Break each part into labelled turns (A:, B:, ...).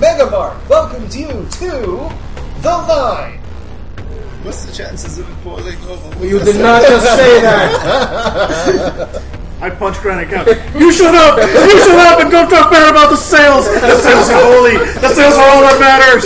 A: Megamark welcomes you to The Line.
B: What's the chances of it boiling over?
C: You did not just say that.
D: I punch Granite Cap. You shut up! You shut up and don't talk bad about the sales! The sales are holy! The sales are all that matters!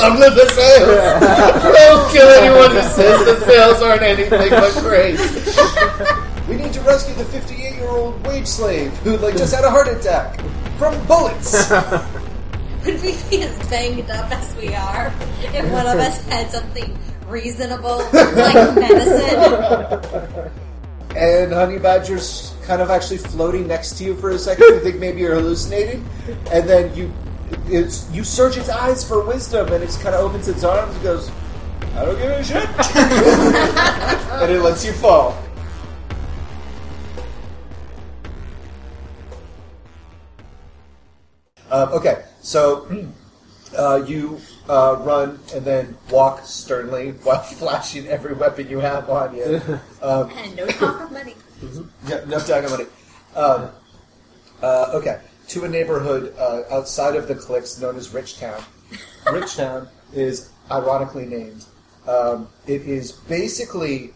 B: I'm living sales.
E: Don't kill anyone who says the sales aren't anything but great.
A: We need to rescue the 58 year old wage slave who like just had a heart attack from bullets.
F: Would we be as banged up as we are if one of us had something reasonable like medicine?
A: and Honey Badger's kind of actually floating next to you for a second. You think maybe you're hallucinating, and then you it's, you search its eyes for wisdom, and it kind of opens its arms and goes, "I don't give a shit," and it lets you fall. Um, okay, so uh, you uh, run and then walk sternly while flashing every weapon you have on you.
F: And no talk of money.
A: Yeah, enough talking about it. Um, uh, okay, to a neighborhood uh, outside of the cliffs known as Richtown. Richtown is ironically named. Um, it is basically,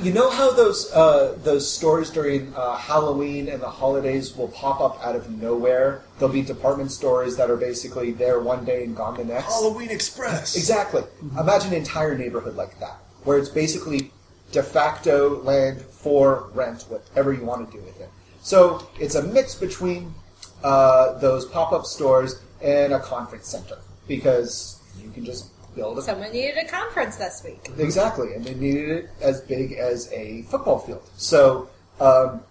A: you know how those uh, those stores during uh, Halloween and the holidays will pop up out of nowhere. There'll be department stores that are basically there one day and gone the next.
B: Halloween Express.
A: Exactly. Imagine an entire neighborhood like that, where it's basically de facto land for rent, whatever you want to do with it. So it's a mix between uh, those pop up stores and a conference center because you can just build a
F: Someone needed a conference this week.
A: Exactly, and they needed it as big as a football field. So um,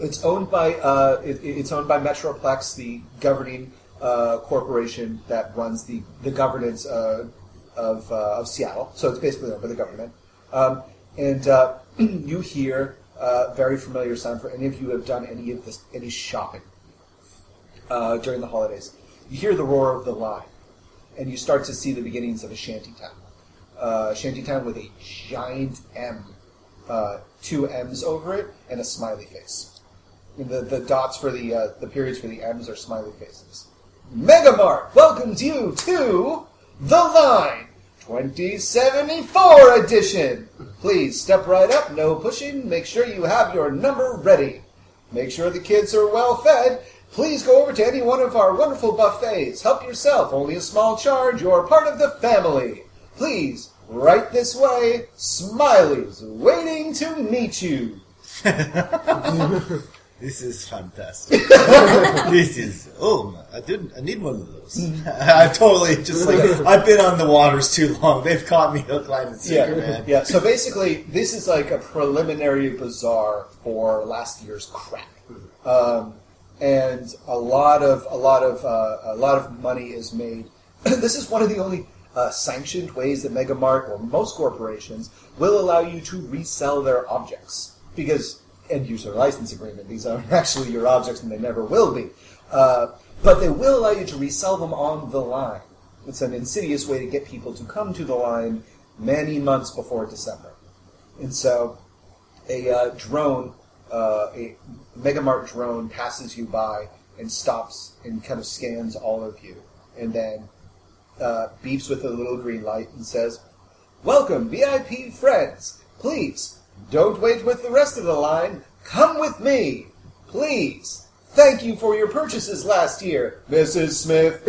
A: it's owned by uh, it, it's owned by Metroplex, the governing uh, corporation that runs the the governance uh, of uh, of Seattle. So it's basically owned by the government. Um, and uh, you hear uh, very familiar sound for any of you who have done any of this any shopping uh, during the holidays. You hear the roar of the line, and you start to see the beginnings of a shanty town. Uh, shanty town with a giant M, uh, two M's over it, and a smiley face. And the, the dots for the uh, the periods for the M's are smiley faces. Megamart welcomes you to the line. 2074 edition. Please step right up, no pushing. Make sure you have your number ready. Make sure the kids are well fed. Please go over to any one of our wonderful buffets. Help yourself, only a small charge. You're part of the family. Please, right this way. Smiley's waiting to meet you.
B: This is fantastic. this is oh, man, I didn't. I need one of those. I totally just like I've been on the waters too long. They've caught me hook, line, and sinker, man.
A: yeah. So basically, this is like a preliminary bazaar for last year's crap, um, and a lot of a lot of uh, a lot of money is made. this is one of the only uh, sanctioned ways that Megamart or most corporations will allow you to resell their objects because end user license agreement. These aren't actually your objects, and they never will be. Uh, but they will allow you to resell them on the line. It's an insidious way to get people to come to the line many months before December. And so a uh, drone, uh, a Megamart drone, passes you by and stops and kind of scans all of you, and then uh, beeps with a little green light and says, "Welcome, VIP friends. Please don't wait with the rest of the line. Come with me, please." Thank you for your purchases last year, Mrs. Smith.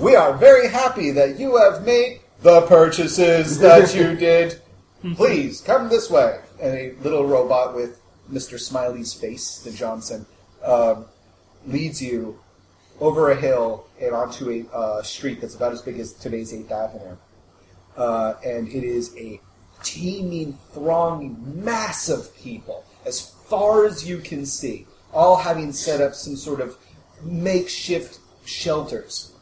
A: we are very happy that you have made the purchases that you did. Please come this way. And a little robot with Mr. Smiley's face, the Johnson, um, leads you over a hill and onto a uh, street that's about as big as today's 8th Avenue. Uh, and it is a teeming, thronging mass of people, as far as you can see, all having set up some sort of makeshift shelters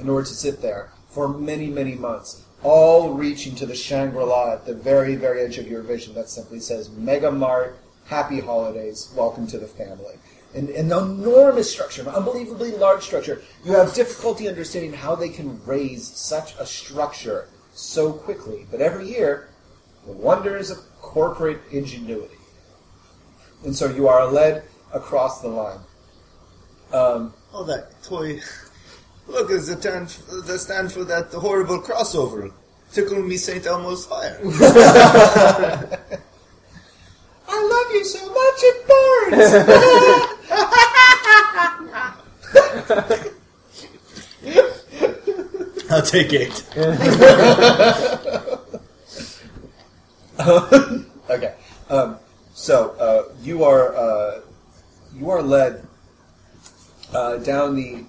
A: in order to sit there for many, many months, all reaching to the Shangri La at the very, very edge of your vision that simply says Mega Mart, Happy Holidays, Welcome to the Family. An, an enormous structure, an unbelievably large structure. You have difficulty understanding how they can raise such a structure so quickly, but every year, the wonders of corporate ingenuity. And so you are led across the line. Um,
B: Oh, that toy. Look, it's the stand, the stand for that horrible crossover. Tickle me St. Elmo's fire.
A: I love you so much, it burns.
B: I'll take it.
A: okay, um, so uh, you are uh, you are led uh, down the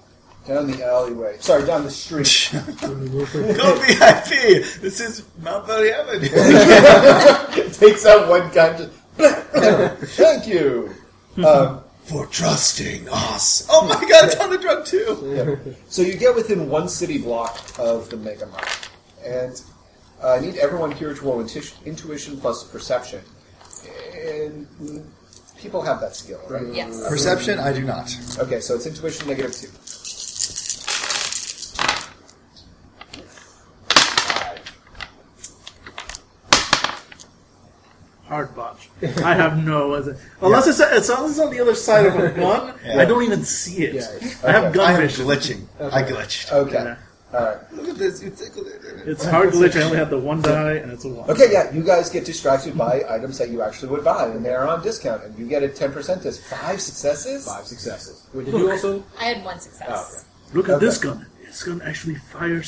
A: down the alleyway. Sorry, down the street.
B: Go VIP! This is Mount Valley Avenue.
E: Takes out one gun. Just,
A: Thank you. Um,
B: For trusting us. Oh my god, it's on the drug too!
A: So you get within one city block of the Mega Mile, and uh, I need everyone here to roll intu- intuition plus perception. And mm, people have that skill, right?
F: Yes.
B: Perception, I do not.
A: Okay, so it's intuition negative two.
D: Hard botch. I have no unless it's it's, unless it's on the other side of a gun.
B: Yeah.
D: I don't even see it.
A: Yeah.
D: I have
B: I
D: gun
B: am
D: vision.
B: glitching. I glitched.
A: Okay,
D: Yeah.
A: all right.
B: Look at this, you tickled it.
D: It's hard glitch. I only have the one die, and it's a one.
A: Okay, yeah, you guys get distracted by items that you actually would buy, and they are on discount, and you get a ten percent discount. Five successes.
C: Five successes. Wait, did you also?
F: I had one success.
D: Look at
A: Okay.
D: this gun. This gun actually fires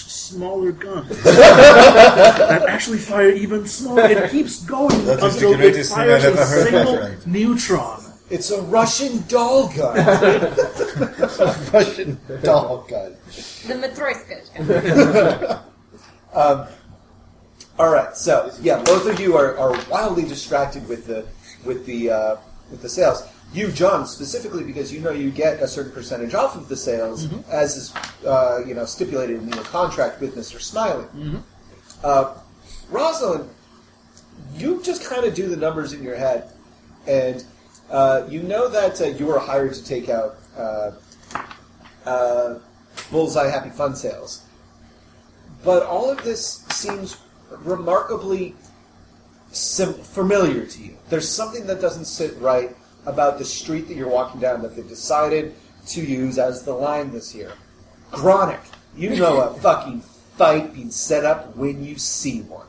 D: smaller guns that actually fire even smaller. It keeps going
B: That is the
D: until it
B: greatest thing
D: fires
B: I've
D: a
B: ever heard, my
D: single
B: friend.
D: neutron.
A: It's a Russian doll gun.
B: Russian doll gun.
F: The Matroiska.
A: All right, so yeah, both of you are, are wildly distracted with the with the uh, with the sales. You, John, specifically because you know you get a certain percentage off of the sales, as is uh, you know stipulated in your contract with Mister Smiley. Uh, Rosalind, you just kind of do the numbers in your head, and uh, you know that uh, you were hired to take out uh, uh, Bullseye Happy Fun sales but all of this seems remarkably sim- familiar to you. There's something that doesn't sit right about the street that you're walking down that they decided to use as the line this year. Gronick, you know a fucking fight being set up when you see one,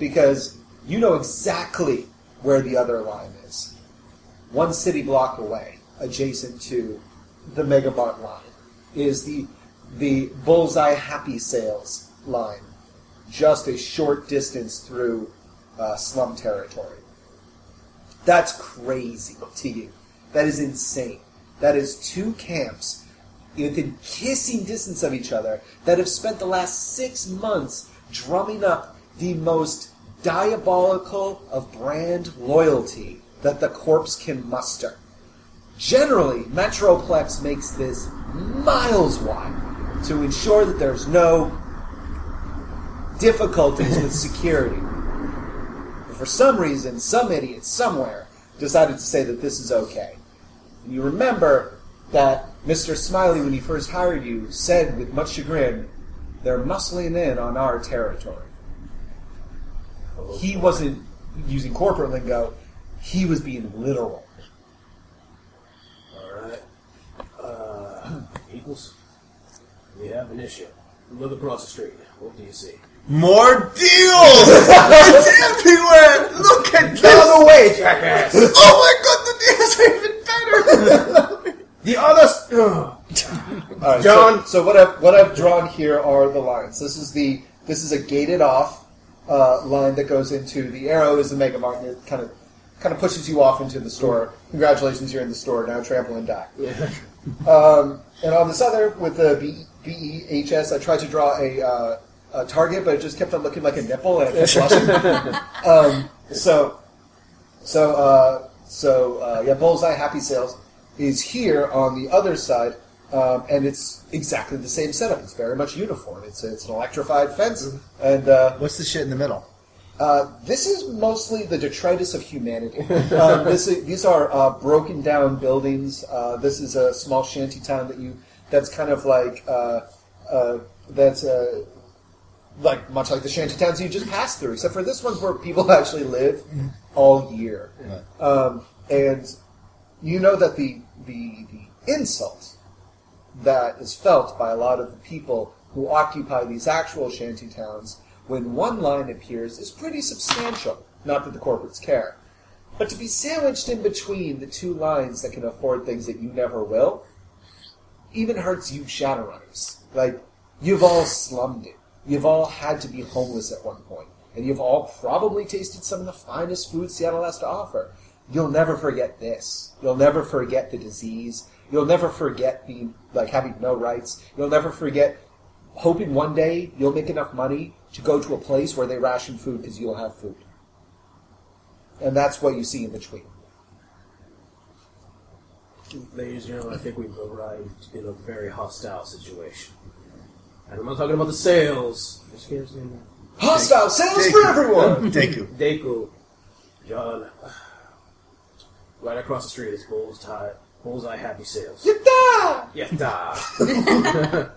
A: because you know exactly where the other line is, one city block away, adjacent to the Megabot line, is the the Bullseye Happy Sales line, just a short distance through uh, slum territory. That's crazy to you. That is insane. That is two camps within kissing distance of each other that have spent the last six months drumming up the most diabolical of brand loyalty that the corpse can muster. Generally, Metroplex makes this miles wide to ensure that there's no difficulties with security. But for some reason, some idiot somewhere decided to say that this is okay. And you remember that Mr. Smiley, when he first hired you, said with much chagrin, they're muscling in on our territory. He wasn't using corporate lingo, he was being literal.
C: All right. Uh, equals. We have an issue. Look across the street. What do you see?
B: More deals! it's everywhere! Look at this!
A: Out of the way, Jack!
C: Jackass!
B: Oh my god, the deals are even better!
C: the other.
A: All right,
C: John.
A: So, so what I've what I've drawn here are the lines. This is the this is a gated off uh, line that goes into the arrow is the mega mart and it kind of kind of pushes you off into the store. Congratulations, you're in the store now. Trample and die. Um, and on this other with the B B E H S, I tried to draw a, uh, a target, but it just kept on looking like a nipple and I kept blushing. um, so so, uh, so uh, yeah, Bullseye Happy Sales is here on the other side, um, and it's exactly the same setup. It's very much uniform. It's it's an electrified fence, and uh,
B: What's the shit in the middle?
A: uh, this is mostly the detritus of humanity. um, this is, these are uh, broken down buildings. Uh, this is a small shanty town that you that's kind of like uh, uh, that's. Uh, like much like the shanty towns you just passed through, except for this one's where people actually live all year. Um, and you know that the, the the insult that is felt by a lot of the people who occupy these actual shanty towns when one line appears is pretty substantial. Not that the corporates care. But to be sandwiched in between the two lines that can afford things that you never will, even hurts you Shadowrunners. Like, you've all slummed it. You've all had to be homeless at one point, And you've all probably tasted some of the finest food Seattle has to offer. You'll never forget this. You'll never forget the disease. You'll never forget being, like, having no rights. You'll never forget hoping one day you'll make enough money to go to a place where they ration food because you'll have food. And that's what you see in between.
C: Ladies and gentlemen, I think we've arrived in a very hostile situation. And I'm not talking about the sales. What's his name?
A: Hostile sales for everyone!
B: Thank you.
C: Deku, John, right across the street is Bullseye, Bullseye Happy Sales.
A: Yippee!
C: Yeah, da.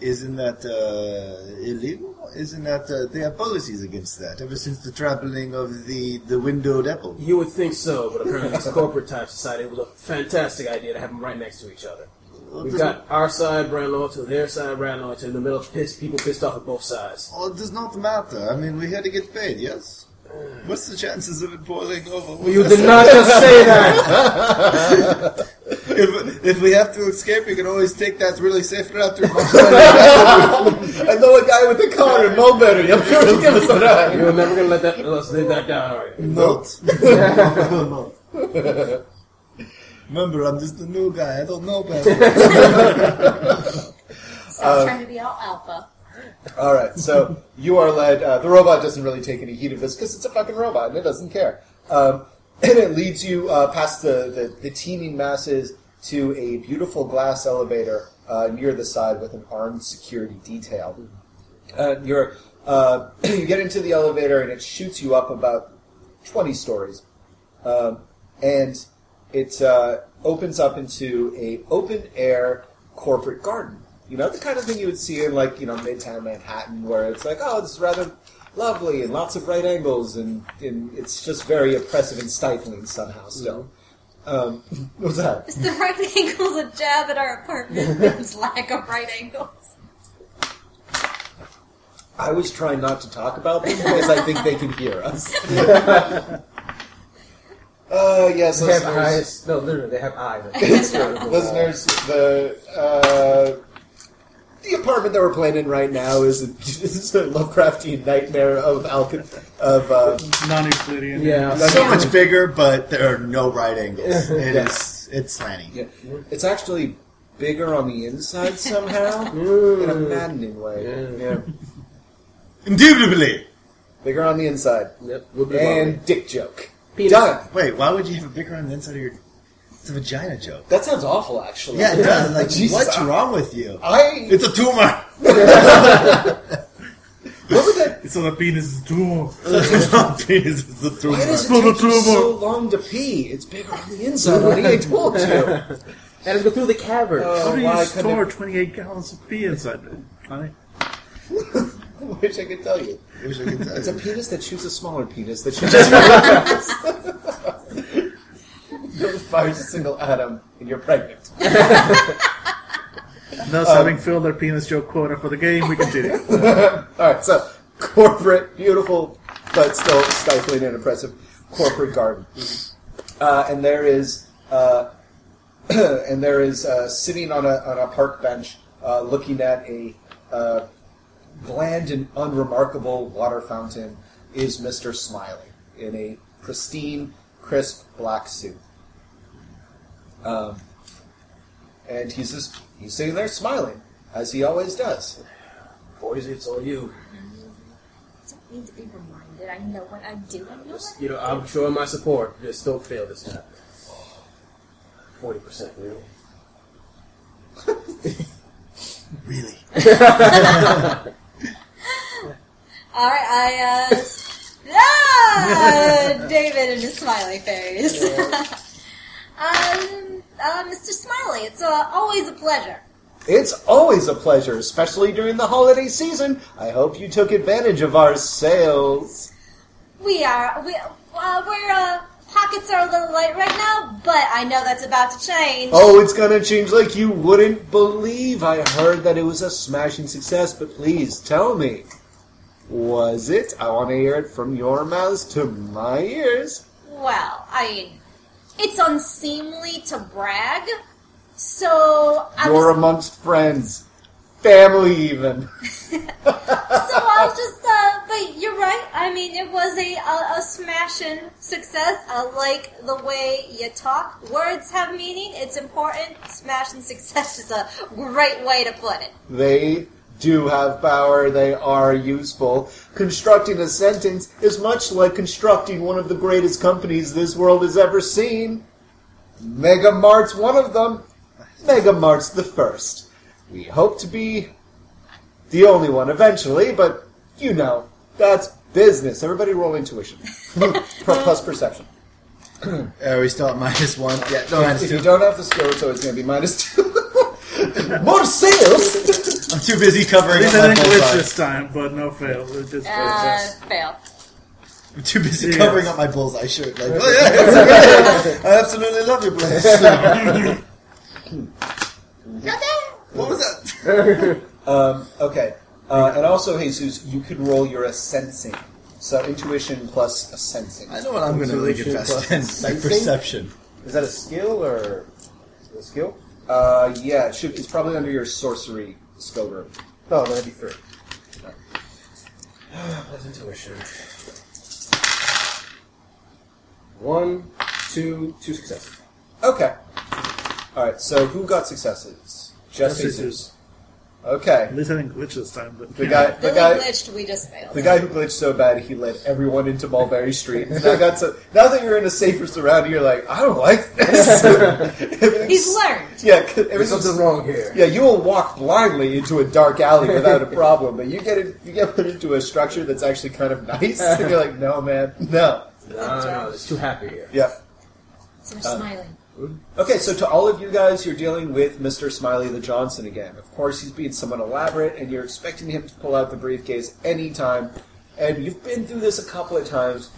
B: Isn't that uh, illegal? Isn't that uh, there are policies against that? Ever since the trampling of the the windowed apple.
C: You would think so, but apparently it's a corporate type society. It was a fantastic idea to have them right next to each other. We've got our side brand loyal to their side brand loyal to in the middle. Pissed people pissed off at both sides.
B: Well, Oh, it does not matter. I mean, we had to get paid. Yes. What's the chances of it boiling over?
C: You did not just say that.
B: If, if we have to escape, we can always take that really safe route through.
A: I know a guy with a car in Mulberry. I'm sure he'll give us a ride.
C: You're never gonna let that let's live that down, are you?
B: Not. Remember, I'm just a new guy. I don't know better.
F: Stop trying to be all alpha.
A: All right, so you are led. Uh, the robot doesn't really take any heat of this because it's a fucking robot and it doesn't care. Um, and it leads you uh, past the, the, the teeming masses to a beautiful glass elevator uh, near the side with an armed security detail. Uh, you're, uh, you get into the elevator and it shoots you up about 20 stories. Um, and it uh, opens up into a open air corporate garden. You know, the kind of thing you would see in like you know Midtown Manhattan, where it's like, oh, it's rather lovely and lots of right angles, and, and it's just very oppressive and stifling somehow. Still, um,
C: Mm-hmm.
A: what was that?
F: Is the right angle's a jab at our apartment room's lack of right angles?
A: I was trying not to talk about them because I think they can hear us. uh, yes,
C: They have
A: listeners.
C: eyes. No, literally, they have eyes.
A: listeners, the uh, the apartment that we're playing in right now is a, is a Lovecraftian nightmare of Alcon of uh,
D: Non-Euclidean.
C: Yeah.
B: so much bigger, but there are no right angles. It is. It's slanty.
A: yeah, it's actually bigger on the inside somehow in a maddening way. Yeah.
B: Indubitably.
A: bigger on the inside
C: Yep. We'll be and
A: and dick joke
C: Penis.
A: done.
B: Wait, why would you have a bigger on the inside of your? It's a vagina joke.
A: That sounds awful, actually.
B: Yeah, it does. Like,
A: Jesus,
B: what's
A: I-
B: wrong with you?
A: I
B: It's a tumor.
A: what would that?
D: So the penis is dual.
B: it's not penis. It's a tumor.
A: Why does it
D: Little
A: take you so
D: tumor.
A: long to pee? It's bigger on the inside. What I told you.
C: and it's go through the cavern.
D: How
A: Oh,
D: do you
A: why couldn't it-
D: store 28 gallons of pee inside it? Honey?
A: Wish I could tell you.
B: I wish I could tell
A: It's a
B: you.
A: penis that shoots a smaller penis that shoots a smaller penis. Never fires a single atom, and you're pregnant.
D: Thus,
A: um,
D: having filled their penis joke quota for the game, we continue.
A: All right, so corporate, beautiful, but still stifling and oppressive corporate garden, uh, and there is uh, and there is uh, sitting on a on a park bench, uh, looking at a uh, bland and unremarkable water fountain, is Mister Smiley in a pristine, crisp black suit. Um, and he's just he's sitting there smiling as he always does.
C: Boys, it's all you.
F: Don't need to be reminded. I know what I do. I know
C: Just,
F: what
C: you know, I'm showing my support. Just don't fail this time. Forty percent, really.
B: Really?
F: All right, I uh, s- ah, David and his smiley face. um, uh, Mr. Smiley, it's uh, always a pleasure.
A: It's always a pleasure, especially during the holiday season. I hope you took advantage of our sales.
F: We are we uh, we're uh, Pockets are a little light right now, but I know that's about to change.
A: Oh, it's gonna change like you wouldn't believe. I heard that it was a smashing success, but please tell me. Was it? I want to hear it from your mouths to my ears.
F: Well, I mean, it's unseemly to brag. So I
A: You're
F: was,
A: amongst friends, family, even.
F: so I was just, uh, but you're right. I mean, it was a a, a smashing success. I like the way you talk. Words have meaning. It's important. Smashing success is a great way to put it.
A: They do have power, they are useful. Constructing a sentence is much like constructing one of the greatest companies this world has ever seen. Mega Mart's one of them. Mega Mart's the first. We hope to be the only one eventually, but you know, that's business. Everybody roll intuition. Plus perception.
B: Are we still at minus one? Yeah, no, minus
A: If you
B: two.
A: don't have the skill, it's always going to be minus two. More sales!
B: I'm too busy covering up
D: These
B: my
D: I think glitch
B: bullseye.
D: this time, but no fail. It just
F: Uh, fail.
B: I'm too busy
D: Yeah.
B: covering up my bullseye shirt. Like, oh yeah, it's okay. I absolutely love your place. what was that?
A: Um, okay. Uh, and also, Jesus, you could roll your sensing. So intuition plus a sensing.
B: I know what I'm going to really get best in. Like perception.
A: Is that a skill or a skill? Uh, yeah, it should, it's probably under your sorcery skill room.
E: No, that'd be three.
C: That's intuition.
E: One, two, two successes.
A: Okay. All right. So who got successes? Just
D: Just
A: Jesus. Okay.
D: At least I didn't glitch this time. But
A: The guy. The
F: Billy
A: guy.
F: glitched. We just failed.
A: The guy who glitched so bad he led everyone into Mulberry Street. And now, got so, now that you're in a safer surrounding, you're like, I don't like this. Everything's-
F: He's learned.
A: Yeah, 'cause
C: There's
A: everything's
C: something wrong here.
A: Yeah, you will walk blindly into a dark alley without a problem, but you get in, you get put into a structure that's actually kind of nice, and you're like, no, man, no.
C: No, no, it's too happy here.
A: Yeah.
F: So much smiling.
A: Okay, so to all of you guys, you're dealing with Mr. Smiley the Johnson again. Of course, he's being somewhat elaborate, and you're expecting him to pull out the briefcase anytime. And you've been through this a couple of times.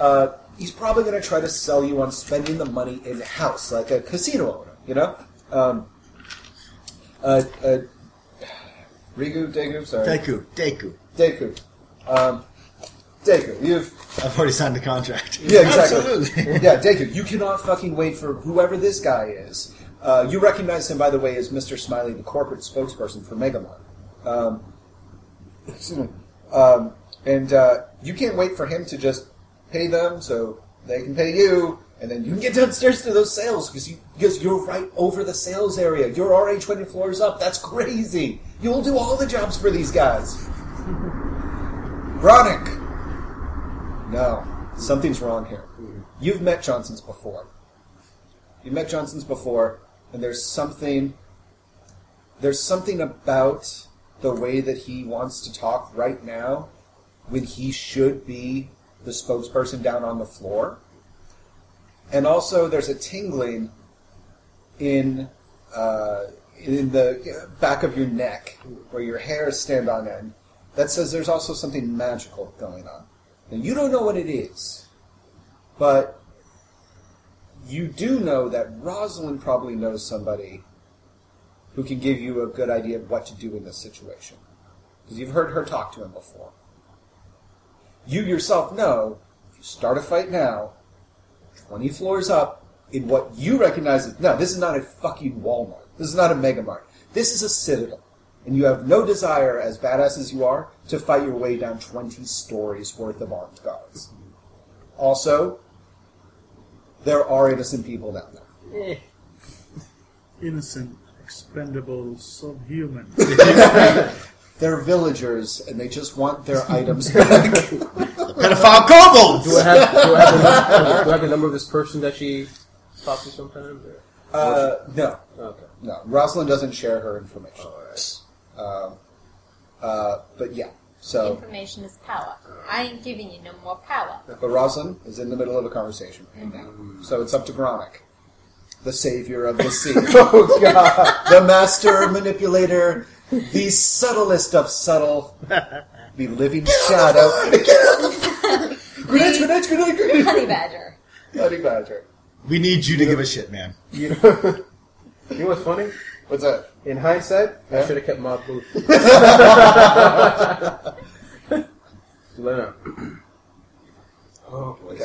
A: Uh, he's probably going to try to sell you on spending the money in house, like a casino owner, you know? Um, uh, uh, Rigu, Degu, sorry.
B: Deku, Deku.
A: Deku. Um, Deku, you've
B: I've already signed the contract.
A: Yeah, exactly.
B: Absolutely.
A: yeah, Deku, you cannot fucking wait for whoever this guy is. Uh, you recognize him, by the way, as Mr. Smiley, the corporate spokesperson for Megamon. Um, excuse me. um, and uh, you can't wait for him to just pay them so they can pay you, and then you can get downstairs to those sales because you, because you're right over the sales area. You're already 20 floors up. That's crazy. You'll do all the jobs for these guys. Bronick. No, something's wrong here. You've met Johnson's before. You met Johnson's before, and there's something. There's something about the way that he wants to talk right now, when he should be the spokesperson down on the floor. And also, there's a tingling in uh, in the back of your neck where your hairs stand on end that says there's also something magical going on. And you don't know what it is, but you do know that Rosalind probably knows somebody who can give you a good idea of what to do in this situation. Because you've heard her talk to him before. You yourself know, if you start a fight now, 20 floors up in what you recognize as no, this is not a fucking Walmart. This is not a Mega Mart. This is a citadel. And you have no desire, as badass as you are, to fight your way down 20 stories worth of armed guards. Also, there are innocent people down there.
D: innocent, expendable, subhuman.
A: They're villagers, and they just want their items back.
B: Pedophile kobolds!
C: Do I have, do I have, the, number, do I have the number of this person that she talked to sometimes? Or?
A: Uh, no,
C: Okay.
A: no. Rosalind doesn't share her information. Um, uh, but yeah, so.
F: Uh, oh. Information is power. I ain't giving you no more power.
A: But Roslyn is in the middle of a conversation right now. So it's up to Gronick, the savior of the sea. oh, God. The master manipulator, the subtlest of subtle, the living shadow. Grenades, grenades, grenades, grenades.
F: Honey badger.
A: Honey Badger.
B: We need you to give a shit, man.
G: You know what's funny?
A: What's that?
G: In hindsight,
A: Yeah.
G: I should have kept Mob Booth. Lena. Oh, boy.
A: Okay.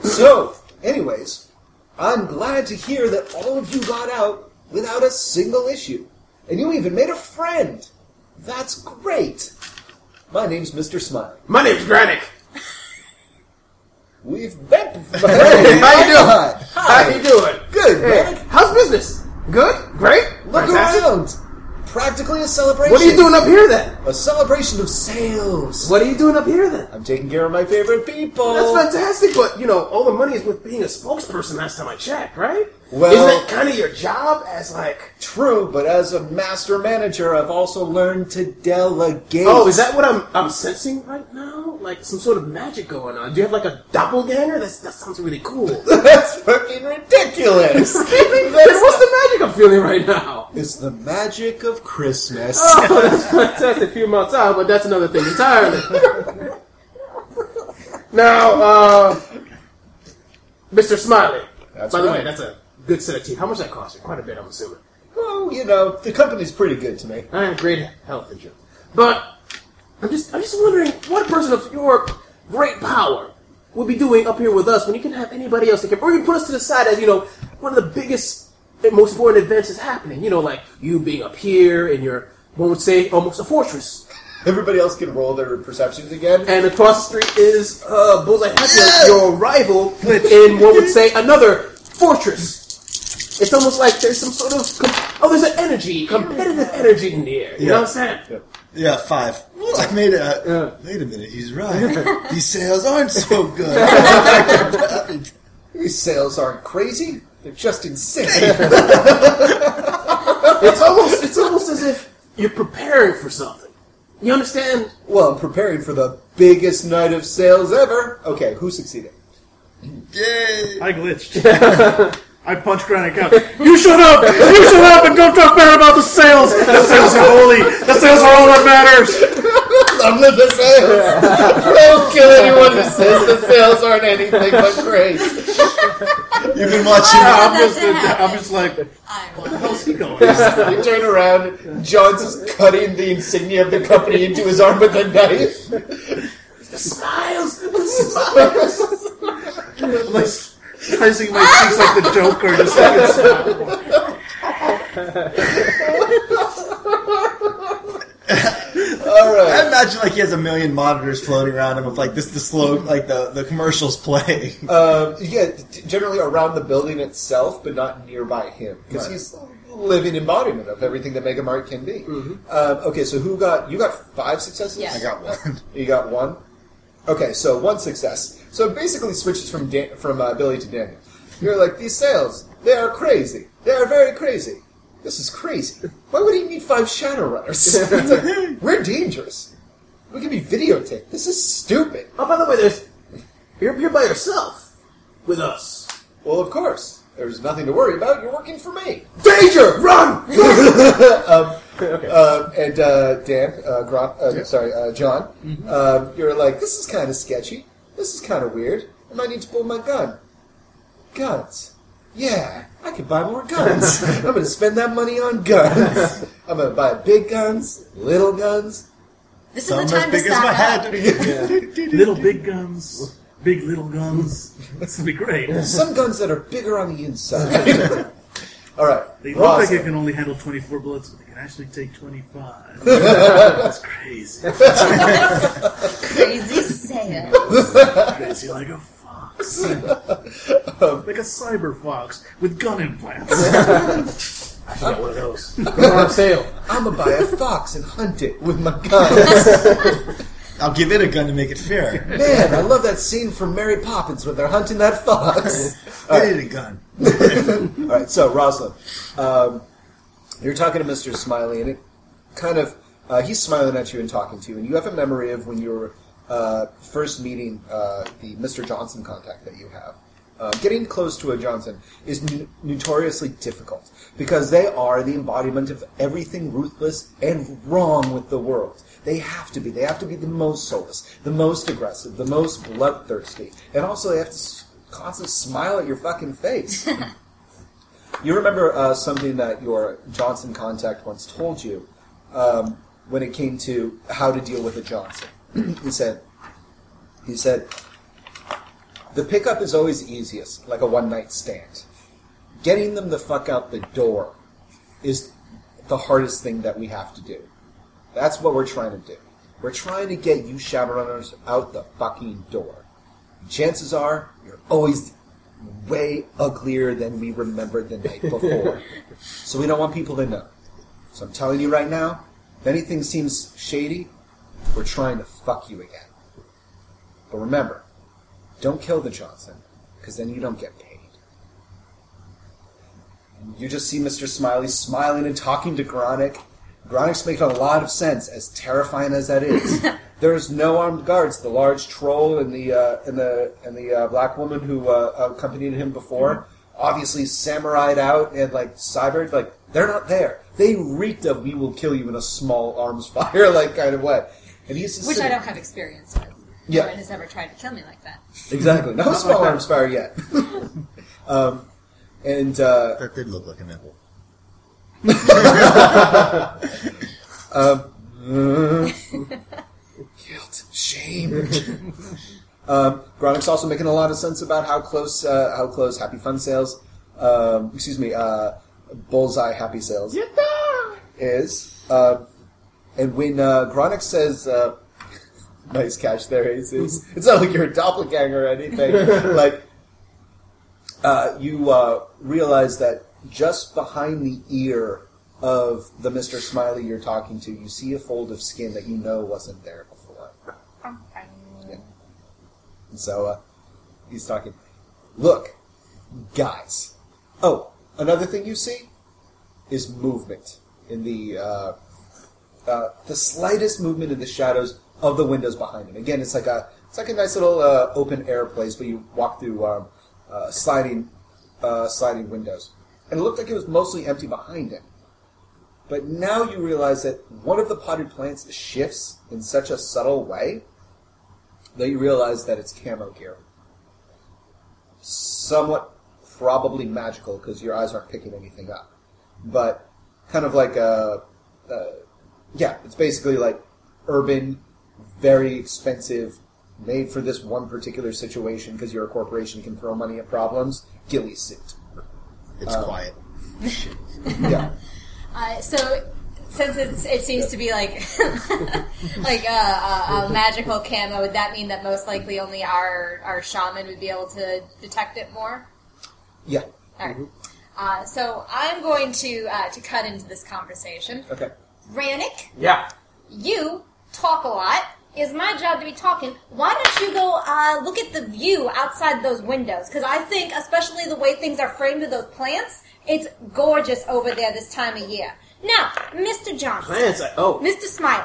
A: So, anyways, I'm glad to hear that all of you got out without a single issue. And you even made a friend. That's great. My name's Mr. Smile.
G: My name's Granick.
A: We've met before.
G: how
A: you doing?
G: How you doing?
A: Good,
G: Hey,
A: man.
G: how's business? Good? Great?
A: Look
G: Fantastic.
A: around. Practically a celebration.
G: What are you doing up here then?
A: A celebration of sales.
G: What are you doing up here then?
A: I'm taking care of my favorite people.
G: That's fantastic, but you know, all the money is with being a spokesperson last time I checked, right?
A: Well-
G: Isn't that kind of your job as like.
A: True, but as a master manager, I've also learned to delegate.
G: Oh, is that what I'm I'm sensing right now? Like some sort of magic going on. Do you have like a doppelganger? That's, that sounds really cool. Then
A: That's fucking ridiculous.
G: What's the magic I'm feeling right now?
A: It's the magic of Christmas.
H: Ah!
G: Oh, that's fantastic. A few months out, but that's another thing entirely. now, uh, Mr. Smiley.
A: That's
G: By the way,
A: right.
G: that's a good set of teeth. How much that cost you? Quite a bit, I'm assuming.
A: Well, you know, the company's pretty good to me.
G: I have great health insurance. But I'm just I'm just wondering what person of your great power would be doing up here with us when you can have anybody else that can or you can put us to the side as, you know, one of the biggest and most important events is happening. You know, like you being up here in your one would say almost a fortress.
A: Everybody else can roll their perceptions again.
G: And across the street is uh Bullseye Heckler, your rival in what would say another fortress. It's almost like there's some sort of com- oh, there's an energy, competitive energy in the air. You know what I'm saying?
B: Yeah, five. I made a. Wait a minute, he's right. These sales aren't so good.
A: These sales aren't crazy; they're just insane.
G: It's almost it's almost as if you're preparing for something. You understand?
A: well, I'm preparing for the biggest night of sales ever. Okay, who succeeded?
B: Yay!
D: I glitched. I punched Granick out. You shut up! You shut up and don't talk bad about the sales! The sales are holy! The sales are all that matters!
H: Some of the sales. Don't kill anyone who says the sales aren't anything but great.
B: You've been watching.
F: I
D: I'm
F: want
D: just,
F: that to happen.
D: I'm just like,
F: I want
D: how's he going?
A: You turn around, John's is cutting the insignia of the company into his arm with a knife.
G: The smiles, the smiles.
D: like, slicing my cheeks like the Joker. Just like it's,
A: All right.
B: I imagine like he has a million monitors floating around him with like this the slow like the the commercials playing.
A: Um, yeah, g- generally around the building itself, but not nearby him because
B: Right.
A: he's a living embodiment of everything that Mega Mart can be. Um, okay, so who got you got five successes?
F: Yes.
B: Mm-hmm. I got one.
A: You got one. Okay, so one success. So it basically switches from Dan- from uh, Billy to Daniel. You're like these sales. They are crazy. They are very crazy. This is crazy. Why would he need five shadow runners? It's like, we're dangerous. We can be videotaped. This is stupid.
G: Oh, by the way, there's you're, you're by yourself with us.
A: Well, of course. There's nothing to worry about. You're working for me.
G: Danger! Run!
A: Um, and uh, Dan, uh, Gro- uh, sorry, uh, John,
D: Mm-hmm.
A: um, you're like, this is kind of sketchy. This is kind of weird. I might need to pull my gun. Guns. Yeah, I could buy more guns. I'm going to spend that money on guns. I'm going to buy big guns, little guns.
F: This
B: Some
F: is
B: as
F: the time to
B: big as
F: stock
B: my
F: up.
B: head.
D: little big guns, big little guns. This would be great.
A: Some guns that are bigger on the inside. All right.
D: They look
A: Ross,
D: like it can only handle 24 bullets, but they can actually take 25. That's crazy.
F: Crazy sale.
D: Crazy like a fox. like a cyber fox with gun implants.
G: I should get one of those. They're on sale.
A: I'm going to buy a fox and hunt it with my guns.
B: I'll give it a gun to make it fair.
A: Man, I love that scene from Mary Poppins when they're hunting that fox.
B: I need a gun.
A: All right, so Roslyn, um, you're talking to Mr. Smiley, and it kind of uh, he's smiling at you and talking to you, and you have a memory of when you were uh, first meeting uh, the Mr. Johnson contact that you have. Uh, getting close to a Johnson is n- notoriously difficult because they are the embodiment of everything ruthless and wrong with the world. They have to be. They have to be the most soulless, the most aggressive, the most bloodthirsty, and also they have to s- constantly smile at your fucking face. you remember uh, something that your Johnson contact once told you um, when it came to how to deal with a Johnson. he said, he said, the pickup is always easiest, like a one night stand. Getting them the fuck out the door is the hardest thing that we have to do. That's what we're trying to do. We're trying to get you chaperoners out the fucking door. Chances are you're always way uglier than we remembered the night before. so we don't want people to know. So I'm telling you right now, if anything seems shady, we're trying to fuck you again. But remember, don't kill the Johnson, because then you don't get paid. You just see Mr. Smiley smiling and talking to Gronick. Gronick's making a lot of sense, as terrifying as that is. There's no armed guards. The large troll and the uh, and the and the uh, black woman who uh, accompanied him before,
F: Mm-hmm.
A: obviously samurai'd out and like cybered, like they're not there. They reeked of "we will kill you" in a small arms fire, like kind of what. And he's just
F: Which I
A: sitting-
F: don't have experience with.
A: Yeah.
F: No one has ever tried to kill me like that.
A: Exactly. No small arms fire yet. um, and uh,
B: That did look like an apple.
A: guilt, shame. um, Gronick's also making a lot of sense about how close, uh, how close Happy Fun Sales, um, excuse me, uh, Bullseye Happy Sales is. Uh, and when uh, Gronick says, uh, "Nice catch there, Jesus," it's not like you're a doppelganger or anything. like uh, you uh, realize that just behind the ear of the Mister Smiley you're talking to, you see a fold of skin that you know wasn't there before. And so uh, he's talking. Look, guys. Oh, another thing you see is movement in the uh, uh, the slightest movement in the shadows of the windows behind him. Again, it's like a it's like a nice little uh, open air place where you walk through um, uh, sliding uh, sliding windows, and it looked like it was mostly empty behind him. But now you realize that one of the potted plants shifts in such a subtle way that you realize that it's camo gear. Somewhat probably magical because your eyes aren't picking anything up. But kind of like a. Uh, yeah, it's basically like urban, very expensive, made for this one particular situation because you're a corporation can throw money at problems, ghillie suit.
B: It's quiet.
A: Yeah.
F: Uh, so, since it's, it seems to be like like a, a, a magical camo, would that mean that most likely only our our shaman would be able to detect it more?
A: yeah.
F: All right. Uh, so I'm going to uh, to cut into this conversation.
A: Okay.
F: Rannick,
C: Yeah.
F: you talk a lot. It's my job to be talking. Why don't you go uh, look at the view outside those windows? Because I think, especially the way things are framed with those plants, it's gorgeous over there this time of year. Now, Mr. Johnson,
C: Plants. I, oh.
F: Mr. Smiley.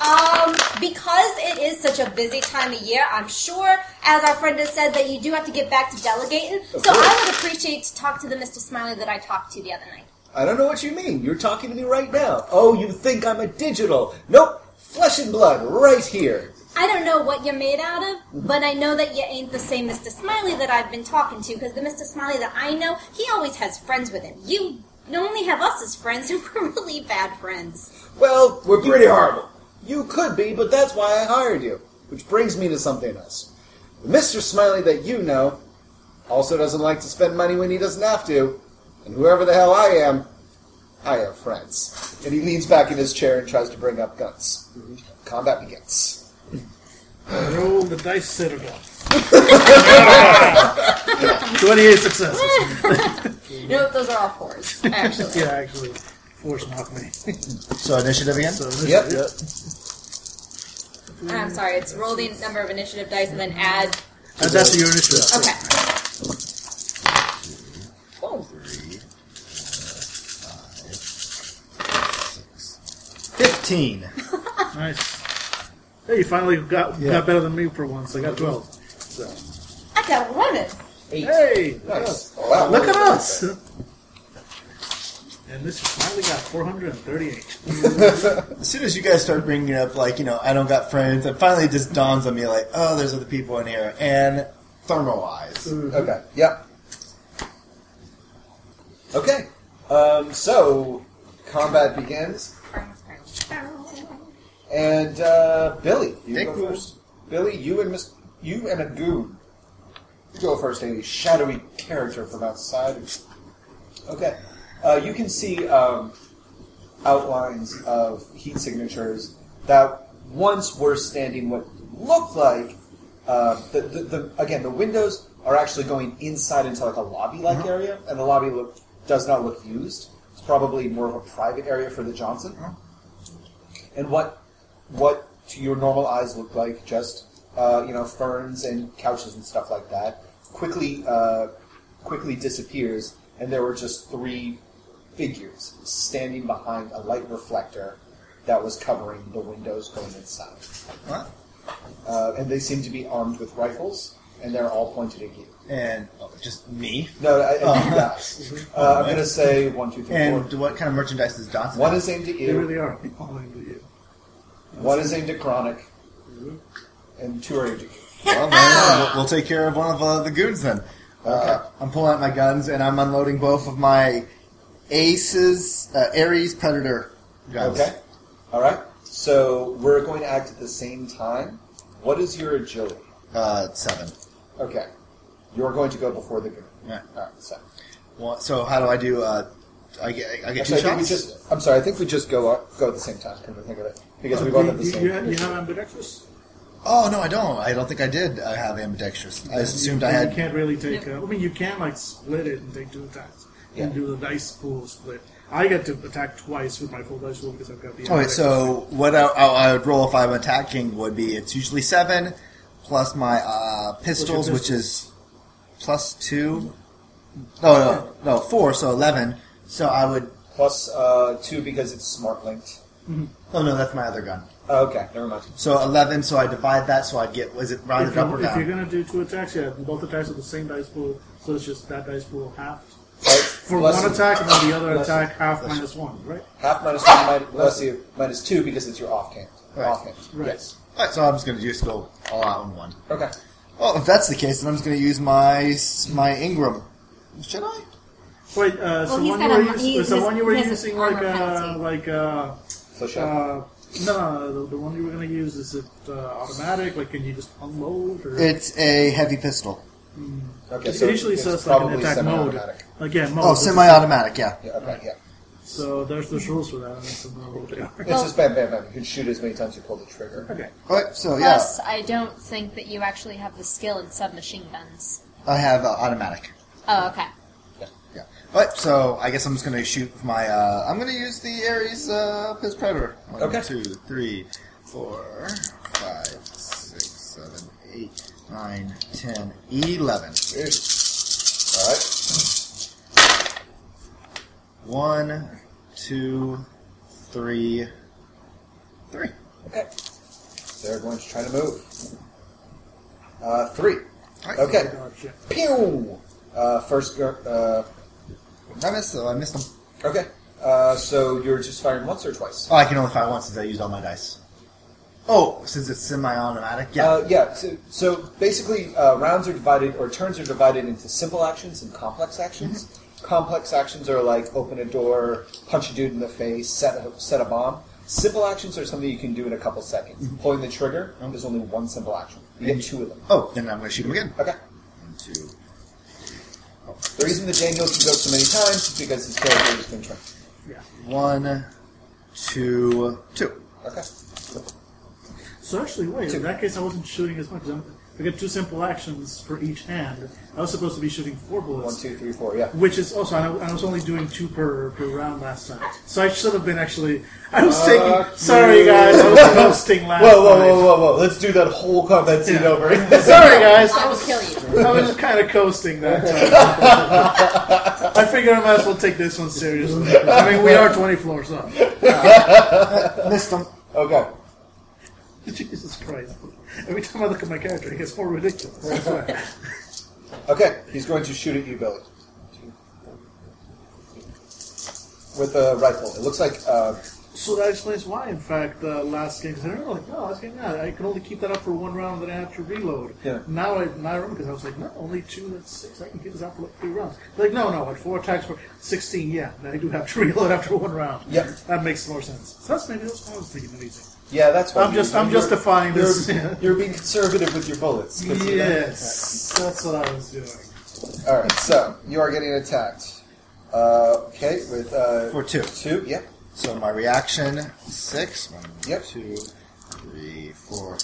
F: Um, because it is such a busy time of year, I'm sure, as our friend has said, that you do have to get back to delegating. So I would appreciate to talk to the Mr. Smiley that I talked to the other night.
A: I don't know what you mean. You're talking to me right now. Oh, you think I'm a digital. Nope. Flesh and blood right here.
F: I don't know what you're made out of, but I know that you ain't the same Mr. Smiley that I've been talking to, because the Mr. Smiley that I know, he always has friends with him. You only have us as friends, and we're really bad friends.
A: Well, we're pretty horrible. You could be, but that's why I hired you. Which brings me to something else. The Mr. Smiley that you know also doesn't like to spend money when he doesn't have to. And whoever the hell I am, I have friends. And he leans back in his chair and tries to bring up guns. Combat begins.
D: Roll the dice set of one. Twenty-eight successes.
F: You know, those are all fours, actually.
D: Yeah, actually, force knock me.
B: So initiative again.
D: So this
A: Yep.
F: I'm sorry, it's roll the number of initiative dice and then add.
D: Uh, that's your initiative.
F: Okay.
B: Fifteen.
D: Nice. Hey, you finally got got better than me for once. I got twelve. So
F: I got 11.
D: hey,
A: Nice. Wow.
D: look at us. and this finally got 438.
B: As soon as you guys start bringing up, like, you know, I don't got friends, it finally just dawns on me, like, oh, there's other people in here. And thermal eyes.
A: Okay. Yep. Okay. Um, so combat begins, and uh, Billy, you
B: Take
A: go
B: who?
A: first. Billy, you and Miss, you and a goon go first. A shadowy character from outside. Okay. Uh, you can see um, outlines of heat signatures that once were standing what looked like uh, the, the, the again the windows are actually going inside into like a lobby like area, and the lobby look, does not look used. It's probably more of a private area for the Johnson. And what what to your normal eyes look like just uh, you know ferns and couches and stuff like that quickly uh, quickly disappears, and there were just three figures standing behind a light reflector that was covering the windows going inside.
B: Huh?
A: Uh, and they seem to be armed with rifles, and they're all pointed at you.
B: And oh, just me.
A: No, I, I you guys. Uh, I'm
B: Alright.
A: going to say one, two, three, four.
B: And what kind of merchandise does Johnson
A: One
B: have?
A: is aimed at
D: They
A: you.
D: really are all aimed at you.
A: One is aimed at Chronic, and two are aimed at you.
B: Well, then, we'll, we'll take care of one of uh, the goons then. Uh, I'm pulling out my guns and I'm unloading both of my Aces, uh, Ares Predator guns.
A: Okay. All right. So we're going to act at the same time. What is your agility?
B: Uh, seven.
A: Okay. You're going to go before the goon.
B: Yeah.
A: All right. So
B: Well, so how do I do? Uh, I get, I get two
A: Actually, I think we
B: shots.
A: just. I'm sorry. I think we just go up, go at the same time. Come to think of it, because we both
D: Uh, You,
A: have the
D: you, you
A: same.
D: have, you have ambidextrous?
B: Oh no, I don't. I don't think I did. I have ambidextrous. I just assumed
D: you,
B: I
D: You
B: had.
D: can't really take. Uh, I mean, you can like split it and take two attacks
A: Yeah.
D: and do the dice pool split. I get to attack twice with my full dice pool because I've got the.
B: All right,
D: ambidextrous.
B: so what I, I I would roll if I'm attacking would be it's usually seven plus my uh, pistols,
D: pistol?
B: which is plus two. No, no, no, four, so eleven. So I would.
A: Plus uh, two because it's smart linked.
B: Oh no, that's my other gun.
A: Okay. Never mind.
B: So eleven. So I divide that. So I'd get was it rounded
D: if, you,
B: up or
D: if you're
B: down?
D: gonna do two attacks, yeah, both attacks with the same dice pool, so it's just that dice pool half for
A: Bless
D: one
A: you.
D: attack and then the other
A: Bless you.
D: attack half minus one, right?
A: Half minus one, minus, bless you, minus two because it's your offhand.
B: Right.
A: Offhand.
D: Right.
A: Yes.
B: All right, so I'm just gonna just go all out on one.
A: Okay.
B: Well, if that's the case, then I'm just gonna use my my Ingram. Should I?
D: Wait, uh, so
F: he's
D: one you
F: got
D: were
F: a mon-
D: us-
F: he-
D: is the
F: his-
D: one you were
F: he has an
D: using like
F: armor
D: uh,
F: penalty.
D: like uh,
A: So shall
D: uh, no, the, the one you were gonna use is it uh, automatic? Like, can you just unload? Or?
B: It's a heavy pistol.
A: okay.
D: it
A: So
D: usually
A: it's
D: says, like, an
A: probably
D: attack mode.
A: semi-automatic.
D: like yeah, mode.
B: Oh,
D: this is-
B: semi-automatic. Yeah.
A: Yeah, okay. Yeah.
D: So there's there's rules for that. And it's a little bit-
A: It's just bam, bam, bam. You can shoot as many times you pull the trigger.
D: Okay.
B: All right, so yeah,
I: Plus, I don't think that you actually have the skill in submachine guns.
B: I have uh, automatic.
I: Oh, okay.
B: Yeah. All right, so I guess I'm just gonna shoot with my. Uh, I'm gonna use the Ares uh, Piz Predator. One,
A: Okay.
B: two, three, four, five, six, seven, eight, nine, ten, eleven.
A: All right.
B: One, two, three, three.
A: Okay. They're going to try to move. Uh, three.
B: All right,
A: Okay.
D: Oh, shit.
A: Pew. Uh, first. gir- Uh,
B: so I missed. So I missed them.
A: okay. Uh, so you're just firing once or twice.
B: Oh, I can only fire once since I used all my dice. Oh, since it's semi-automatic. Yeah.
A: Uh, yeah. So, so basically, uh, rounds are divided or turns are divided into simple actions and complex actions.
D: Mm-hmm.
A: Complex actions are like open a door, punch a dude in the face, set a, set a bomb. Simple actions are something you can do in a couple seconds.
D: Mm-hmm.
A: Pulling the trigger,
D: Oh.
A: there's only one simple action. You get two of them.
B: oh, then I'm gonna shoot him again.
A: Okay.
B: One, two.
A: The reason that Daniel can go so many times is because his character has been trained.
B: One, two, two.
A: Okay.
D: So actually, wait. In that case, I wasn't shooting as much. 'cause I'm- I got two simple actions for each hand. I was supposed to be shooting four bullets.
A: One, two, three, four. Yeah.
D: Which is also, and I, I was only doing two per, per round last time. So I should have been actually. I was taking. Sorry, guys, I was hosting last
A: Uh, Whoa, whoa,
D: time.
A: whoa, whoa, whoa! Let's do that whole combat scene
D: Yeah.
A: over.
D: Sorry, guys, I
I: I will
D: was,
I: kill you.
D: I was just kind of coasting that time. I figure I might as well take this one seriously. I mean, we are 20 floors up.
B: Missed him.
A: okay.
D: Jesus Christ. Every time I look at my character, it gets more ridiculous. I swear.
A: Okay. He's going to shoot at you, Billy. with a rifle. It looks like uh,
D: So that explains why, in fact, uh, last game, because I remember, like, "Oh, no, last game, yeah, I could only keep that up for one round, then I have to reload.
A: Yeah.
D: Now I, now I remember, because I was like, no, only two, that's six, I can keep this out for like three rounds. Like, no, no, at four attacks for 16, yeah, then I do have to reload after one round.
A: Yep.
D: That makes more sense. So that's maybe that's what I was thinking of using.
A: yeah, that's why
D: I'm just, I'm
A: you're-
D: justifying
A: you're,
D: this.
A: you're being conservative with your bullets. 'cause you don't-
D: yes, that's what I was doing.
A: All right, so you are getting attacked. Uh, okay, with uh,
B: For two.
A: two. Yep.
B: So my reaction six. One,
A: Yep.
B: two, three, four.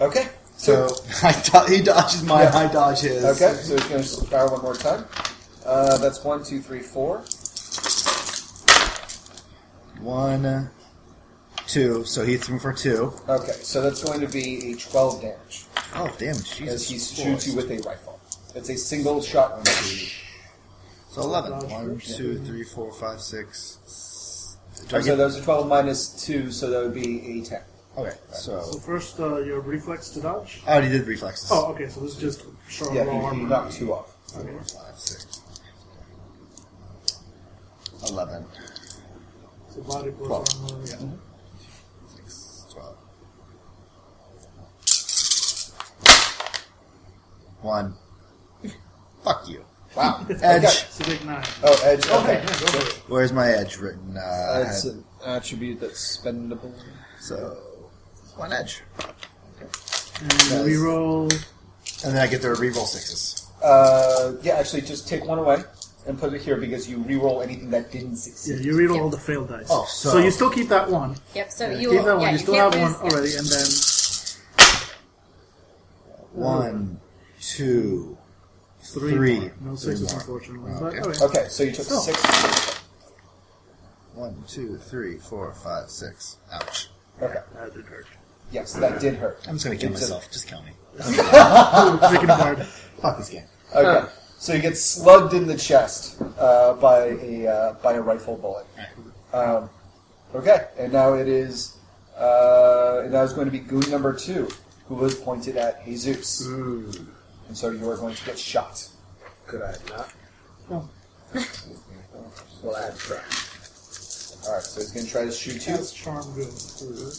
A: Okay.
B: So I do- he dodges mine. I dodge his.
A: Okay, so he's going to fire one more time. Uh, that's one, two, three, four.
B: One, two. So he threw for two.
A: Okay, so that's going to be a 12 damage
B: Oh damn! Jesus.
A: as he shoots
B: Christ.
A: you with a rifle. It's a single shot wound to you.
B: So eleven.
D: Dodge
B: One,
D: first,
B: two, three, four, five, six. s- Do I
A: Oh, So
B: get-
A: those are 12 minus 2, so that would be a 10.
B: Okay.
D: So
B: So
D: first, uh, your reflex to dodge.
B: I already did reflexes.
D: Oh, okay, so this is just short
A: Yeah,
D: low
A: you, you
D: armor.
A: knock 2 off.
D: Okay.
B: Five, six. Eleven.
D: So body plus
B: Twelve.
D: armor, yeah.
B: Six, twelve. One. Fuck you.
A: Wow.
B: Edge.
A: Okay.
D: It's a big nine.
A: Oh, edge.
D: Okay,
A: Okay.
D: yeah, go for it.
B: Where's my edge written? Uh,
A: That's an attribute that's spendable.
B: so one edge,
D: And we roll.
B: and then I get to reroll sixes.
A: Uh, yeah, actually, just take one away and put it here because you re-roll anything that didn't
D: Yeah,
A: succeed.
D: you reroll all the failed dice.
B: Oh, so-
D: you still keep that one.
I: Yep. So
D: Yeah,
I: you
D: keep that one.
I: Yeah,
D: you still
I: can't
D: have one
I: lose-
D: already, and then
B: One, two,
D: three.
B: Three.
D: more. No
B: Three
D: sixes,
B: more.
D: unfortunately.
B: Oh,
D: But
B: okay.
D: okay.
A: Okay, so you took
B: Oh.
A: 6.
B: one, two, three, four, five, six. Ouch!
A: Okay.
D: That did hurt.
A: Yes, that did hurt.
B: I'm just gonna kill
A: It's a-
B: myself. Just kill me.
D: Freaking hard.
B: Fuck this game.
A: Okay. So you get slugged in the chest uh, by a uh, by a rifle bullet. Um, okay, and now it is uh, and now it's going to be goon number two, who was pointed at Jesus, and so you are going to get shot.
E: Could I not?
D: No.
E: Well, I had to try.
A: All right, so he's going to try to shoot you.
D: That's charm good.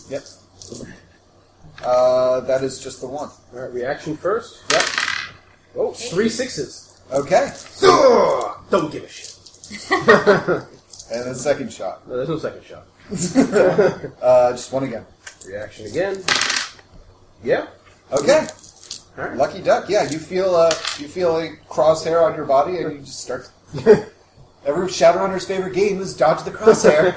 A: Yep. Uh, that is just the one.
E: All right, reaction first.
A: Yep.
E: Oh, three sixes.
A: Okay,
E: Ugh, Don't give a shit.
A: and the second shot.
E: No, there's no second shot.
A: Uh, just one again.
E: Reaction again. Yeah.
A: Okay.
E: All right.
A: Lucky duck. Yeah, you feel uh, you feel a crosshair on your body, and you just start. Every Shadowrunner's favorite game is dodge the crosshair.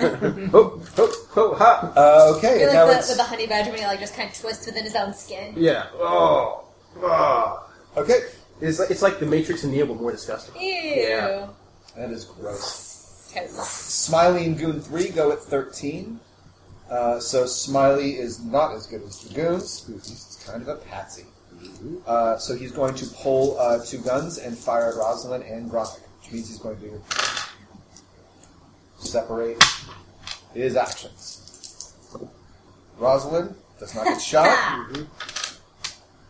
E: Ho, ho, ho, ha.
A: uh, okay,
I: You're
A: and now
I: like the,
A: it's
I: with the honey badger when he like just kind of twists within his own skin.
E: Yeah. Oh. Oh.
A: okay.
E: It's like, it's like the Matrix and Neo, but more disgusting.
I: Ew.
E: Yeah.
A: That is gross.
I: Because
A: Smiley and Goon three go at thirteen. Uh, so Smiley is not as good as the Goons. He's kind of a patsy. Uh, so he's going to pull uh, two guns and fire at Rosalind and Gronik, which means he's going to separate his actions. Rosalind does not get shot.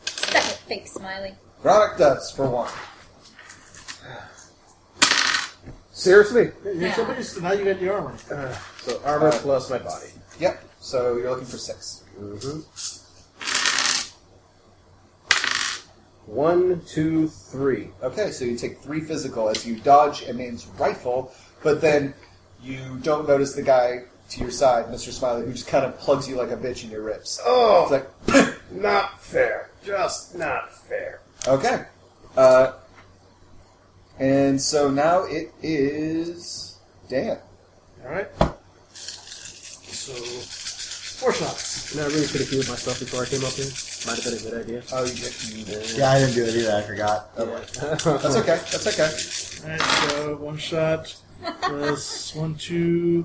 I: suck it, fake smiley.
A: Gronik does for one.
E: Seriously.
D: You're so
I: Yeah.
D: used to- now you got your armor.
E: So armor
A: Uh,
E: plus my body.
A: Yep. So you're looking for six.
E: Mm-hmm. One, two, three.
A: Okay, so you take three physical as you dodge a man's rifle, but then you don't notice the guy to your side, Mr. Smiley, who just kind of plugs you like a bitch in your ribs. It's
E: Oh,
A: like,
E: not fair. Just not fair.
A: Okay. Uh, and so now it is Dan.
D: Alright. So, four shots.
E: And I really could have healed myself before I came up here. Might have been a good idea.
A: Oh, you get you did.
B: Yeah, I didn't do it either. I forgot.
A: That's okay. That's okay.
D: Alright, so one shot. Plus one, two.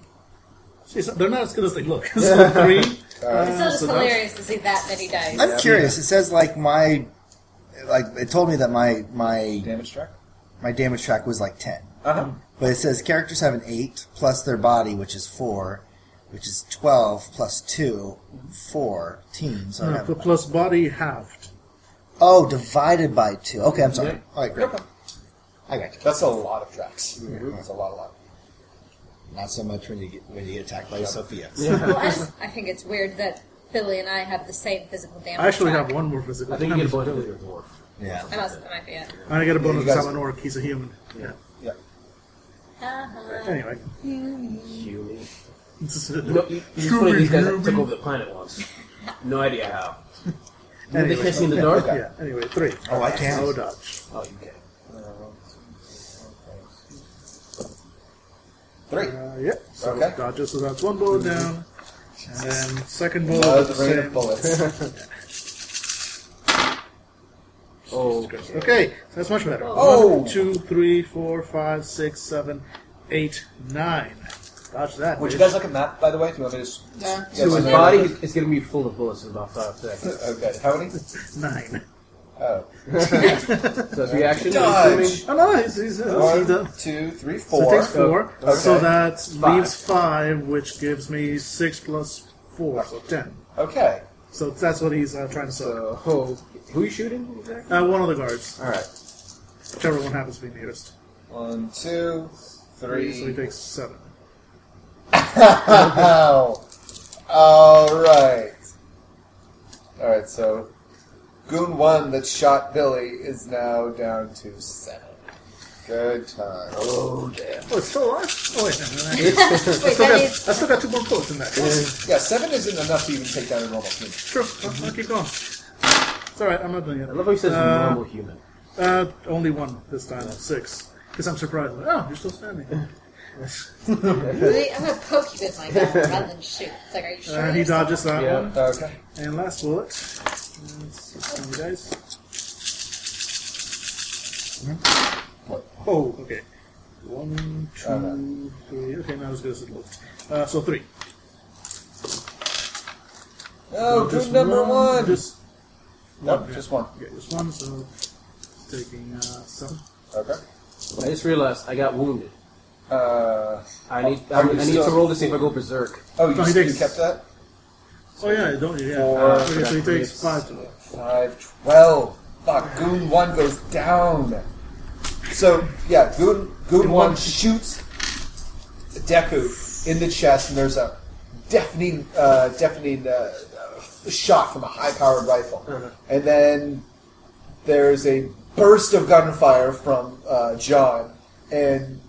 D: See, so they're not as good as they look. so three.
I: It's still
D: Uh,
I: just
D: so that's-
I: hilarious to see that many dice.
B: I'm curious. It says like my, like it told me that my my
A: Damage track.
B: my damage track was like ten.
A: Uh huh.
B: But it says characters have an eight plus their body, which is four, which is twelve plus two, fourteen. So I
D: Uh,
B: have-
D: the plus body halved.
B: oh, divided by two. Okay, I'm sorry.
E: Yeah.
B: All right, great. I got you.
A: That's a lot of tracks. That's a lot, a lot.
B: Not so much when you get when you get attacked by Sophia.
I: Well, I, just, I think it's weird that Billy and I have the same physical damage.
D: I actually
I: track.
D: have one more physical.
G: I think you get a
D: damage.
G: bonus with your dwarf.
B: Yeah.
I: I must. That might be it.
D: I get a bonus
A: you guys-
D: because I'm an orc. He's a human. Yeah.
F: Uh-huh.
D: Anyway.
G: Human. You
D: Anyway,
G: know, you- it's funny these guys took over the planet once. No idea how. Did they catch you in the dark?
D: yeah. Anyway, three.
B: Oh, I can't.
D: No dodge.
G: Oh, you can.
A: Three.
D: Uh, yep. So
A: Okay.
D: dodges. So that's one bullet down. And then second bullet.
A: Uh, the
D: the
A: rain
D: same.
A: of bullets.
G: Oh,
D: Okay, so that's much better.
A: Oh.
D: One, two, three, four, five, six, seven, eight, nine. Dodge that.
A: Would you
D: bitch.
A: guys like a map, by the way? Do you want me to? s-
F: Yeah.
A: Yes,
G: so his
A: I know.
G: body is going to be full of bullets in about five seconds.
A: Okay. How many?
D: Nine.
A: Oh.
G: So his reaction,
A: Dodge.
G: I'm assuming.
D: Oh no, he's, he's, he's,
A: One,
D: he's done.
A: two, three,
D: So it
A: four.
D: takes four.
A: Okay.
D: So that
G: Five.
D: leaves five, which gives me six plus four, so ten.
A: Okay.
D: So that's what he's uh, trying to say.
G: So, oh, who are you shooting exactly?
D: Uh, one of the guards,
G: All right.
D: whichever one happens to be nearest.
A: One, two,
D: So he
A: three.
D: takes seven.
A: Ow. All right. All right. So, goon one that shot Billy is now down to seven. Good time.
G: Oh, damn.
D: Oh, it's still alive? Oh, wait, no, no, no.
F: Wait,
D: Still
F: that
D: got-
F: is.
D: I still got two more bullets in that.
A: Yeah, seven isn't enough to even take down a normal human.
D: True. I'll, I'll keep going. It's alright, I'm not doing it.
G: I love how he says
D: Uh,
G: normal human.
D: Uh, only one this time, six. Because I'm surprised. Like, oh, you're still standing.
I: Really? I'm gonna poke you with my gun rather than shoot. It's like, are you sure?
D: Uh, he
I: there's-
D: dodges that
G: Yeah.
D: one.
A: Okay.
D: And last bullet. That's some dice.
G: Hmm?
D: Oh, okay. One,
G: Oh,
D: two, three. Okay, now as good as it looked. Uh, so three.
A: Oh,
D: Just
A: goon number one.
D: Just
A: Nope,
D: yeah.
A: just one.
D: Okay, just one, so taking uh, seven.
A: Okay.
G: I just realized I got wounded.
A: Uh,
G: I need I,
A: Are you
G: I need to
A: still-
G: roll to see if I go berserk.
A: oh, you,
D: No, he
A: you
D: takes-
A: kept that?
D: Oh, yeah, don't you? Yeah.
A: Four.
D: okay, so he takes
G: Yes.
D: five to it.
A: Five, twelve. Fuck, Goon 1 goes down. So, yeah, Goon, Goon 1 shoots Deku in the chest, and there's a deafening, uh, deafening uh, uh, shot from a high powered rifle. And then there's a burst of gunfire from uh, John, and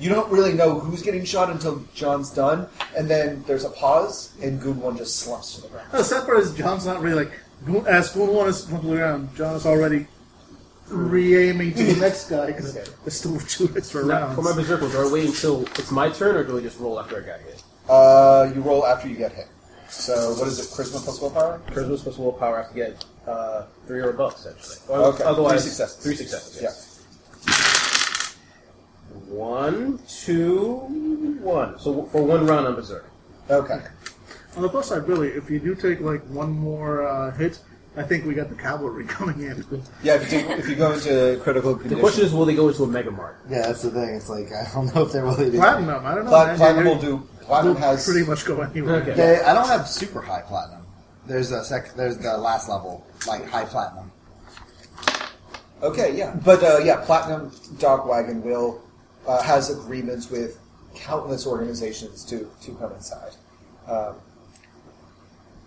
A: you don't really know who's getting shot until John's done, and then there's a pause, and Goon 1 just slumps to the ground.
D: No, the sad part is John's not really like Goon- as Goon One is flipping around. John is already re-aiming to the next guy because
A: Okay.
D: there's still two extra
G: Now,
D: rounds.
G: for my berserk ones, do I wait until it's my turn, or do I just roll after I got hit?
A: Uh, you roll after you get hit. So what is it? Charisma plus willpower.
G: Charisma plus willpower. I have to get uh, three or above, essentially. Or
A: Okay,
G: Otherwise,
A: three successes.
G: Three successes.
A: Yeah.
G: Yes. One, two, one. So for one round, I'm berserk.
A: Okay.
D: On the plus side, really, if you do take like one more uh, hit, I think we got the cavalry coming in.
A: Yeah. If you, do, if you go into critical
G: The
A: condition,
G: question is, will they go into a mega mart?
B: Yeah, that's the thing. It's like I don't know if they're really.
D: platinum, I don't know.
A: plat-
D: man, you-
A: platinum will
D: you-
A: do. Platinum
D: you'll
A: has.
D: pretty much go anywhere.
G: Okay.
B: They, I don't have super high platinum. There's a sec. There's the last level, like high platinum.
A: Okay. Yeah. But uh, yeah, platinum dog wagon will uh, has agreements with countless organizations to to come inside. Um,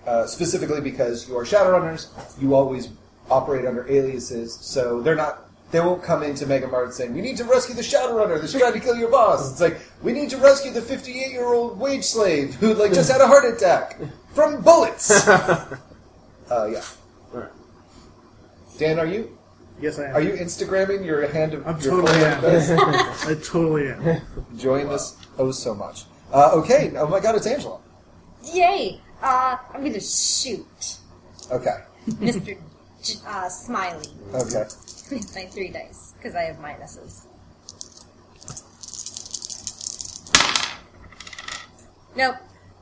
A: uh, specifically because you are Shadowrunners, you always operate under aliases, so they're not. They won't come into Mega Mart saying, "We need to rescue the Shadowrunner that's trying to kill your boss." It's like we need to rescue the 58-year-old wage slave who like just had a heart attack from bullets. uh, yeah.
G: Alright.
A: Dan, are you
D: Yes, I am.
A: are you Instagramming your hand of
D: I'm
A: your
D: totally
A: forehead
D: am.
A: best?
D: I totally am.
A: enjoying this oh so much? Uh, okay, oh my God, it's Angela.
F: Yay! Uh, I'm gonna shoot
A: Okay,
F: Mr. J- uh, Smiley
A: okay.
F: with my three dice because I have minuses. Nope.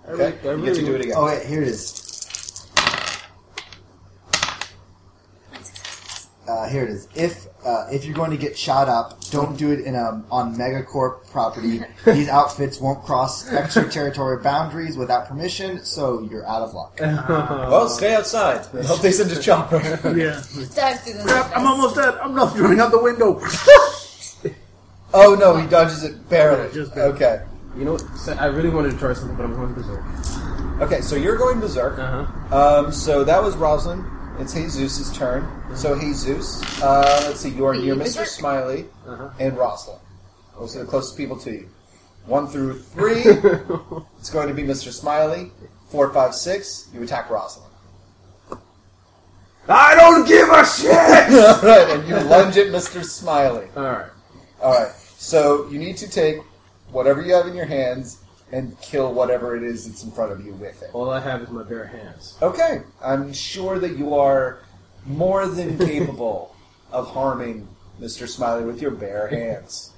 A: Okay,
G: I
A: you get to do it again.
B: Oh wait, here it is. Uh, here it is. If uh, if you're going to get shot up, don't do it in a on megacorp property. These outfits won't cross extraterritorial boundaries without permission, so you're out of luck.
A: Well, stay outside.
D: Uh,
A: Hope they send a chopper.
D: Yeah.
F: Dive through those
D: Crap, I'm
F: windows.
D: almost dead. I'm not running out the window.
A: Oh no, he dodges it barely.
D: Just barely.
A: Okay.
G: You know what? So I really wanted to try something, but I'm going berserk.
A: Okay, so you're going berserk.
G: Uh huh.
A: Um, so that was Roslyn. It's Jesus' turn. So Jesus, uh, let's see, you are near Mr.
I: Berserk.
A: Smiley
G: Uh-huh.
A: and Roslyn. Those are the closest people to you. One through three, it's going to be Mr. Smiley. Four, five, six, you attack Roslyn.
G: I don't give a shit.
A: All right, and you lunge at Mr. Smiley.
G: All right.
A: All right, so you need to take whatever you have in your hands and kill whatever it is that's in front of you with it.
G: All I have is my bare hands.
A: Okay, I'm sure that you are more than capable of harming Mr. Smiley with your bare hands.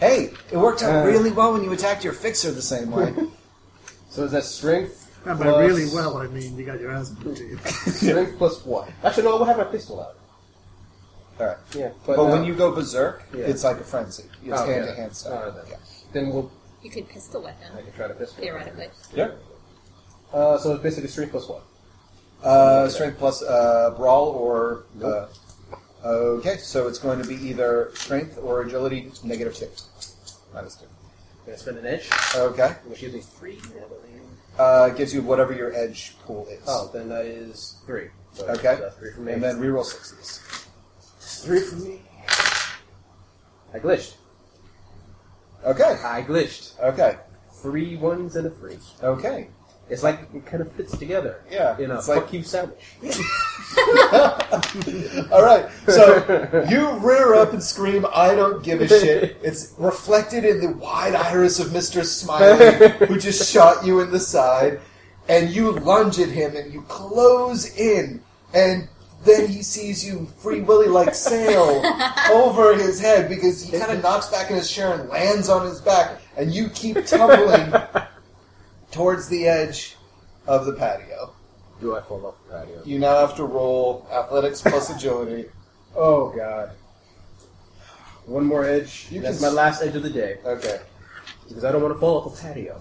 A: Hey, it worked out
G: Uh.
A: really well when you attacked your fixer the same way.
G: So is that strength?
D: Not by
G: plus-
D: really well, I mean, you got your ass beat to you.
G: Strength plus what? Actually, no. I will have my pistol out.
A: All right,
G: Yeah.
A: but,
G: uh,
A: when you go berserk,
G: Yeah.
A: it's like a frenzy. It's
G: Oh, okay.
A: hand to hand stuff.
G: All right, then.
A: Yeah.
G: then we'll
I: You could pistol whip
G: I
I: him,
G: can try to pistol.
I: theoretically.
G: Uh, so it's basically strength plus what?
A: Uh, strength plus uh, brawl or. Uh, okay, so it's going to be either strength or agility, negative two. Minus two.
G: I'm gonna spend an edge,
A: Okay.
G: which gives me three. I believe.
A: Uh, gives you whatever your edge pool is.
G: Oh, then that is three. So
A: Okay.
G: it's, uh, three for me.
A: And then reroll sixes.
G: three for me. I glitched.
A: Okay.
G: I glitched.
A: Okay.
G: Three ones and a three.
A: Okay.
G: It's like it kind of fits together.
A: Yeah,
G: In a
A: it's
G: fuck
A: like-
G: you sandwich.
A: All right. So you rear up and scream, "I don't give a shit!" It's reflected in the wide iris of Mister Smiley, who just shot you in the side, and you lunge at him and you close in, and then he sees you free willy like sail over his head because he kind of knocks back in his chair and lands on his back, and you keep tumbling towards the edge of the patio.
G: Do I fall off the patio?
A: You now have to roll athletics plus agility.
G: Oh god. One more edge.
A: You
G: That's
A: can-
G: my last edge of the day
A: Okay.
G: because I don't want to fall off the patio.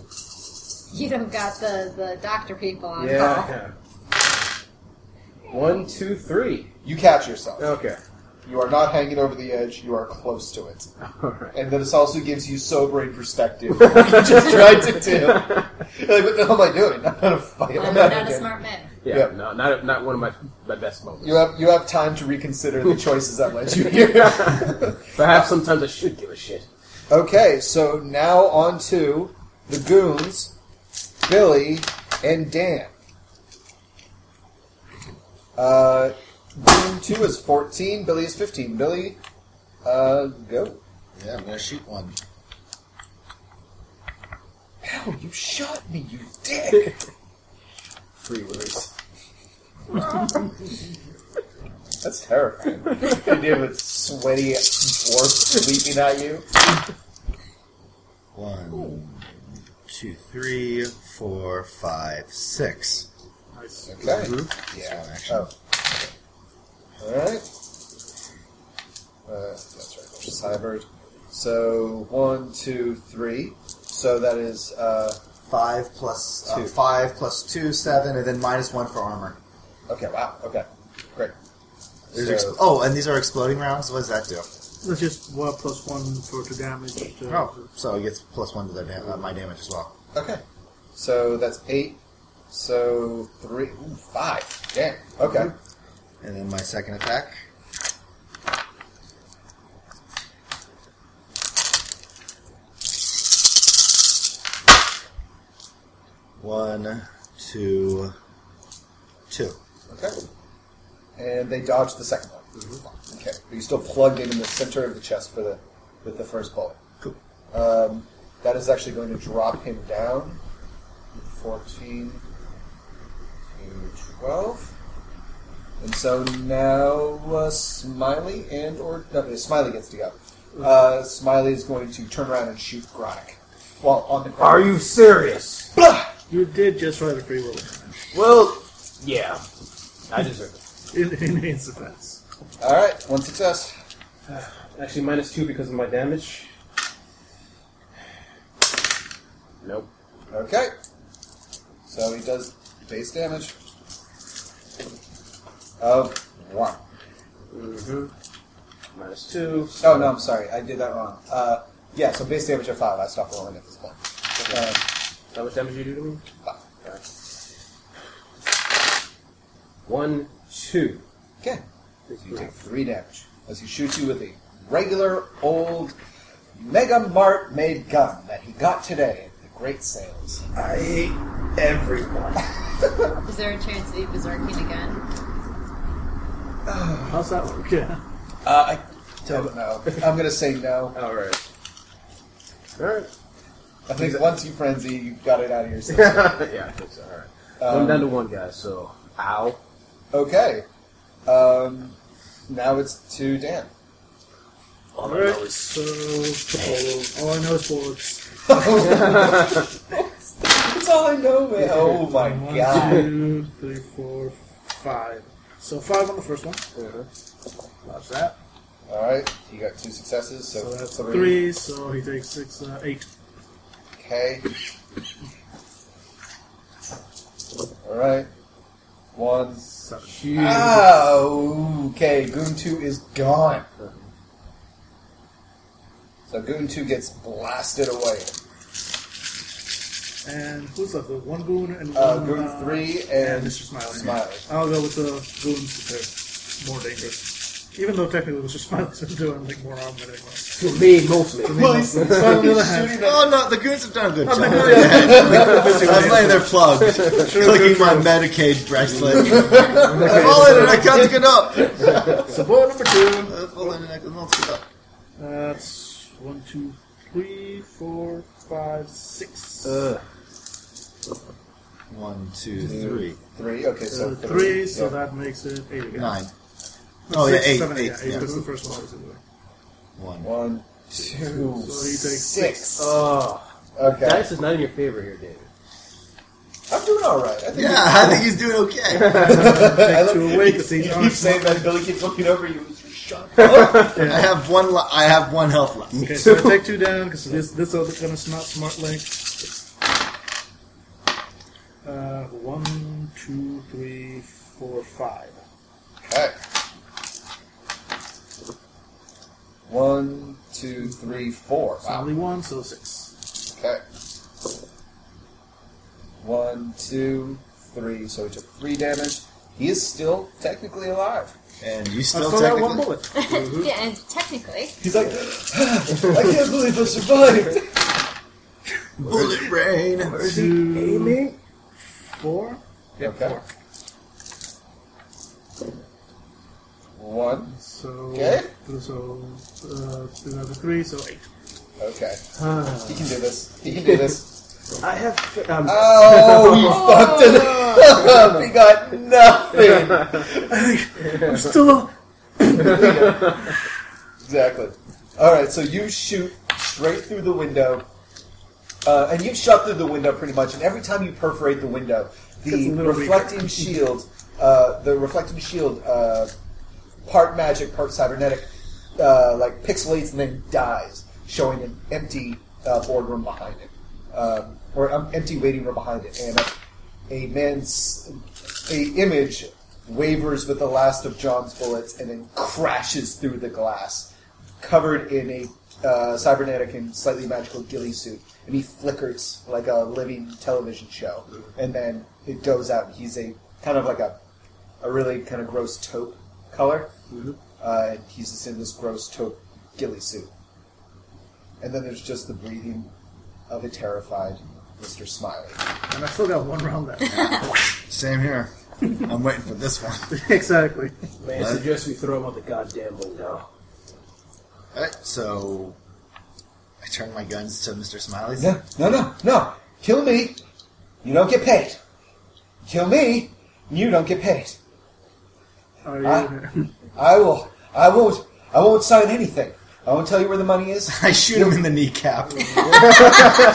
I: You don't got the, the doctor people on call.
G: Yeah. One, two, three.
A: You catch yourself.
G: Okay.
A: You are not hanging over the edge, you are close to it.
G: All right.
A: And then this also gives you sobering perspective. you just tried to do. You're like, what the hell am I doing? I'm not a fight.
I: I'm
A: I'm not
I: not, a
A: again.
I: smart man.
G: Yeah.
A: Yeah.
G: No, not not one of my my best moments.
A: You have you have time to reconsider the choices that led you here.
G: Perhaps sometimes I should give a shit.
A: okay, so now on to the goons, Billy and Dan. Uh, goon two is fourteen. Billy is fifteen. Billy, uh, go.
B: Yeah, I'm gonna shoot one.
A: Ow, you shot me, you dick!
G: Free words.
A: That's terrifying. the idea of a sweaty dwarf leaping at you.
B: One, two, three, four, five, six.
D: Nice.
A: Okay.
B: Yeah, actually.
A: Oh. Alright. Uh, that's right, just hybrid. So, one, two, three. So that is, uh,
B: Five plus uh,
A: Two.
B: five plus two, seven, and then minus one for armor.
A: okay, wow, okay. Great.
B: There's
A: So-
B: expl- oh, and these are exploding rounds. What does that do?
D: That's just one plus one for to damage. uh, To,
B: Oh, so it gets plus one to their dam- uh, my damage as well.
A: Okay. So that's eight. So three, ooh, five. Damn. Okay.
B: And then my second attack. One, two, two.
A: Okay. And they dodged the second one. Okay. But you still plugged it in the center of the chest for the with the first bullet.
B: Cool.
A: Um, that is actually going to drop him down. 14 to 12. And so now uh, Smiley and or no, no, Smiley gets to go. Uh, Smiley is going to turn around and shoot Gronick. While on the ground.
G: you serious?
D: You did just write a free roll
G: Well, yeah. I deserve it.
D: in, in his defense.
A: All right, one success.
G: Actually, minus two because of my damage. Nope.
A: Okay. So he does base damage of one.
G: Mm-hmm.
C: minus two.
A: Oh no, I'm sorry, I did that wrong. Uh, yeah, so base damage of five. I stopped rolling at this point. Uh,
G: How much damage you do to me? Alright. One, two.
A: okay, so you take three damage as he shoots you with a regular old Mega Mart made gun that he got today at the great sales.
B: I hate everyone.
I: Is there a chance that you berserking again?
C: How's that work? Yeah.
A: Uh, I don't know. I'm gonna say no.
G: Alright. Alright.
A: I think once you frenzy, you've got it out of your system.
G: yeah, I think so. Alright. I'm down to one guy, so. Ow.
A: Okay. Um, now it's to Dan. Oh,
G: All I know is
D: So all I know is bullets.
A: That's all I know, man. Oh my
D: One,
A: god.
D: two, three, four, five. So five on the first one.
A: Uh-huh.
B: Watch that.
A: Alright, you got two successes, so,
D: So that's
A: three.
D: three. So he takes six, uh, eight.
A: Okay. Alright. One.
G: huge.
A: Oh, okay. Goon 2 is gone. So Goon 2 gets blasted away.
D: And who's left? With one goon and one.
A: Uh, goon 3 and
D: Mr. Smiley.
A: Smiley.
D: I'll go with the goons because they're more dangerous. Even though technically Mr. Smiley's been doing like more harm than anyone. else.
G: To me, mostly.
D: Well, he's- so on the other hand,
B: Oh no, the goons have done a good job.
D: yeah,
B: I was laying there plugged, clicking my Medicaid bracelet. I've fallen and I can't get up.
D: support number two.
B: I've fallen and I can't get up.
D: That's one, two, three, four, five, six.
B: Uh,
G: Ugh.
B: One, two, three,
A: 3, okay,
D: So
A: so
D: three, so
A: yeah.
D: that makes it eight again.
B: nine. Oh yeah,
D: Six,
B: eight,
D: seven,
B: eight.
D: yeah,
B: yeah.
D: That's the first one. I was in there.
B: One.
A: One, two,
D: So he takes
A: six.
G: Oh.
A: Okay.
G: Dice is not in your favor here, David.
A: I'm doing all right. I think.
B: Yeah, I think he's doing okay.
A: I
D: Take two
A: love-
D: away because
A: You
D: he's
A: keep saying that Billy keeps looking over you. and you Shut up.
B: I have one. Li- I have one health left.
D: Okay, so I take two down because this this other gun is not smart link. Uh, one, two, three, four, five.
A: okay. One, two, three, four.
D: So
A: Wow.
D: only one, so six.
A: Okay. One, two, three. So he took three damage. He is still technically alive.
B: And you
D: I
B: still,
D: still got one
B: technically.
D: bullet.
I: yeah, and technically.
A: He's like, I can't believe I survived.
B: Bullet rain.
D: Two, four. Yeah,
A: Okay.
D: four.
A: One.
D: So
A: Okay.
D: so uh, another three, so eight.
A: Okay.
G: Ah.
A: He can do this. He can do this.
G: I have. Um,
A: Oh, you fucked it up. He got nothing.
D: I'm still up.
A: exactly. All right, so you shoot straight through the window, uh, and you've shot through the window pretty much. And every time you perforate the window,
D: Gets
A: the
D: a little
A: reflecting shield, uh, the reflecting shield, uh, part magic, part cybernetic, uh, like pixelates and then dies, showing an empty uh, boardroom behind it, um, or an empty waiting room behind it, and a, a man's a image wavers with the last of John's bullets and then crashes through the glass, covered in a uh, cybernetic and slightly magical ghillie suit, and he flickers like a living television show, and then it goes out. He's a kind of like a a really kind of gross taupe color, uh, and he's just in this gross taupe ghillie suit. And then there's just the breathing of a terrified Mr. Smiley.
D: And I still got one round left.
B: Same here. I'm waiting for this one.
D: exactly.
G: man, I suggest we throw him out the goddamn window.
B: Alright, so I turn my guns to Mr. Smiley's.
A: No, no, no, no. Kill me, you don't get paid. Kill me, you don't get paid.
D: Are you,
A: Ah. I will. I won't. I won't sign anything. I won't tell you where the money is.
B: I shoot him in the kneecap.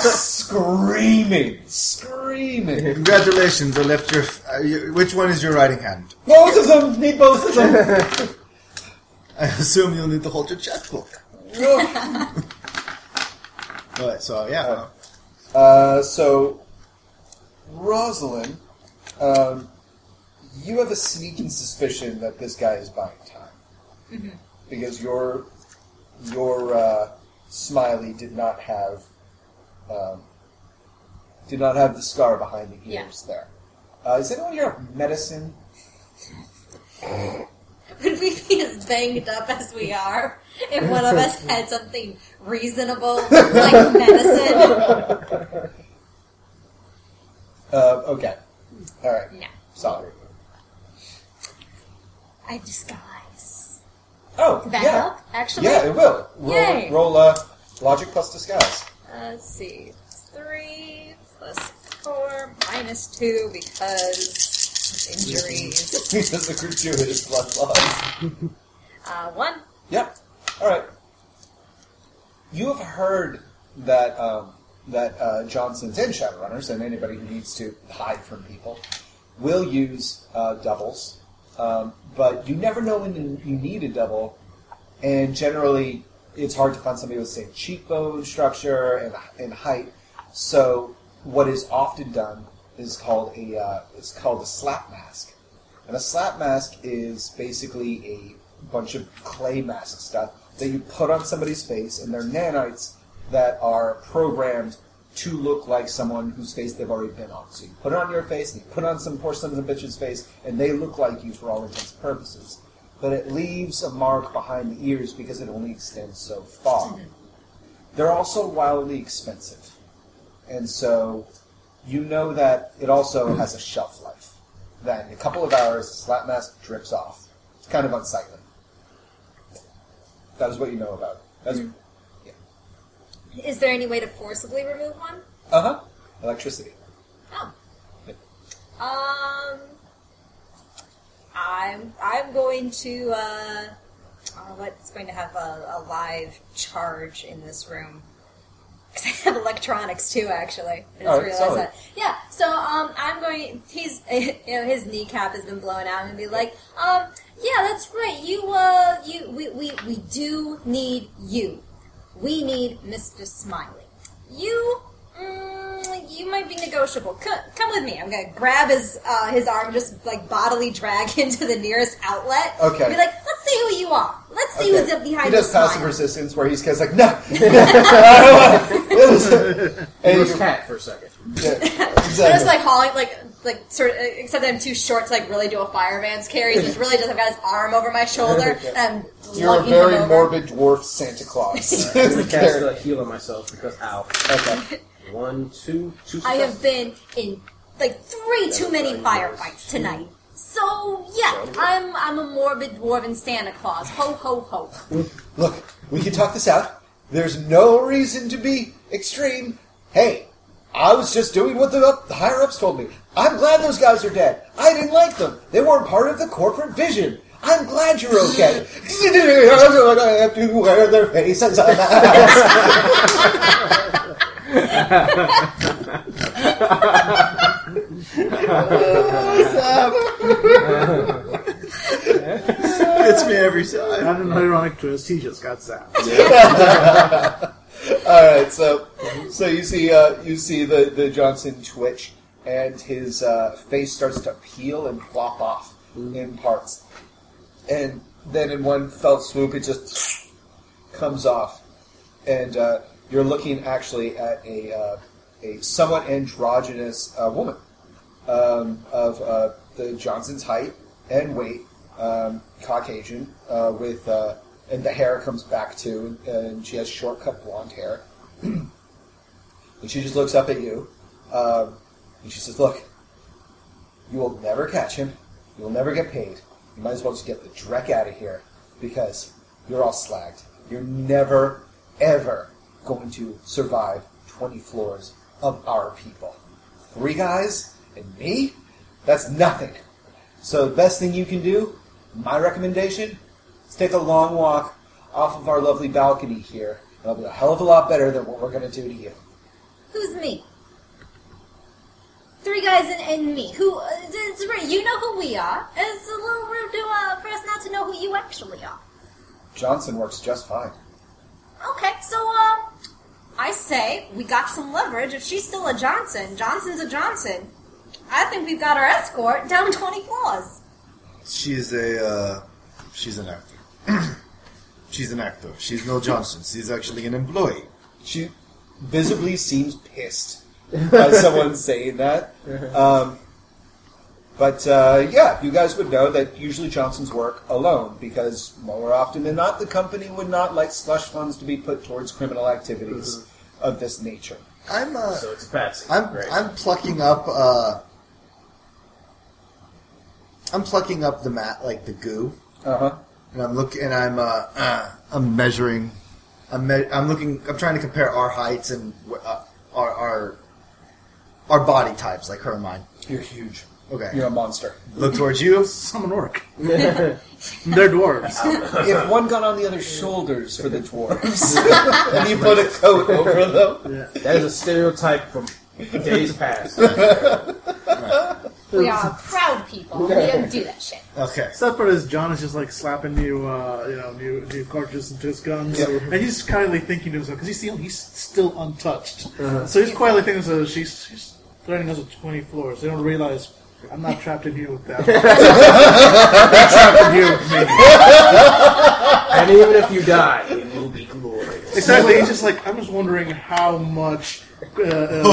A: screaming, screaming.
B: Congratulations, I left your. Uh, you, which one is your writing hand?
A: Both of them need both of them.
B: I assume you'll need to hold your checkbook. Alright, so yeah. well,
A: Uh, so, Rosalind,
F: Mm-hmm.
A: um, you have a sneaking suspicion that this guy is buying time. because your your uh, smiley did not have um, did not have the scar behind the
I: Yeah.
A: ears there. Uh, is anyone here have medicine?
F: Would we be as banged up as we are if one of us had something reasonable like medicine?
A: Uh, okay,
F: Mm.
A: all right,
F: No.
A: sorry.
F: I disguise.
A: Oh,
F: That
A: yeah,
F: help, actually?
A: yeah, it will. Roll,
F: Yay.
A: roll uh, logic plus disguise.
F: Uh, let's see. Three plus four minus two because of injuries.
A: because the gratuitous blood loss.
F: Uh, one.
A: Yep. All right. You have heard that um, that uh, Johnson's and Shadowrunners and anybody who needs to hide from people will use uh, doubles, um, but you never know when you you need a double, and generally it's hard to find somebody with the same cheekbone structure and, and height. So what is often done is called a uh, it's called a slap mask. And a slap mask is basically a bunch of clay mask stuff that you put on somebody's face, and they're nanites that are programmed to look like someone whose face they've already been on. So you put it on your face, and you put on some poor son of a bitch's face, and they look like you for all intents and purposes. But it leaves a mark behind the ears because it only extends so far. They're also wildly expensive. And so you know that it also has a shelf life. That in a couple of hours, the slap mask drips off. It's kind of unsightly. That is what you know about it. That's,
F: Is there any way to forcibly remove one?
A: Uh-huh. Electricity.
F: Oh. Um. I'm I'm going to uh, uh what's going to have a, a live charge in this room because I have electronics too. Actually, I just
A: All right,
F: realized
A: solid.
F: that. Yeah. So um, I'm going. He's you know his kneecap has been blown out, and be like, um, yeah, that's right. You uh, you we we we do need you. We need Mister Smiley. You, mm, you might be negotiable. Come, come with me. I'm gonna grab his uh, his arm, just like bodily drag him to the nearest outlet.
A: Okay.
F: Be like, let's see who you are. Let's see who's up behind.
A: he does
F: the
A: passive
F: smile."
A: resistance where he's kind of like, no! I don't want it."
G: He
A: and
G: was
A: you-
G: cat for a second.
A: yeah,
F: I'm just
A: exactly.
F: like hauling, like, like sort of. Except I'm too short to like really do a fireman's carry. So it's really just I've got his arm over my shoulder and I'm
A: You're a
F: lugging him
A: very
F: over.
A: morbid dwarf Santa Claus.
G: I'm gonna cast a heal on myself because ow.
A: okay.
G: One, two, two.
F: I have been in like three too many firefights tonight. So yeah, I'm I'm a morbid dwarven Santa Claus. Ho ho ho.
A: Look, we can talk this out. There's no reason to be extreme. Hey, I was just doing what the, up, the higher ups told me. I'm glad those guys are dead. I didn't like them. They weren't part of the corporate vision. I'm glad you're okay. I have to wear their faces on
B: Gets me every time.
D: Not an ironic twist, he just got zapped.
A: All right, so so you see uh, you see the, the Johnson twitch, and his uh, face starts to peel and flop off in parts, and then in one fell swoop it just comes off, and uh, you're looking actually at a uh, a somewhat androgynous uh, woman um, of uh, the Johnson's height and weight, um, Caucasian, uh, with uh, and the hair comes back too, and, and she has short cut blonde hair. and she just looks up at you, um, and she says, "Look, you will never catch him. You will never get paid. You might as well just get the dreck out of here because you're all slagged. You're never, ever going to survive 20 floors of our people. Three guys and me? That's nothing. So the best thing you can do, my recommendation, is take a long walk off of our lovely balcony here. It'll be a hell of a lot better than what we're going to do to you.
F: Who's me? Three guys and, and me. Who? uh, It's right. You know who we are. It's a little rude to, uh, for us not to know who you actually are.
A: Johnson works just fine.
F: Okay, so um, I say we got some leverage. If she's still a Johnson, Johnson's a Johnson. I think we've got our escort down twenty floors.
B: She's a uh, she's an actor. She's an actor. She's no Johnson. She's actually an employee.
A: She visibly seems pissed by someone saying that. Um, but uh, yeah, you guys would know that usually Johnsons work alone because more often than not, the company would not like slush funds to be put towards criminal activities of this nature.
B: I'm uh,
G: So it's Patsy.
B: I'm
G: right?
B: I'm plucking up uh, I'm plucking up the mat like the goo,
A: Uh huh.
B: and I'm look and I'm uh, uh I'm measuring, I'm me- I'm looking I'm trying to compare our heights and wh- uh, our our our body types like her and mine.
A: You're huge.
B: Okay,
A: You're a monster.
B: look towards you.
D: I'm an orc. They're dwarves.
A: if one got on the other shoulders for the dwarves, and you put a coat over them,
G: That is a stereotype from days past.
I: We are proud people. We don't do that shit.
B: Okay,
D: Except for this, John is just like slapping new, uh, you know, new new cartridges into his guns, and he's kindly thinking to himself because he's still he's still untouched.
A: Uh-huh.
D: So he's quietly thinking, "So she's, she's threatening us with twenty floors." They don't realize I'm not trapped in here with that. I'm trapped in here with me.
G: and even if you die, it will be glorious.
D: Exactly. He's just like, I'm just wondering how much uh, uh,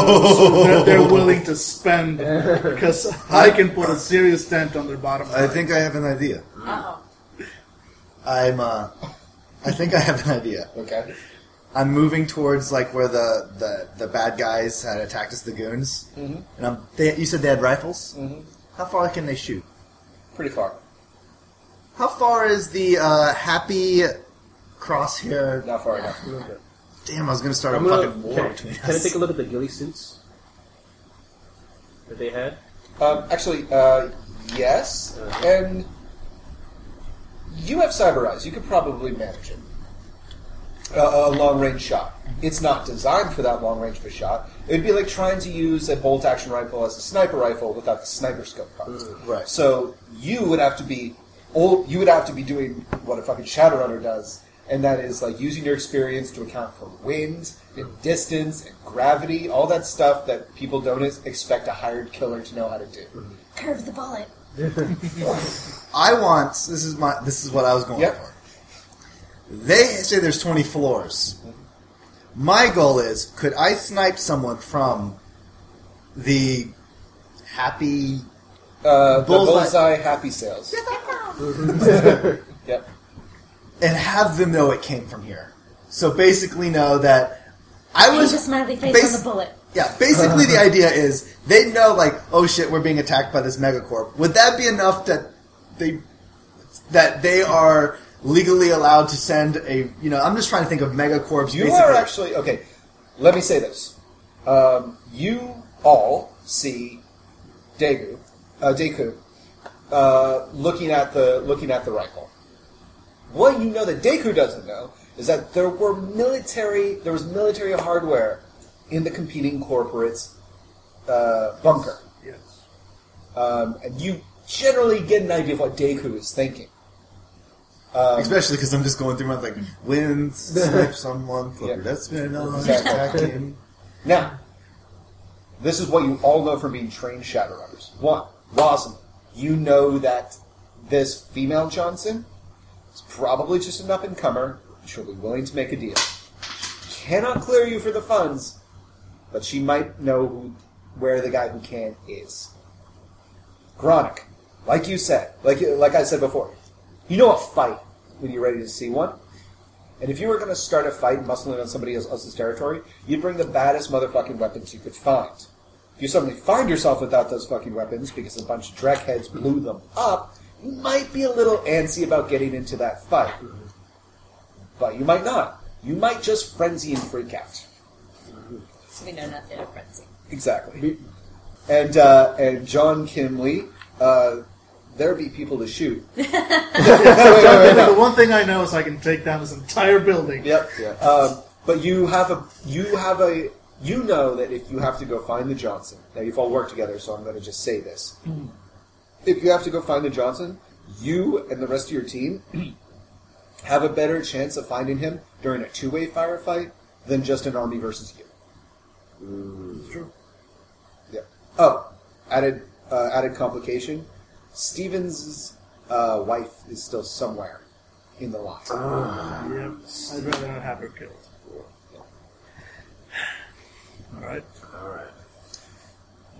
D: they're, they're willing to spend because I can put a serious dent on their bottom line.
B: I think I have an idea.
I: Uh-oh.
B: I'm uh, I think I have an idea.
A: okay,
B: I'm moving towards like where the, the, the bad guys had attacked us, the goons. Mm-hmm. And I'm. They, you said they had rifles. Mm-hmm. How far can they shoot?
A: pretty far.
B: How far is the uh, happy crosshair?
A: Not far enough.
B: Damn, I was gonna start
G: I'm
B: a
G: gonna,
B: fucking war
G: can,
B: between
G: can I
B: us.
G: take a look at the ghillie suits that they had?
A: Um, actually, uh, yes, and you have cyber eyes. You could probably manage it. Uh, a long range shot. It's not designed for that long range of a shot. It'd be like trying to use a bolt action rifle as a sniper rifle without the sniper scope part.
B: Mm, right.
A: So you would have to be old. You would have to be doing what a fucking Shadowrunner does, and that is like using your experience to account for wind and distance and gravity, all that stuff that people don't ex- expect a hired killer to know how to do.
F: Curve the bullet.
B: I want. This is my. This is what I was going
A: Yep.
B: for. They say there's 20 floors.
G: Mm-hmm.
B: My goal is, could I snipe someone from the happy
A: Uh, The
B: Bullseye.
A: bullseye happy sales. Yep.
B: and have them know it came from here. So basically, know that I
F: Paint a
B: was.
F: smiley face
B: bas-
F: on the bullet.
B: Yeah, basically the idea is they know like, oh shit, we're being attacked by this megacorp. Would that be enough that they that they are legally allowed to send a you know? I'm just trying to think of megacorps.
A: You
B: basically.
A: are actually okay. Let me say this: um, you all see Degu, uh, Deku, uh, looking at the looking at the rifle. What you know that Deku doesn't know is that there were military there was military hardware in the competing corporate's uh, bunker,
D: Yes.
A: um, and you generally get an idea of what Deku is thinking.
J: um,
B: Especially because I'm just going through my like wins, snipe someone, flipper.
A: Yeah.
B: That's been on
A: Exactly.
B: attacking.
A: Now, this is what you all know from being trained Shadowrunners. One, Rosamund, you know that this female Johnson is probably just an up and comer. She'll be willing to make a deal. Cannot clear you for the funds, but she might know who, where the guy who can is. Gronick, like you said, like like I said before, you know a fight when you're ready to see one. And if you were going to start a fight muscling on somebody else- else's territory, you'd bring the baddest motherfucking weapons you could find. If you suddenly find yourself without those fucking weapons because a bunch of dreckheads blew them up, you might be a little antsy about getting into that fight. But you might not. You might just frenzy and freak out.
I: So we know nothing of frenzy.
A: Exactly. And uh, and John Kimley, uh, there be people to shoot. Wait, wait, wait, wait, no.
D: The one thing I know is I can take down this entire building.
A: Yep. Um, but you have a you have a you know that if you have to go find the Johnson. Now you've all worked together, so I'm going to just say this.
K: Hmm.
A: If you have to go find the Johnson, you and the rest of your team have a better chance of finding him during a two-way firefight than just an army versus you.
K: Hmm.
A: True. Yeah. Oh, added uh, added complication. Stevens' uh, wife is still somewhere
L: in the lot.
D: Yep. I'd rather not have her killed. Alright.
G: Alright.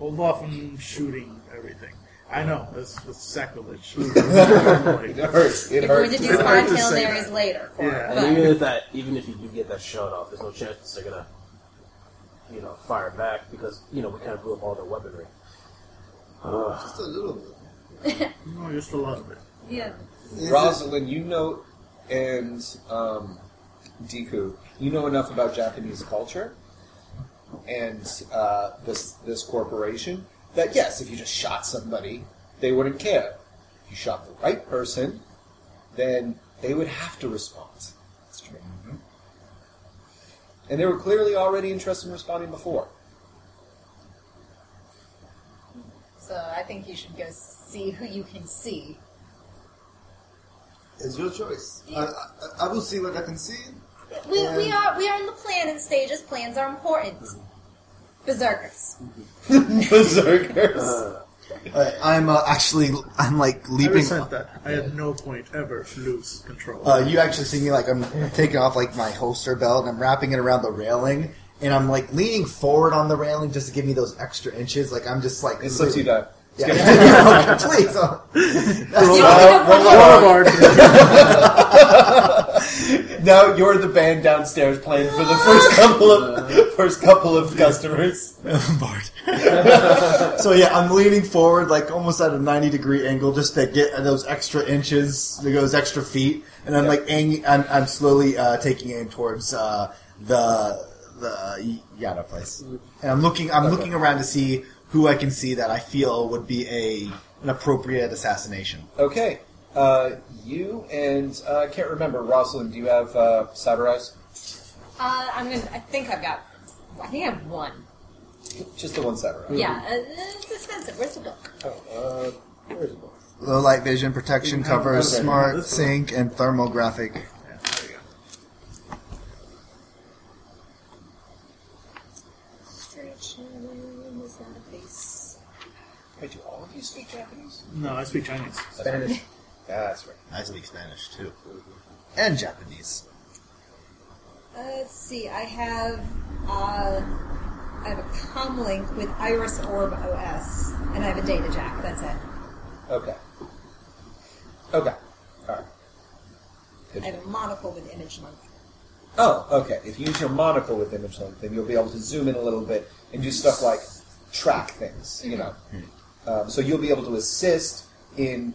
D: Hold off on shooting everything. I know, that's, that's sacrilege. yeah.
A: It hurts. It
K: You're going
A: hurts.
K: to do
D: hard
K: five
D: to say
K: Hail later. for it,
D: Yeah.
K: but-
G: And even if that, even if you do get that shot off, there's no chance they're gonna, you know, fire back because you know we kind of blew up all their weaponry. Ugh.
A: Just a little bit.
D: No, just a lot of it.
K: Yeah.
A: Rosalind, you know, and um, Deku, you know enough about Japanese culture and uh, this this corporation that yes, if you just shot somebody, they wouldn't care. If you shot the right person, then they would have to respond. That's true. And they were clearly already interested in responding before.
F: So I think you should go see who you can see.
J: It's your choice. I, I, I will see what I can see.
K: We, we
J: And-
K: are we are in the planning stages. Plans are important. Berserkers.
A: Berserkers.
B: Uh, I'm uh, actually, I'm like
D: I
B: leaping.
D: resent that. I at no point ever lose control.
B: Uh, you actually see me like I'm taking off like my holster belt and I'm wrapping it around the railing and I'm like leaning forward on the railing just to give me those extra inches. Like I'm just like
A: It slips you down.
B: Yeah. Yeah, okay, please. uh,
K: You
B: that's-
K: don't
A: roll
K: know what-
A: Now you're the band downstairs playing for the first couple of first couple of customers.
B: Bard. so yeah, I'm leaning forward like almost at a 90 degree angle just to get those extra inches, those extra feet, and I'm like ang- I'm, I'm slowly uh, taking aim towards uh, the the Yada place, and I'm looking I'm looking around to see who I can see that I feel would be a an appropriate assassination.
A: Okay, uh, you and uh, I can't remember Rosalind. Do you have uh, cyber eyes?
F: Uh, I'm gonna. I think I've got. I think I have one.
A: Just the one cyber eye.
F: Yeah, uh, it's expensive. Where's the book?
A: Oh, uh, where's the book?
B: Low light vision protection covers
A: Mm-hmm. okay.
B: smart sync and thermographic.
A: Wait, do all of you speak Japanese?
D: no, I speak Chinese.
A: Spanish. That's right.
B: I speak Spanish too, and Japanese.
F: Uh, let's see. I have. Uh, I have a comlink with Iris Orb OS, and I have a data jack. That's it.
A: Okay. Okay. All right.
F: I have a monocle with image link.
A: Oh, okay. If you use your monocle with image link, then you'll be able to zoom in a little bit and do stuff like track things, you know. Um, so you'll be able to assist in.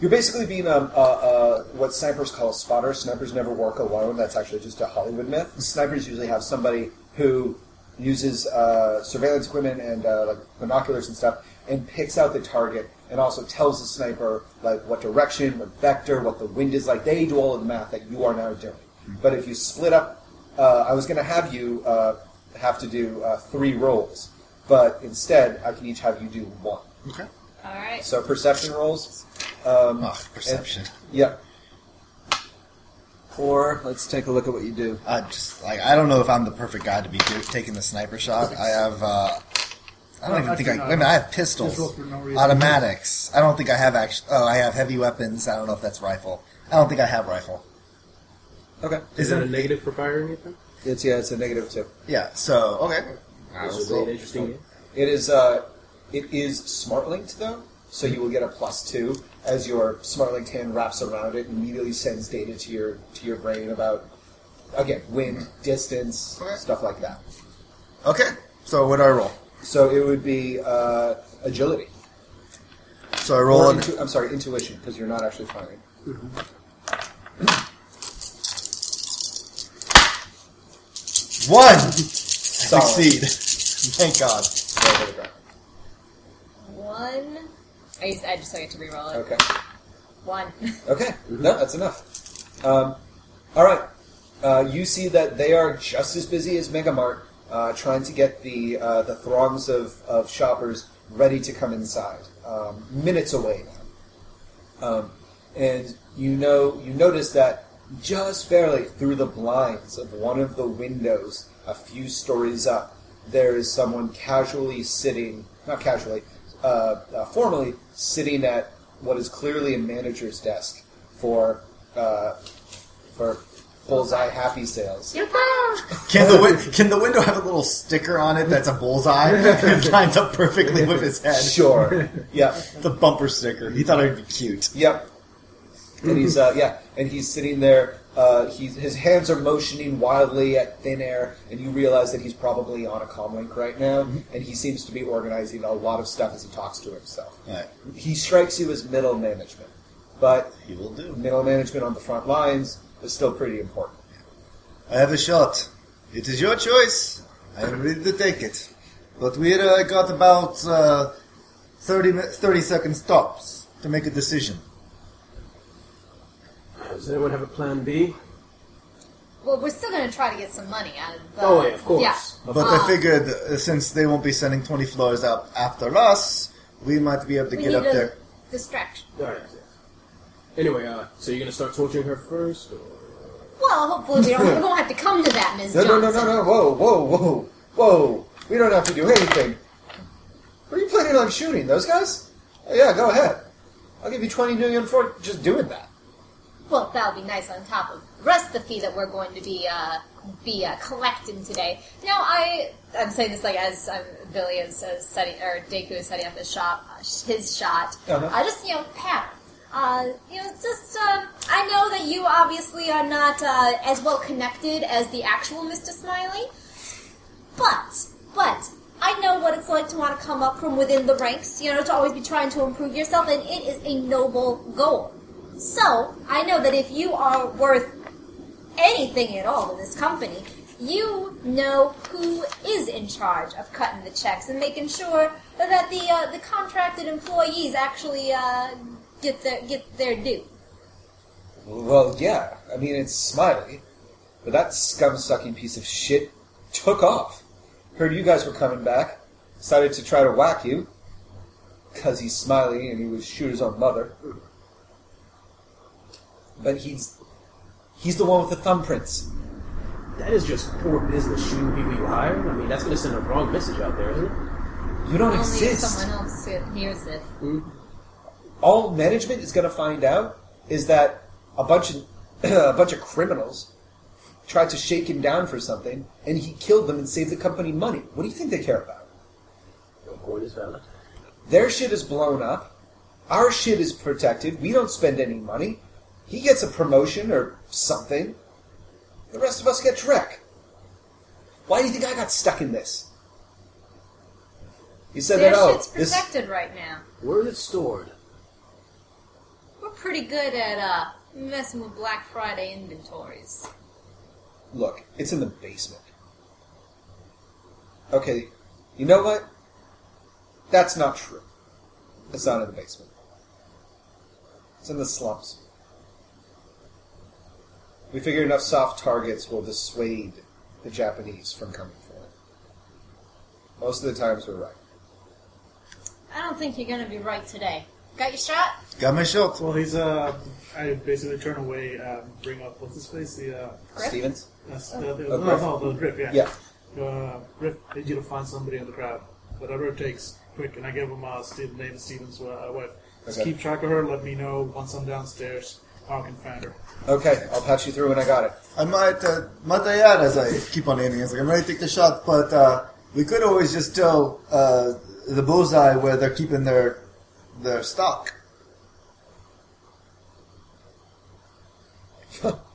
A: You're basically being um, uh, uh, what snipers call a spotter. Snipers never work alone. That's actually just a Hollywood myth. Snipers usually have somebody who uses uh, surveillance equipment and uh, like binoculars and stuff, and picks out the target, and also tells the sniper like what direction, what vector, what the wind is like. They do all of the math that you are now doing. But if you split up, uh, I was going to have you uh, have to do uh, three rolls, but instead I can each have you do one.
B: Okay.
F: All right.
A: So perception rolls. Um,
B: Ugh, perception.
A: Yep. Or let's take a look at what you do.
B: I just like I don't know if I'm the perfect guy to be do- taking the sniper shot. I have uh, I don't even think I. Wait a minute, I have pistols,
D: Just roll for no reason.
B: automatics. I don't think I have actually. Oh, I have heavy weapons. I don't know if that's rifle. I don't think I have rifle.
A: Okay.
G: Is that a negative for firing it? Then
A: It's yeah. It's a negative two.
B: Yeah. So okay.
G: this would be an interesting game.
A: It is uh, it is smart linked though, so you will get a plus two as your smart linked hand wraps around it and immediately sends data to your to your brain about again wind, distance,
B: Okay.
A: stuff like that.
B: Okay. So what do I roll?
A: So it would be uh, agility.
B: So I
A: Or
B: roll an,
A: intu- I'm sorry, intuition because you're not actually firing.
B: one.
A: Solid.
B: Succeed. Thank God.
A: Roll to the ground.
F: One. I, used, I just I get to reroll it.
A: Okay.
F: One.
A: Okay. No, that's enough. Um, all right. Uh, you see that they are just as busy as Megamart, uh, trying to get the uh, the throngs of, of shoppers ready to come inside. Um, minutes away now, um, and you know you notice that just barely through the blinds of one of the windows, a few stories up, there is someone casually sitting, not casually, uh, uh, formally sitting at what is clearly a manager's desk for uh, for bullseye happy sales.
B: Can the win- can the window have a little sticker on it that's a bullseye? it lines up perfectly with his head.
A: Sure. yep.
B: The bumper sticker. He thought it'd be cute.
A: Yep. And he's uh, yeah, and he's sitting there. Uh, he's, his hands are motioning wildly at thin air, and you realize that he's probably on a comlink right now, and he seems to be organizing a lot of stuff as he talks to himself.
B: Alright,
A: He strikes you as middle management, but
B: he will do.
A: middle management on the front lines is still pretty important.
B: I have a shot. It is your choice. I am ready to take it. But we uh, got about uh, 30, mi- 30 second stops to make a decision.
G: Does anyone have a plan
F: Uh,
G: B?
I: Well, we're still going to try to get some money out of uh, the.
G: Oh, yeah, of course.
I: Yeah.
B: But I figured uh, since they won't be sending 20 floors out after us, we might be able to
I: We
B: get
I: need
B: up
I: a
B: there.
I: distraction.
G: All right. Anyway, uh, so you're gonna start torturing her first? Or?
I: Well, hopefully we don't, we won't have to come to that, Ms.
A: No, no, no,
I: Johnson.
A: no, no! Whoa, whoa, whoa, whoa! We don't have to do anything. What are you planning on shooting? Those guys? Oh, yeah, go ahead. I'll give you twenty million for just doing that.
I: Well, that'll be nice on top of the rest of the fee that we're going to be uh, be uh, collecting today. Now, I I'm saying this like as um, Billy is, is setting or Deku is setting up his shop, uh, sh- his shot.
A: Uh-huh.
I: Uh, just you know, Pat. Uh, you know, just um, I know that you obviously are not uh, as well connected as the actual Mister Smiley, but but I know what it's like to want to come up from within the ranks. You know, to always be trying to improve yourself, and it is a noble goal. So, I know that if you are worth anything at all to this company, you know who is in charge of cutting the checks and making sure that the uh, the contracted employees actually uh, get their get their due.
A: Well, yeah. I mean, it's Smiley, but that scum-sucking piece of shit took off. Heard you guys were coming back. Decided to try to whack you. Because he's Smiley and he would shoot his own mother. But he's... He's the one with the thumbprints.
G: That is just poor business shooting people you hire. I mean, that's gonna send a wrong message out there, isn't it?
A: You don't
I: Only if
A: exist.
I: someone else hears it.
A: all management is going to find out is that a bunch of a bunch of criminals tried to shake him down for something, and he killed them and saved the company money. What do you think they care about?
G: Your point is valid.
A: Their shit is blown up. Our shit is protected. We don't spend any money. He gets a promotion or something. The rest of us get Trek. Why do you think I got stuck in this? He said
I: Their
A: that, oh,
I: shit's
A: this,
I: protected right now.
G: Where is it stored?
I: We're pretty good at uh, messing with Black Friday inventories.
A: Look, it's in the basement. Okay, you know what? That's not true. It's not in the basement. It's in the slums. We figure enough soft targets will dissuade the Japanese from coming for it. Most of the times we're right.
I: I don't think you're gonna be right today. Got your shot?
B: Got my shot.
D: Well, he's uh, I basically turn away, um, bring up what's his face, the uh,
I: Griff?
A: Stevens?
D: that's the, the,
A: Oh,
D: no,
A: Griff.
D: no, the Griff, yeah.
A: Yeah.
D: Uh, Griff, I need you to find somebody in the crowd, whatever it takes, quick. And I give him uh, Steve, name of Stevens' uh, wife. Just
A: Okay.
D: keep track of her. Let me know once I'm downstairs. How I can find her.
A: Okay, I'll patch you through when I got it.
B: I might, uh, might I add, as I keep on aiming, it's like, I'm ready to take the shot, but uh, we could always just tell uh, the bullseye where they're keeping their their stock.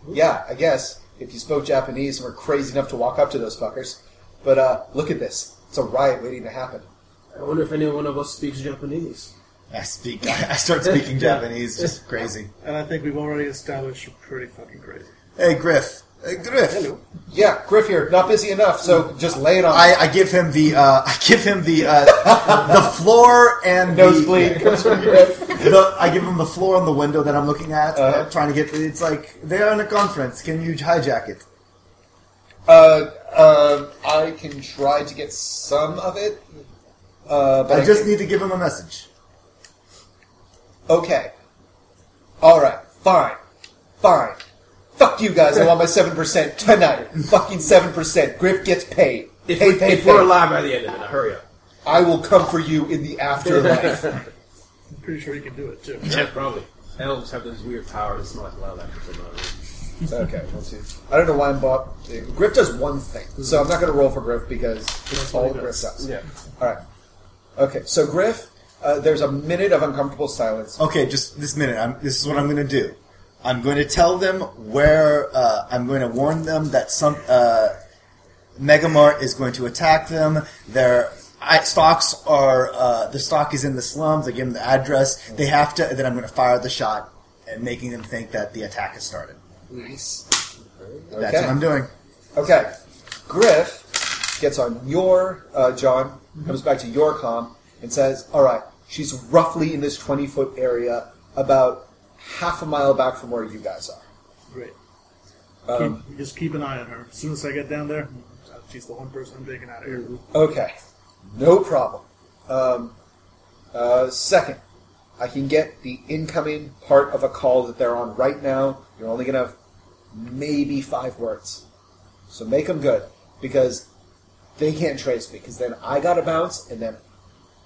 A: Yeah, I guess. If you spoke Japanese and were crazy enough to walk up to those fuckers. But uh, look at this. It's a riot waiting to happen.
G: I wonder if any one of us speaks Japanese.
B: I speak, I start speaking Japanese, just crazy.
D: And I think we've already established you're pretty fucking crazy.
B: Hey, Griff. Hey, Griff.
A: Yeah, Griff here. Not busy enough, so just lay it on.
B: I, I give him the, uh, I give him the, uh, the floor and
A: Nosebleed
B: the...
A: comes from Griff.
B: the, I give him the floor and the window that I'm looking at, uh, trying to get. It's like they are in a conference. Can you hijack it?
A: Uh, um, I can try to get some of it, uh, but
B: I just
A: can't-
B: need to give him a message.
A: okay. All right, fine, fine. Fuck you guys! I want my seven percent tonight. Fucking seven percent. Griff gets paid.
G: If,
A: pay,
G: we,
A: pay,
G: if we're
A: pay.
G: alive by the end of it, now hurry up.
A: I will come for you in the afterlife.
D: I'm pretty sure you can do it too.
G: Yeah, probably. elves have this weird power to smell like love after some of
A: Okay, we'll see. I don't know why I'm bought. Griff does one thing, so I'm not going to roll for Griff because it's all Griff sucks.
G: Yeah.
A: All right. Okay, so Griff, uh, there's a minute of uncomfortable silence.
B: Okay, just this minute. I'm, this is what I'm going to do. I'm going to tell them where. Uh, I'm going to warn them that some uh, Megamart is going to attack them. Their I, stocks are uh, the stock is in the slums. I give them the address. They have to. Then I'm going to fire the shot, and making them think that the attack has started.
A: Okay.
B: That's what I'm doing.
A: Okay. Griff gets on your, uh, John, comes back to your comm and says, all right, she's roughly in this 20 foot area, about half a mile back from where you guys are.
D: Great.
A: Um,
D: keep, just keep an eye on her. As soon as I get down there, uh, she's the one person I'm taking out of here.
A: Mm-hmm. Okay. No problem. Um, uh, second, I can get the incoming part of a call that they're on right now. You're only going to have maybe five words. So make them good because they can't trace me because then I got to bounce and then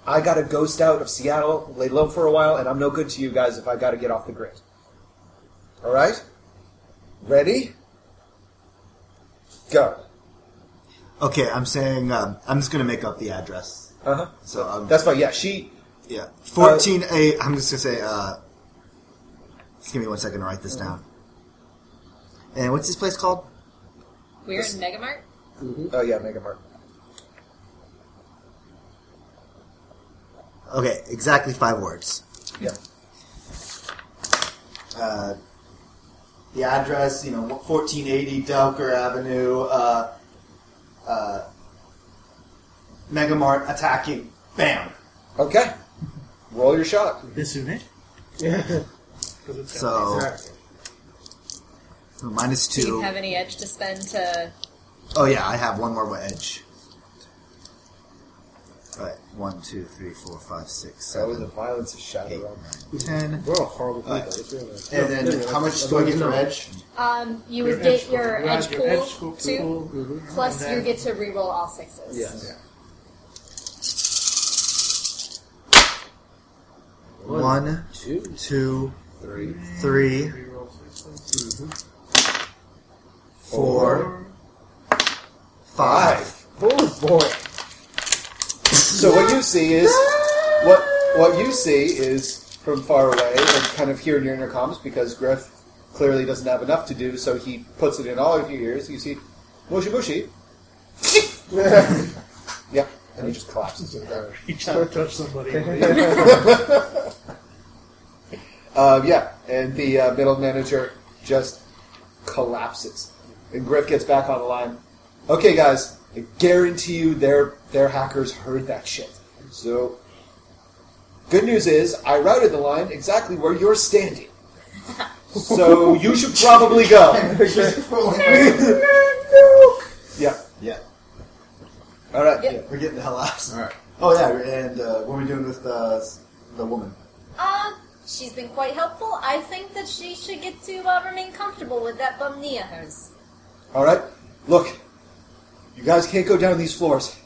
A: I got to ghost out of Seattle, lay low for a while, and I'm no good to you guys if I got to get off the grid. All right? Ready? Go.
B: Okay, I'm saying um, I'm just going to make up the address.
A: Uh huh.
B: So um,
A: That's fine. Yeah, she Uh,
B: yeah, fourteen A. I'm just going to say. Uh, just give me one second to write this down. And what's this place called?
I: We're in Megamart.
A: Oh yeah, Mega Mart.
B: Okay, exactly five words.
A: Yeah.
B: Uh, the address, you know, 1480 Delker Avenue, uh, uh, Megamart attacking. Bam!
A: Okay. Roll your shot.
D: This unit? Yeah. it's
B: So, so minus
I: Do you
B: two.
I: have any edge to spend to?
B: Oh, yeah, I have one more edge. Alright, one, two, three, four, five, six,
A: That was the
B: seven,
A: violence of
B: eight,
A: Shadow Realm.
B: nine, ten.
G: We're all horrible people.
B: Alright.
G: It's really nice.
B: And then how much do I get for edge?
F: Um, you would
D: Your edge
F: get
D: pool.
F: your
D: You
F: edge
D: add your edge
F: pool
D: pool
F: too,
D: pool.
F: plus
D: And
F: you
D: then-
F: get to reroll all sixes.
G: Yes.
B: One,
G: Two,
B: two, three,
D: Reroll sixes.
B: four, five.
A: Oh boy. So what you see is what what you see is from far away and kind of here in your intercoms because Griff clearly doesn't have enough to do, so he puts it in all of your ears. You see, mushy mushy. yeah, and he just collapses to the ground.
D: Each time I touch somebody.
A: Uh, yeah, and the uh, middle manager just collapses, and Griff gets back on the line. Okay, guys, I guarantee you their their hackers heard that shit. So, good news is I routed the line exactly where you're standing. So you should probably go. Yeah.
B: yeah.
A: All right.
B: Yeah, we're getting the hell out. All right. Oh yeah, and uh, what are we doing with uh, the woman?
F: Uh, she's been quite helpful. I think that she should get to uh, remain comfortable with that bum knee of hers.
A: All right. Look, you guys can't go down these floors.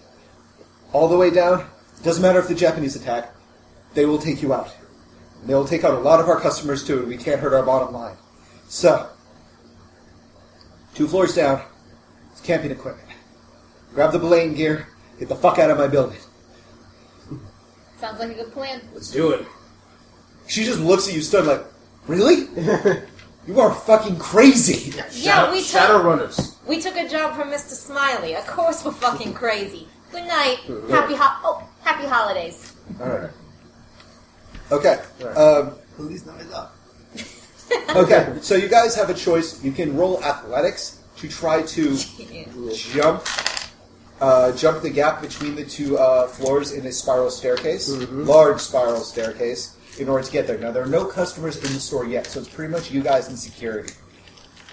A: All the way down. Doesn't matter if the Japanese attack. They will take you out. And they will take out a lot of our customers too, and we can't hurt our bottom line. So, two floors down. It's camping equipment. Grab the belaying gear. Get the fuck out of my building.
F: Sounds like a good plan.
G: Let's do it.
A: She just looks at you stunned, like, really? you are fucking crazy.
F: Yeah, we
G: Shadow
F: took
G: runners.
F: we took a job from Mr. Smiley. Of course, we're fucking crazy. Good night. Happy ho- oh, happy holidays.
A: All right. Okay. Um,
B: Police not up.
A: Okay, so you guys have a choice. You can roll athletics to try to jump, uh, jump the gap between the two uh, floors in a spiral staircase,
B: Mm-hmm.
A: large spiral staircase, in order to get there. Now there are no customers in the store yet, so it's pretty much you guys in security.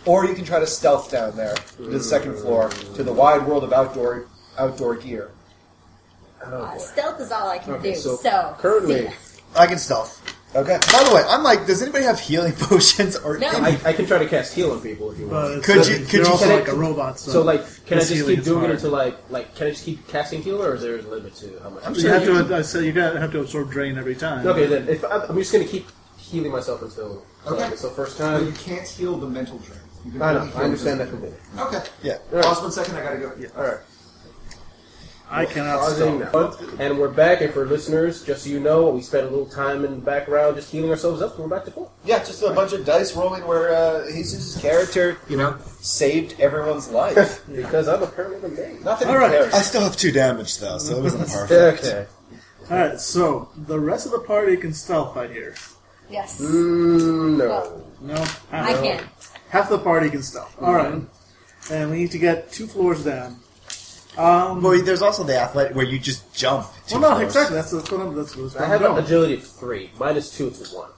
A: Or you can try to stealth down there to the second floor to the wide world of outdoor outdoor gear.
F: Uh, stealth is all I can
G: Oh, Okay,
F: do.
G: so
F: So,
G: currently-
F: see ya.
B: I can stealth.
A: Okay.
B: By the way, I'm like, does anybody have healing potions or?
I: No.
B: any-
G: I, I can try to cast heal on people if you want.
D: But
B: Could
D: it's-
B: you-
D: they're
B: could you
D: also
G: connect-
D: like a robot, so,
G: So like, can I
D: this
G: just
D: healing
G: keep
D: is
G: doing
D: hard.
G: it until like, like, can I just keep casting heal, or is there a limit to how much? I'm
D: uh, You have to. I said you gotta have to absorb drain every time.
G: Okay, then if I'm, I'm just gonna keep healing myself until.
M: Okay.
G: So first
M: But you
G: time.
M: can't heal the mental drain. You can
G: I know.
M: only heal
G: I understand
M: the
G: that completely.
M: Okay.
B: Yeah.
M: Pause one second. I gotta go.
G: All right.
D: I cannot
G: Pausing
D: stop.
G: now. And we're back, and for listeners, just so you know, we spent a little time in the background just healing ourselves up, and we're back to full.
A: Yeah, just a bunch of dice rolling where uh, Jesus' character, you know, saved everyone's life.
G: Because I'm apparently the main.
A: Nothing
D: All right.
A: compares.
B: I still have two damage though, so it wasn't perfect.
G: Okay.
D: All right, so the rest of the party can stealth. I hear.
F: Yes.
G: Mm, no.
F: Well,
D: No,
F: I can.
D: Half the party can stealth. All right,
G: Mm-hmm.
D: and we need to get two floors down.
B: Well, there's also the athletic where you just jump. two
D: Well, no,
B: floors.
D: exactly. That's what I'm. That's what
G: I
D: I'm
G: have an
D: going.
G: agility of three, minus two to one.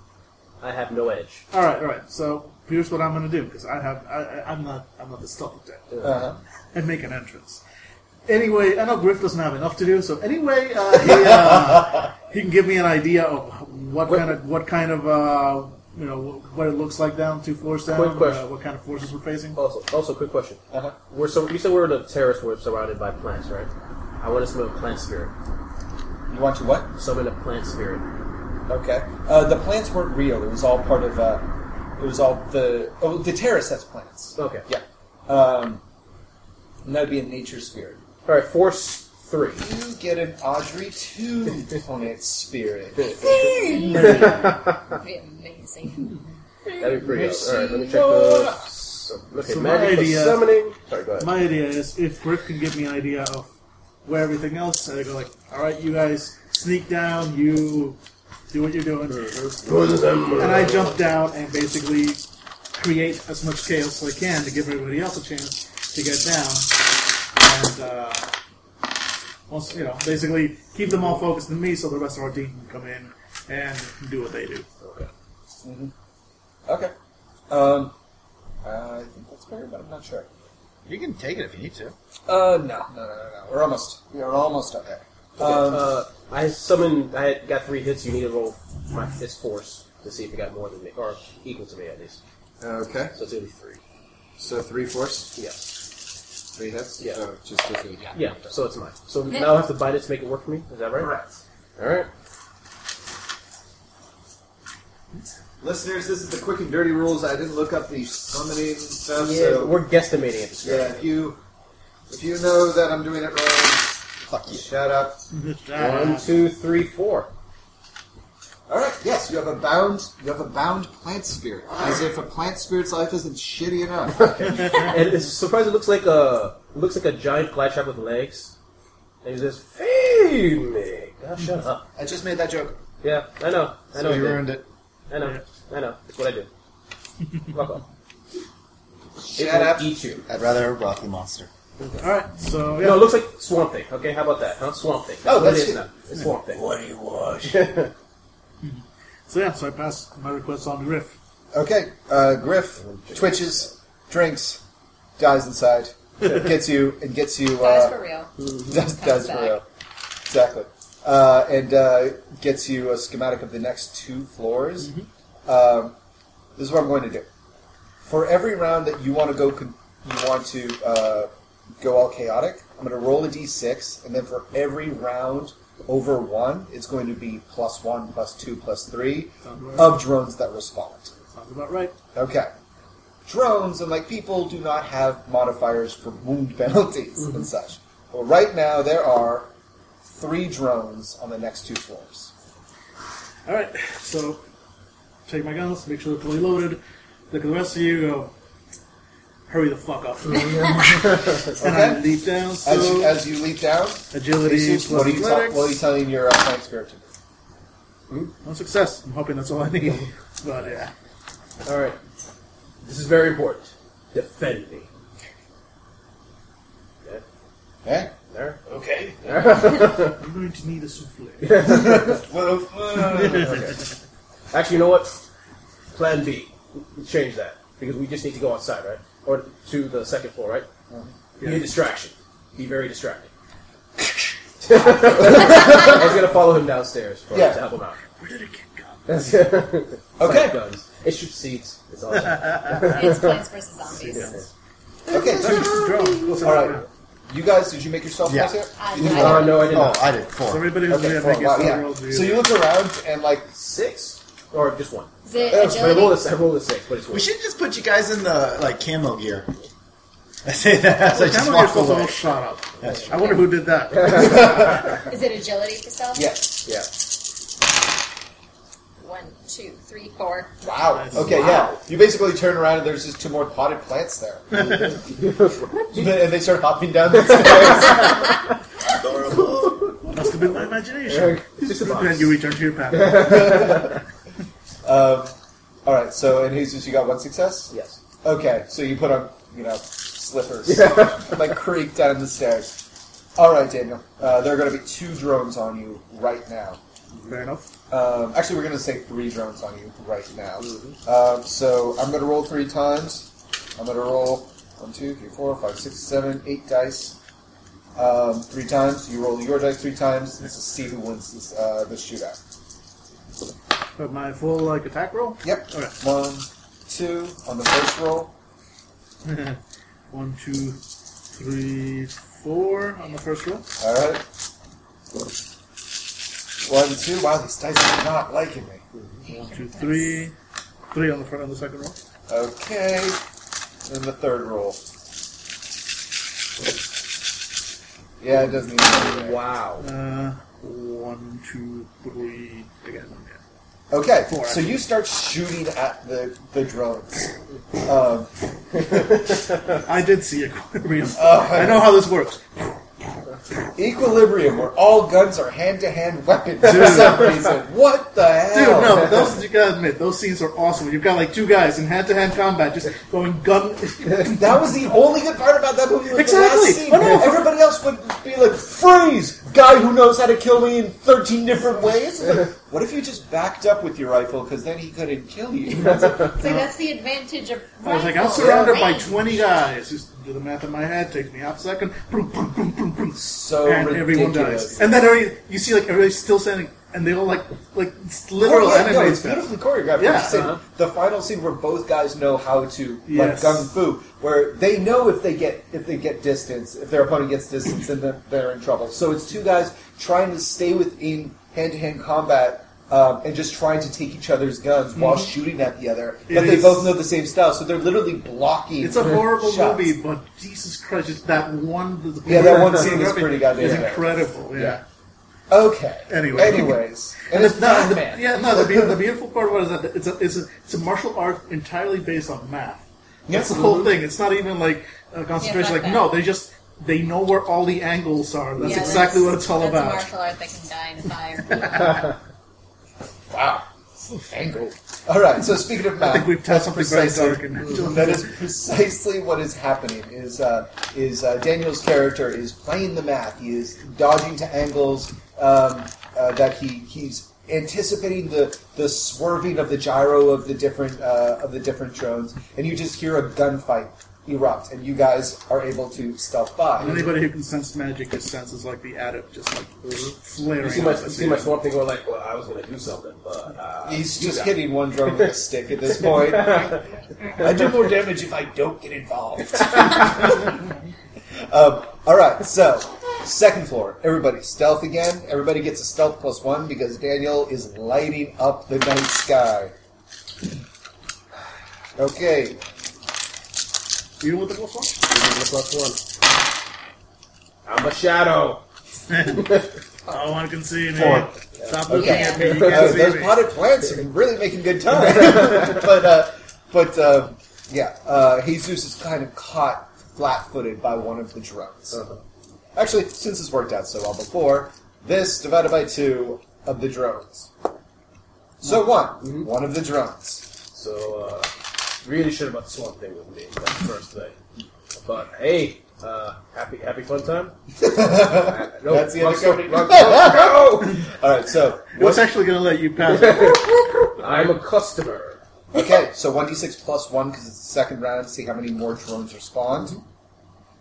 G: I have no edge.
D: All right, all right. So here's what I'm going to do because I have I, I- I'm not I'm not the stealth type.
G: Uh,
A: Uh-huh.
D: and make an entrance. Anyway, I know Griff doesn't have enough to do, so anyway, uh, he, uh, he can give me an idea of what kind of what kind of uh, you know what it looks like down two floors down.
G: Quick question.
D: Uh, what kind of forces we're facing?
G: Also, also, quick question.
A: Uh-huh.
G: We're so you said we're in a terrace where it's surrounded by plants, right? I want to summon a plant spirit.
A: You want to what?
G: Summon a plant spirit.
A: Okay. Uh, the plants weren't real. It was all part of. Uh, it was all the. Oh, the terrace has plants.
G: Okay.
A: Yeah. Um, and that'd be a nature spirit.
G: All right. Force three.
A: You get an Audrey two plant spirit.
I: That'd be amazing.
G: That'd be pretty. Good. All right. Let me check the. Okay.
D: So my
G: magic plus
D: idea-
G: summoning. Sorry. Go ahead.
D: My idea is if Griff can give me an idea of where everything else, I go like, all right, you guys sneak down, you do what you're doing, and I jump down and basically create as much chaos as I can to give everybody else a chance to get down, and uh, once you know, basically keep them all focused on me, so the rest of our team can come in and do what they do.
G: Okay.
A: Okay. Um, I think that's better, but I'm not sure.
B: You can take it if you need to.
A: Uh, no, no, no, no, no. We're almost. We are almost up there. Um,
G: uh, I summoned. I had, got three hits. You need to roll my it's force to see if you got more than me or equal to me at least.
M: Okay.
G: So it's gonna be three.
M: So three force,
G: Yeah.
M: three hits.
G: Yeah.
M: Oh, just the three.
G: Yeah. So it's mine. So now I have to bite it to make it work for me. Is that right? Correct. All right.
M: Listeners, this is the quick and dirty rules. I didn't look up the summoning stuff,
G: Yeah,
M: so
G: we're guesstimating at this.
M: yeah. If you if you know that I'm doing it wrong, fuck you. Shut up.
G: One, two, three, four.
M: All right. Yes, you have a bound. You have a bound plant spirit. As if a plant spirit's life isn't shitty enough.
G: And it's surprised it looks like a it looks like a giant flytrap with legs. And he says, "Feed me." God, shut up.
M: I just made that joke.
G: Yeah, I know. I
B: So
G: know. I
B: you
G: did.
B: ruined it.
G: I know. I know. It's what I do. Fuck off. It
M: Shut
G: will
M: up.
G: Eat you.
B: I'd rather a rocky monster.
D: All right, so yeah,
G: No, it looks like Swamp Thing. Okay, how about that? Huh? Swamp Thing. That's
A: Oh,
G: what
A: that's
G: it is
A: it.
G: now. It's Swamp Thing.
A: what do you want?
D: so yeah, so I pass my request on to Griff.
A: Okay, uh, Griff twitches, drinks, dies inside, gets you, and gets you.
I: Guys,
A: Uh,
I: for real.
A: dies, dies for
I: back.
A: real. Exactly. Uh, and uh, gets you a schematic of the next two floors. Um, this is what I'm going to do. For every round that you want to go, con- you want to uh, go all chaotic. I'm going to roll a d6, and then for every round over one, it's going to be plus one, plus two, plus three of drones that respond.
D: Sounds about right.
A: Okay. Drones and like people do not have modifiers for wound penalties
D: Mm-hmm.
A: and such. Well, right now there are three drones on the next two floors.
D: All right, so take my guns, make sure they're fully loaded. Look at the rest of you. Go, hurry the fuck up! And I
A: Okay.
D: leap down. So
A: As you, as you leap down,
D: agility
A: Jesus,
D: plus
A: what are you, tell-
D: athletics.
A: what are you telling your uh, plant spirit to do?
D: No success. I'm hoping that's all I need. but yeah,
G: All right. This is very important. Defend me. Yeah.
A: Eh?
G: There.
D: I'm going to need a souffle.
G: Actually, you know what? Plan B. We Change that because we just need to go outside, right? Or to the second floor, right? We need distraction. Be very distracted. I was gonna follow him downstairs for
A: Yeah.
G: to help him out.
D: Where did it get gone?
G: That's it.
A: Okay.
G: Guns. It shoots seeds. It's all that.
I: It's Plants vs. Zombies.
A: Okay.
D: That's just a drone. What's
A: All
D: that?
A: right. You guys, did you make yourself
B: Yeah.
A: closer?
I: I-
A: You did?
I: I-
D: Uh,
G: Oh no, I did
B: Oh,
G: not.
B: I did
D: So
B: four.
D: everybody who's
A: Okay,
D: gonna
A: four,
D: make it
A: wow,
D: to the
A: yeah.
D: world view.
A: So you look around and like
G: Six. or just one.
N: Is it
G: But I rolled
N: agility?
G: a, I rolled a six, but it's one.
B: We should just put you guys in the like camo gear. I say that as I just
D: Camel Gear's
B: walk
D: supposed to
B: away.
D: all shot up.
B: That's
D: I wonder who did that.
N: Is it agility for stealth?
A: Yes.
G: Yeah.
N: One, two, three, four.
A: Wow. Okay. Yeah. You basically turn around and there's just two more potted plants there, and they start hopping down the stairs.
D: Must have been my imagination.
G: It's just a
D: Then
G: box.
D: you return to your pattern.
A: um, all right. So, and Jesus, you got one success.
G: Yes.
A: Okay, so you put on, you know, slippers. like creep down the stairs. All right, Daniel. Uh, there are going to be two drones on you right now.
D: Fair enough.
A: Um, actually, we're going to say three drones on you right now. Um, so I'm going to roll three times. I'm going to roll one, two, three, four, five, six, seven, eight dice. Um, three times. You roll your dice three times. This is see who wins this uh, the shootout.
D: But my full like attack roll.
A: Yep.
D: Okay.
A: One, two on the first roll.
D: One, two, three, four on the first roll.
A: All right. One, two. Wow, these dice are not liking me.
D: One, two, three, three on the front on the second roll.
A: Okay. And the third roll. Yeah, it doesn't even.
G: Wow.
D: Uh, one, two, three again. yeah.
A: Okay,
D: Four,
A: so
D: actually.
A: you start shooting at the the drones. Um,
D: I did see equilibrium.
A: Oh.
D: I know how this works.
A: equilibrium, where all guns are hand to hand weapons for some reason. What the
D: Dude,
A: hell?
D: no, but those you gotta admit, those scenes are awesome. You've got like two guys in hand to hand combat just going gun
A: That was the only good part about that movie. Was The
D: Exactly. Oh,
A: last scene.
D: I know.
A: Everybody else would be like, "Freeze! Guy who knows how to kill me in thirteen different ways." It's like, what if you just backed up with your rifle? Because then he couldn't kill you.
F: It's like that's the advantage of.
D: Oh, I was like, I'm
F: rifles.
D: surrounded by
F: Range.
D: 20 guys. Just do the math in my head, takes me half a second. Boom, boom, boom, boom, boom.
A: So
D: and everyone
A: ridiculous.
D: dies. And then every, you see like everybody's still standing, and they all like like it's literal
A: Oh, yeah,
D: anime
A: no, it's
D: stuff.
A: beautifully choreographed.
D: Yeah.
A: Like you said, The final scene where both guys know how to
D: Yes.
A: like gung fu, where they know if they get if they get distance, if their opponent gets distance, then they're, they're in trouble. So it's two guys trying to stay within hand to hand combat. Um, and just trying to take each other's guns while shooting at the other, but
D: Mm-hmm. It
A: they
D: is-
A: both know the same style, so they're literally blocking.
D: It's a horrible
A: shots.
D: movie, but Jesus Christ, just that one. the-
A: Yeah, that one scene is
D: choreography
A: pretty goddamn
D: is
A: bad.
D: incredible. Yeah.
A: Okay.
D: Anyway.
A: Anyways, and it's
D: no,
A: not
D: the,
A: man.
D: yeah, no. The, be- the beautiful part was that it's a, it's a it's a martial art entirely based on math. That's the whole thing. It's not even like a concentration.
N: Yeah,
D: like
N: fuck
D: no, they just they know where all the angles are. That's
N: Yeah,
D: exactly what it's all
N: that's
D: about.
N: That's a martial art that can die in a fire.
A: All right. So speaking of math,
D: I think we've
A: that's
D: touched something very
A: precisely-
D: dark and
A: that is precisely what is happening. Is uh, is uh, Daniel's character is playing the math. He is dodging to angles um, uh, that he he's anticipating the the swerving of the gyro of the different uh, of the different drones, and you just hear a gunfight erupt, and you guys are able to stealth by.
D: Anybody who can sense magic just senses like the adept just like flaring.
G: You see my,
D: up
G: you
D: at
G: see
D: the
G: my
D: end.
G: swamp thing going like, well, I was going to do something, but uh,
A: He's
G: you
A: just
G: got-
A: hitting one drone with a stick at this point. I do more damage if I don't get involved. um, all right, so second floor. Everybody stealth again. Everybody gets a stealth plus one because Daniel is lighting up the night sky. Okay,
D: You want the wolf one?
G: Plus one. I'm a shadow.
D: Oh, one can see me.
A: Four.
D: Stop looking at me. You
A: Uh,
D: can't see
A: those
D: me.
A: potted plants are really making good time. but uh, but uh, yeah, uh, Jesus is kind of caught flat-footed by one of the drones. Actually, since it's worked out so well before, this divided by two of the drones. So one, one of the drones.
G: So uh, really should have bought the swamp thing with me that first thing. But hey, uh, happy happy fun time. Uh, no,
A: That's the
G: wrong
A: end of
G: story,
A: Cody.
G: wrong story.
A: All right, so
D: I was actually going to let you pass. it.
G: No! I'm a customer.
A: okay, so one d six plus one because it's the second round. See how many more drones respond.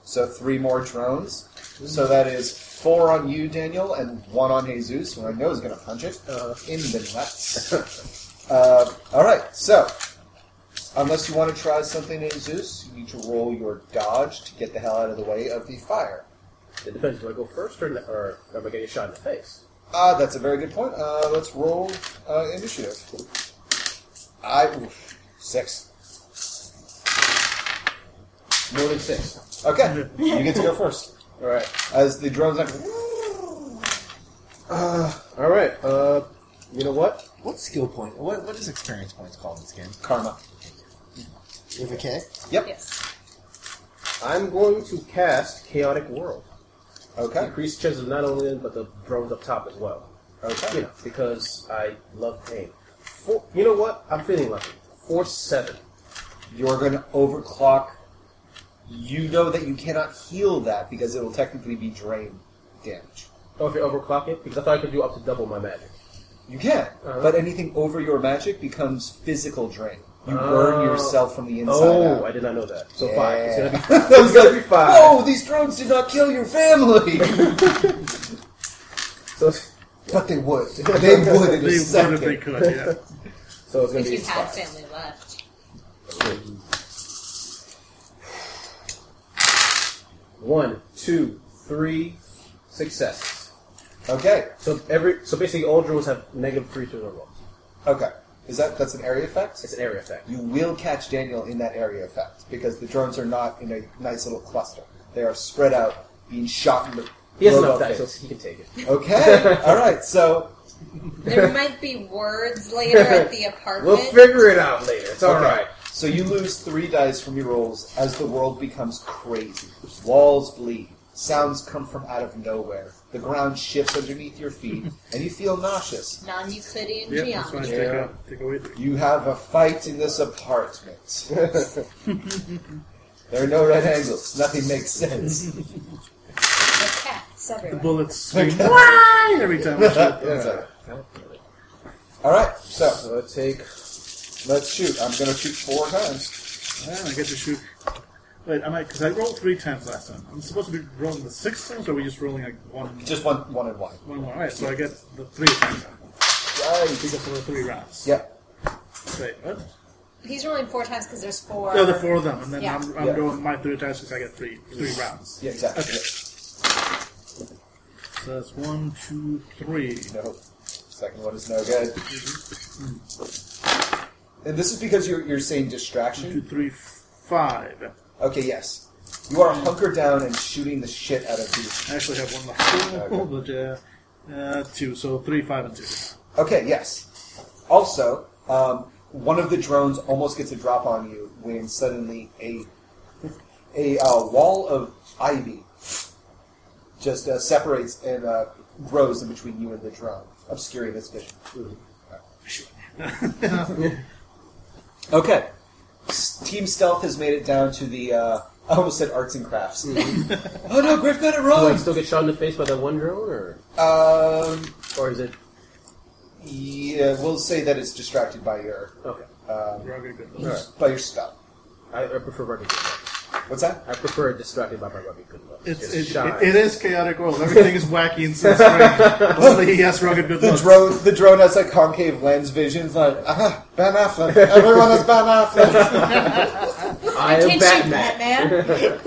A: So three more drones. So that is four on you, Daniel, and one on Jesus, who I know is going to punch it in the nuts. uh, all right, so unless you want to try something, Jesus, you need to roll your dodge to get the hell out of the way of the fire.
G: It depends. Do I go first or, or am I getting shot in the face?
A: Ah, that's a very good point. Uh, let's roll uh, initiative. I oof, six. More than six. Okay, you get to go first.
G: All right.
A: As the drone's like,
G: All right. Uh, you know what?
B: What skill point? What what is experience points called in this game?
A: karma.
B: You have a K.
F: Yes.
G: I'm going to cast Chaotic World.
A: Okay.
G: Increase chances of not only them but the drones up top as well.
A: Okay.
G: You know, because I love pain. Four, you know what? I'm feeling lucky. Force seven.
A: You're going to overclock. You know that you cannot heal that because it will technically be drain damage.
G: Oh, if you overclock it, because I thought I could do up to double my magic.
A: You can,
G: Uh-huh.
A: but anything over your magic becomes physical drain. You
G: Oh.
A: burn yourself from the inside
G: oh,
A: out.
G: I did not know that. So five. It's gonna be
A: I was
G: gonna be five.
A: Whoa, these drones did not kill your family!
G: so.
A: but they would. They would in
D: They
A: a
D: would
A: second.
D: if they could, yeah.
G: So it's gonna
F: If
G: be
F: you had
G: five.
F: family left.
G: One, two, three, successes.
A: Okay,
G: So every so basically all drones have negative three to their rolls.
A: okay. Is that that's an area effect?
G: It's an area effect.
A: You will catch Daniel in that area effect because the drones are not in a nice little cluster. They are spread out, being shot in the.
G: He has
A: robot
G: enough dice, so
A: face.
G: he can take it.
A: Okay, all right. So
F: There might be words later at the
G: We'll
F: apartment.
G: figure it out later. It's all
A: Okay.
G: right.
A: So you lose three dice from your rolls as the world becomes crazy. Walls bleed. Sounds come from out of nowhere. The ground shifts underneath your feet, and you feel nauseous.
F: Non-Euclidean
D: Yep, that's why I
F: geometry.
D: take, out, take away the
A: You have a fight in this apartment. there are no right angles. Nothing makes sense.
F: The cats everywhere.
D: bullets. swing wide every time I shoot.
A: Yeah. All right, so
G: So I take
A: let's shoot. I'm going to shoot four times.
D: Man, I get to shoot. Wait, am I? Because I rolled three times last time. I'm supposed to be rolling the six times, or are we just rolling like one,
A: Just one, one and one.
D: one more? All right, so I get the three times. Because that's the three rounds.
A: Yeah.
D: Wait, what?
F: He's rolling four times because there's four.
D: No, the four of them, and then
F: Yeah.
D: I'm, I'm
A: Yeah.
D: rolling my three times because I get three three rounds.
A: Yeah. Exactly.
D: So that's one, two, three.
A: No. Second one is no good. And this is because you're, you're saying
D: One, two,
A: distraction.
D: three, five.
A: Okay, yes. You are hunkered down and shooting the shit out of these.
D: I actually have one left. Oh, But, uh, uh, two, so three, five, and two.
A: Okay, yes. Also, um, one of the drones almost gets a drop on you when suddenly a a uh, wall of ivy just uh, separates and uh, grows in between you and the drone, obscuring its vision. Okay. S- Team Stealth has made it down to the. Uh, I almost said arts and crafts. oh no, Griff got it
G: Do I
A: wrong.
G: still get shot in the face by that one drone, or
A: Um,
G: or is it
A: yeah, we'll say that it's distracted by your
G: okay?
A: um,
D: You're all good, good.
A: by your spell.
G: I, I prefer rubbing. Good luck.
A: What's that?
G: I prefer distracted by my rubbing. Good luck.
D: It's,
G: Just
D: it,
G: shine.
D: it, it is chaotic world. Everything is wacky and so strange. Only he has rugged good
A: The
D: looks.
A: drone, the drone has like concave lens vision. It's like, ah, Ben Affleck. Everyone is Ben Affleck.
G: I
F: Attention,
G: am Batman.
F: Batman.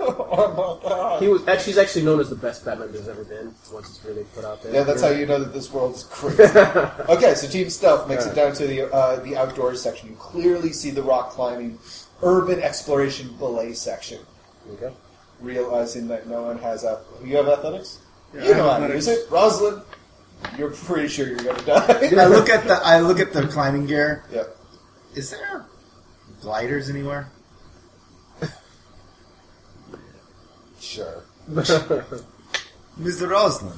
A: oh my god.
G: He was actually, he's actually known as the best Batman there's ever been. Once it's really put out there.
A: Yeah, that's how you know that this world's crazy. okay, so Team Stealth makes it down to the uh, the outdoors section. You clearly see the rock climbing, urban exploration belay section.
G: Okay.
A: Realizing that no one has a you have athletics,
D: Yeah,
A: you know
D: I have
A: how to use
D: athletics.
A: it, Rosalind. You're pretty sure you're gonna die.
B: I look at the I look at the climbing gear.
A: yeah.
B: Is there gliders anywhere?
A: Sure.
B: Mr. Roslin,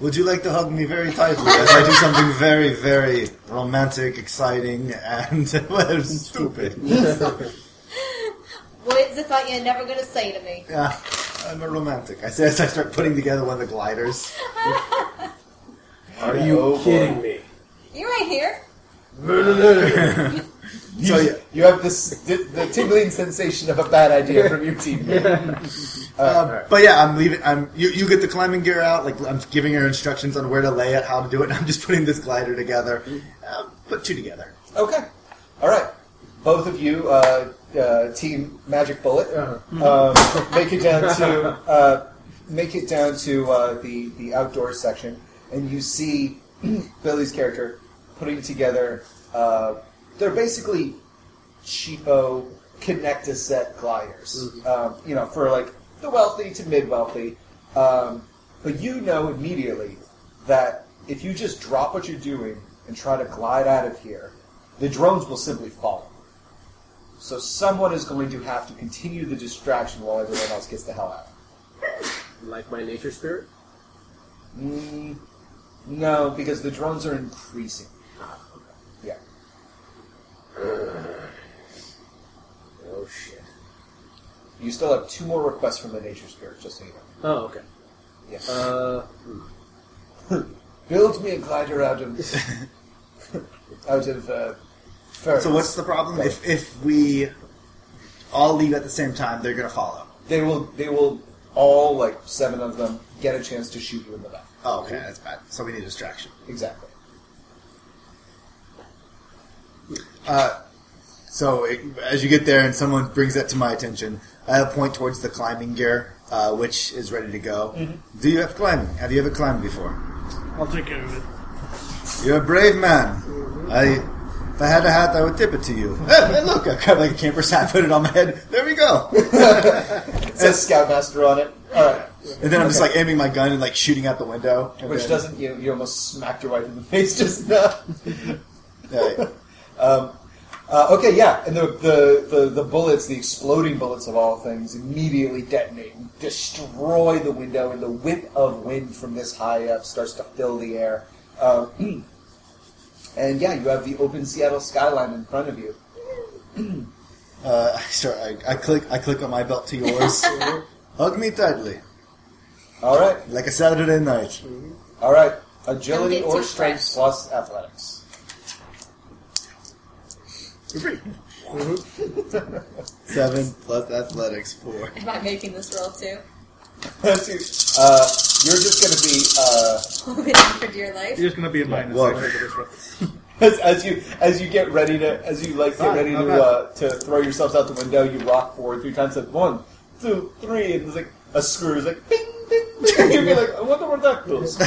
B: would you like to hug me very tightly as I do something very, very romantic, exciting, and well, stupid?
F: Words I thought you were never going to say to me.
B: Yeah, I'm a romantic. I say as I start putting together one of the gliders.
G: Are you
A: Oh,
G: kidding
A: boy.
G: me?
F: You're right here.
A: You, you have this the, the tingling sensation of a bad idea from your team.
B: Uh, but yeah, I'm leaving. I'm you. You get the climbing gear out. Like I'm giving her instructions on where to lay it, how to do it. And I'm just putting this glider together. Uh, put two together.
A: Okay. All right. Both of you, uh, uh, Team Magic Bullet, um, make it down to uh, make it down to uh, the the outdoors section, and you see Billy's character putting together uh, they're basically cheapo connector set gliders. Um, you know, for like the wealthy to mid wealthy. Um, but you know immediately that if you just drop what you're doing and try to glide out of here, the drones will simply follow. So someone is going to have to continue the distraction while everyone else gets the hell out.
G: Like my nature spirit?
A: Mm, no, because the drones are increasing. Yeah.
G: Oh, shit.
A: You still have two more requests from the nature spirit, just so you know. Um,
G: Oh, okay.
A: Yes.
G: Uh,
A: Build me a glider out of out of uh, furs.
B: So what's the problem? If, if we all leave at the same time, they're going to follow.
A: They will. They will all like seven of them get a chance to shoot you in the back.
B: Oh, okay, that's bad. So we need distraction.
A: Exactly.
B: Uh, so it, as you get there, and someone brings that to my attention, I point towards the climbing gear, uh, which is ready to go. Do you have climbing? Have you ever climbed before?
D: I'll take care of it.
B: You're a brave man.
A: Mm-hmm.
B: I, if I had a hat, I would tip it to you. hey, hey, look, I got like a camper's hat, put it on my head. There we go.
A: It says Scoutmaster on it. All right.
B: And then I'm just like aiming my gun and like shooting out the window. and
A: Which
B: then-
A: doesn't you? You almost smacked your wife in the face just now.
B: Yeah.
A: Uh, okay, yeah, and the, the, the, the bullets, the exploding bullets of all things, immediately detonate and destroy the window, and the whip of wind from this high up starts to fill the air. Um, and yeah, you have the open Seattle skyline in front of you.
B: Uh, I start. I, I click. I click on my belt to yours.
A: Uh-huh.
B: Hug me tightly,
A: All right,
B: like a Saturday night.
A: Mm-hmm. all right. Agility
N: Don't get
A: or
N: too
A: strength
N: fresh.
A: plus athletics.
B: Seven plus athletics four.
N: Am I making this roll too?
A: Let's see, uh, you're just going to be uh,
N: Hold it in for dear life.
D: You're just gonna be a minus.
B: whoa.
D: I think, at this round.
A: as, as you as you get ready to as you like get
D: Fine,
A: ready
D: not
A: to
D: bad.
A: uh, to throw yourselves out the window, you rock forward three times. Like one, two, three, and it's like a screw is like bing bing. bing. You'd be like, I wonder where that goes.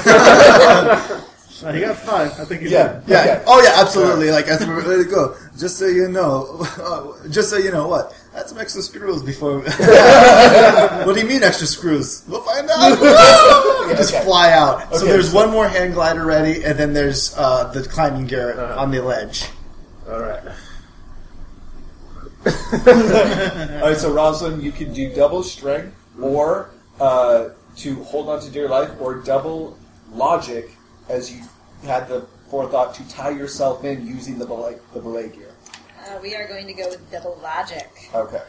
D: Uh, he got five. I think he
A: Yeah,
D: did.
B: Yeah.
A: Okay.
B: Oh yeah, absolutely. Like as we let it go. Just so you know. uh, just so you know what. That's some extra screws before. what do you mean extra screws? We'll find out. just
A: okay.
B: fly out. so
A: Okay.
B: there's one more hand glider ready, and then there's uh, the climbing gear on the ledge.
G: alright.
A: All right, so Roslyn, you can do double strength or uh, to hold on to dear life, or double logic as you had the forethought to tie yourself in using the belay, the belay gear.
N: Uh, we are going to go with double logic
A: Okay,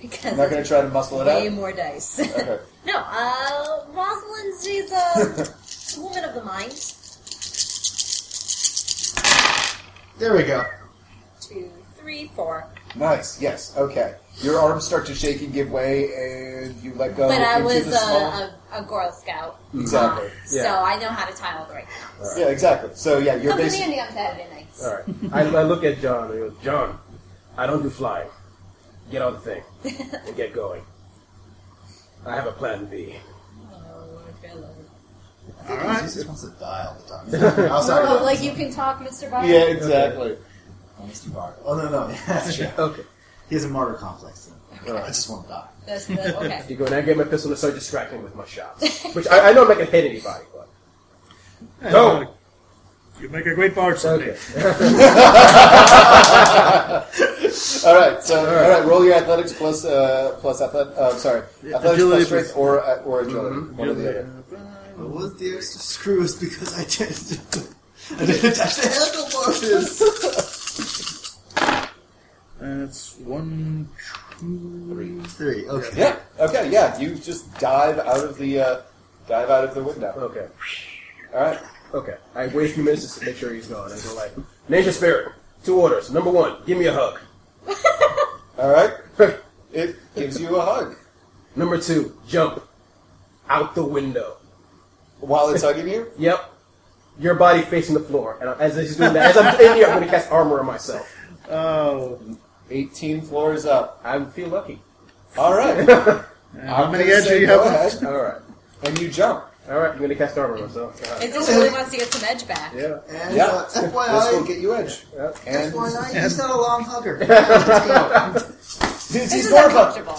N: because
A: I'm not going to
N: it's
A: try to muscle it
N: way
A: out.
N: more dice.
A: Okay.
I: No, uh, Rosalind, she's a woman of the mind.
B: There we go.
N: Two, three, four.
A: Nice. Yes. Okay. Your arms start to shake and give way, and you let go.
I: But I
A: Oh, into
I: was uh,
A: the small-
I: a, a, a Girl Scout, Uh,
A: exactly.
I: so I know how to tie all the right knots.
A: Yeah. Exactly. So yeah, you're
I: Comes in
A: basically.
I: handy on Saturday nights.
G: Alright. I, I look at John and I go, John, I don't do flying. Get on the thing and get going. I have a plan B.
N: Oh, fellow.
B: All right. He just wants to die all the time. Outside.
I: Oh, like you can talk, Mr. Biden.
A: Yeah. Exactly.
B: Oh, Mr. Bard. Oh no, no, that's true.
G: Okay.
B: He has a martyr complex. So I just want to die.
N: That's the okay.
G: You go, and I get my pistol and start distracting with my shots. Which I, I know I'm not going to hit anybody, but.
D: Yeah,
G: Go.
D: You make a great bard someday.
A: All right. So all right. Roll your athletics plus uh, plus athletic. Uh, sorry, athletics
D: agility Mm-hmm.
A: plus strength or uh, or agility. One or the other.
B: What was the extra screws? Because I didn't. I didn't attach the handlebars.
D: That's one, two, three.
B: Three. Okay.
A: Yeah. Okay. Yeah. You just dive out of the uh, dive out of the window.
G: Okay.
A: All right.
G: Okay. I wait a few minutes just to make sure he's gone. I go, like, Nature Spirit, two orders. Number one, give me a hug.
A: All right. It gives you a hug
G: Number two, jump out the window.
A: while it's hugging you.
G: Yep. Your body facing the floor. And as he's doing that, as I'm in here, I'm going to cast armor on myself.
D: Oh,
A: Eighteen floors up.
G: I feel lucky.
A: All right.
D: how
A: I'm
D: many
A: gonna
D: edges
A: say
D: you
A: go
D: have?
A: ahead,
G: All right.
A: and you jump.
G: Alright, I'm gonna cast armor myself. Uh,
F: It just really wants to get some edge back.
G: yeah.
B: And
A: Yeah.
B: uh,
A: This will
B: FYI,
A: get you edge.
G: Yeah.
A: And
B: FYI, he's not a long hugger. Let's go.
A: He's-
F: This
A: he's
F: is
A: more of a-
F: uncomfortable.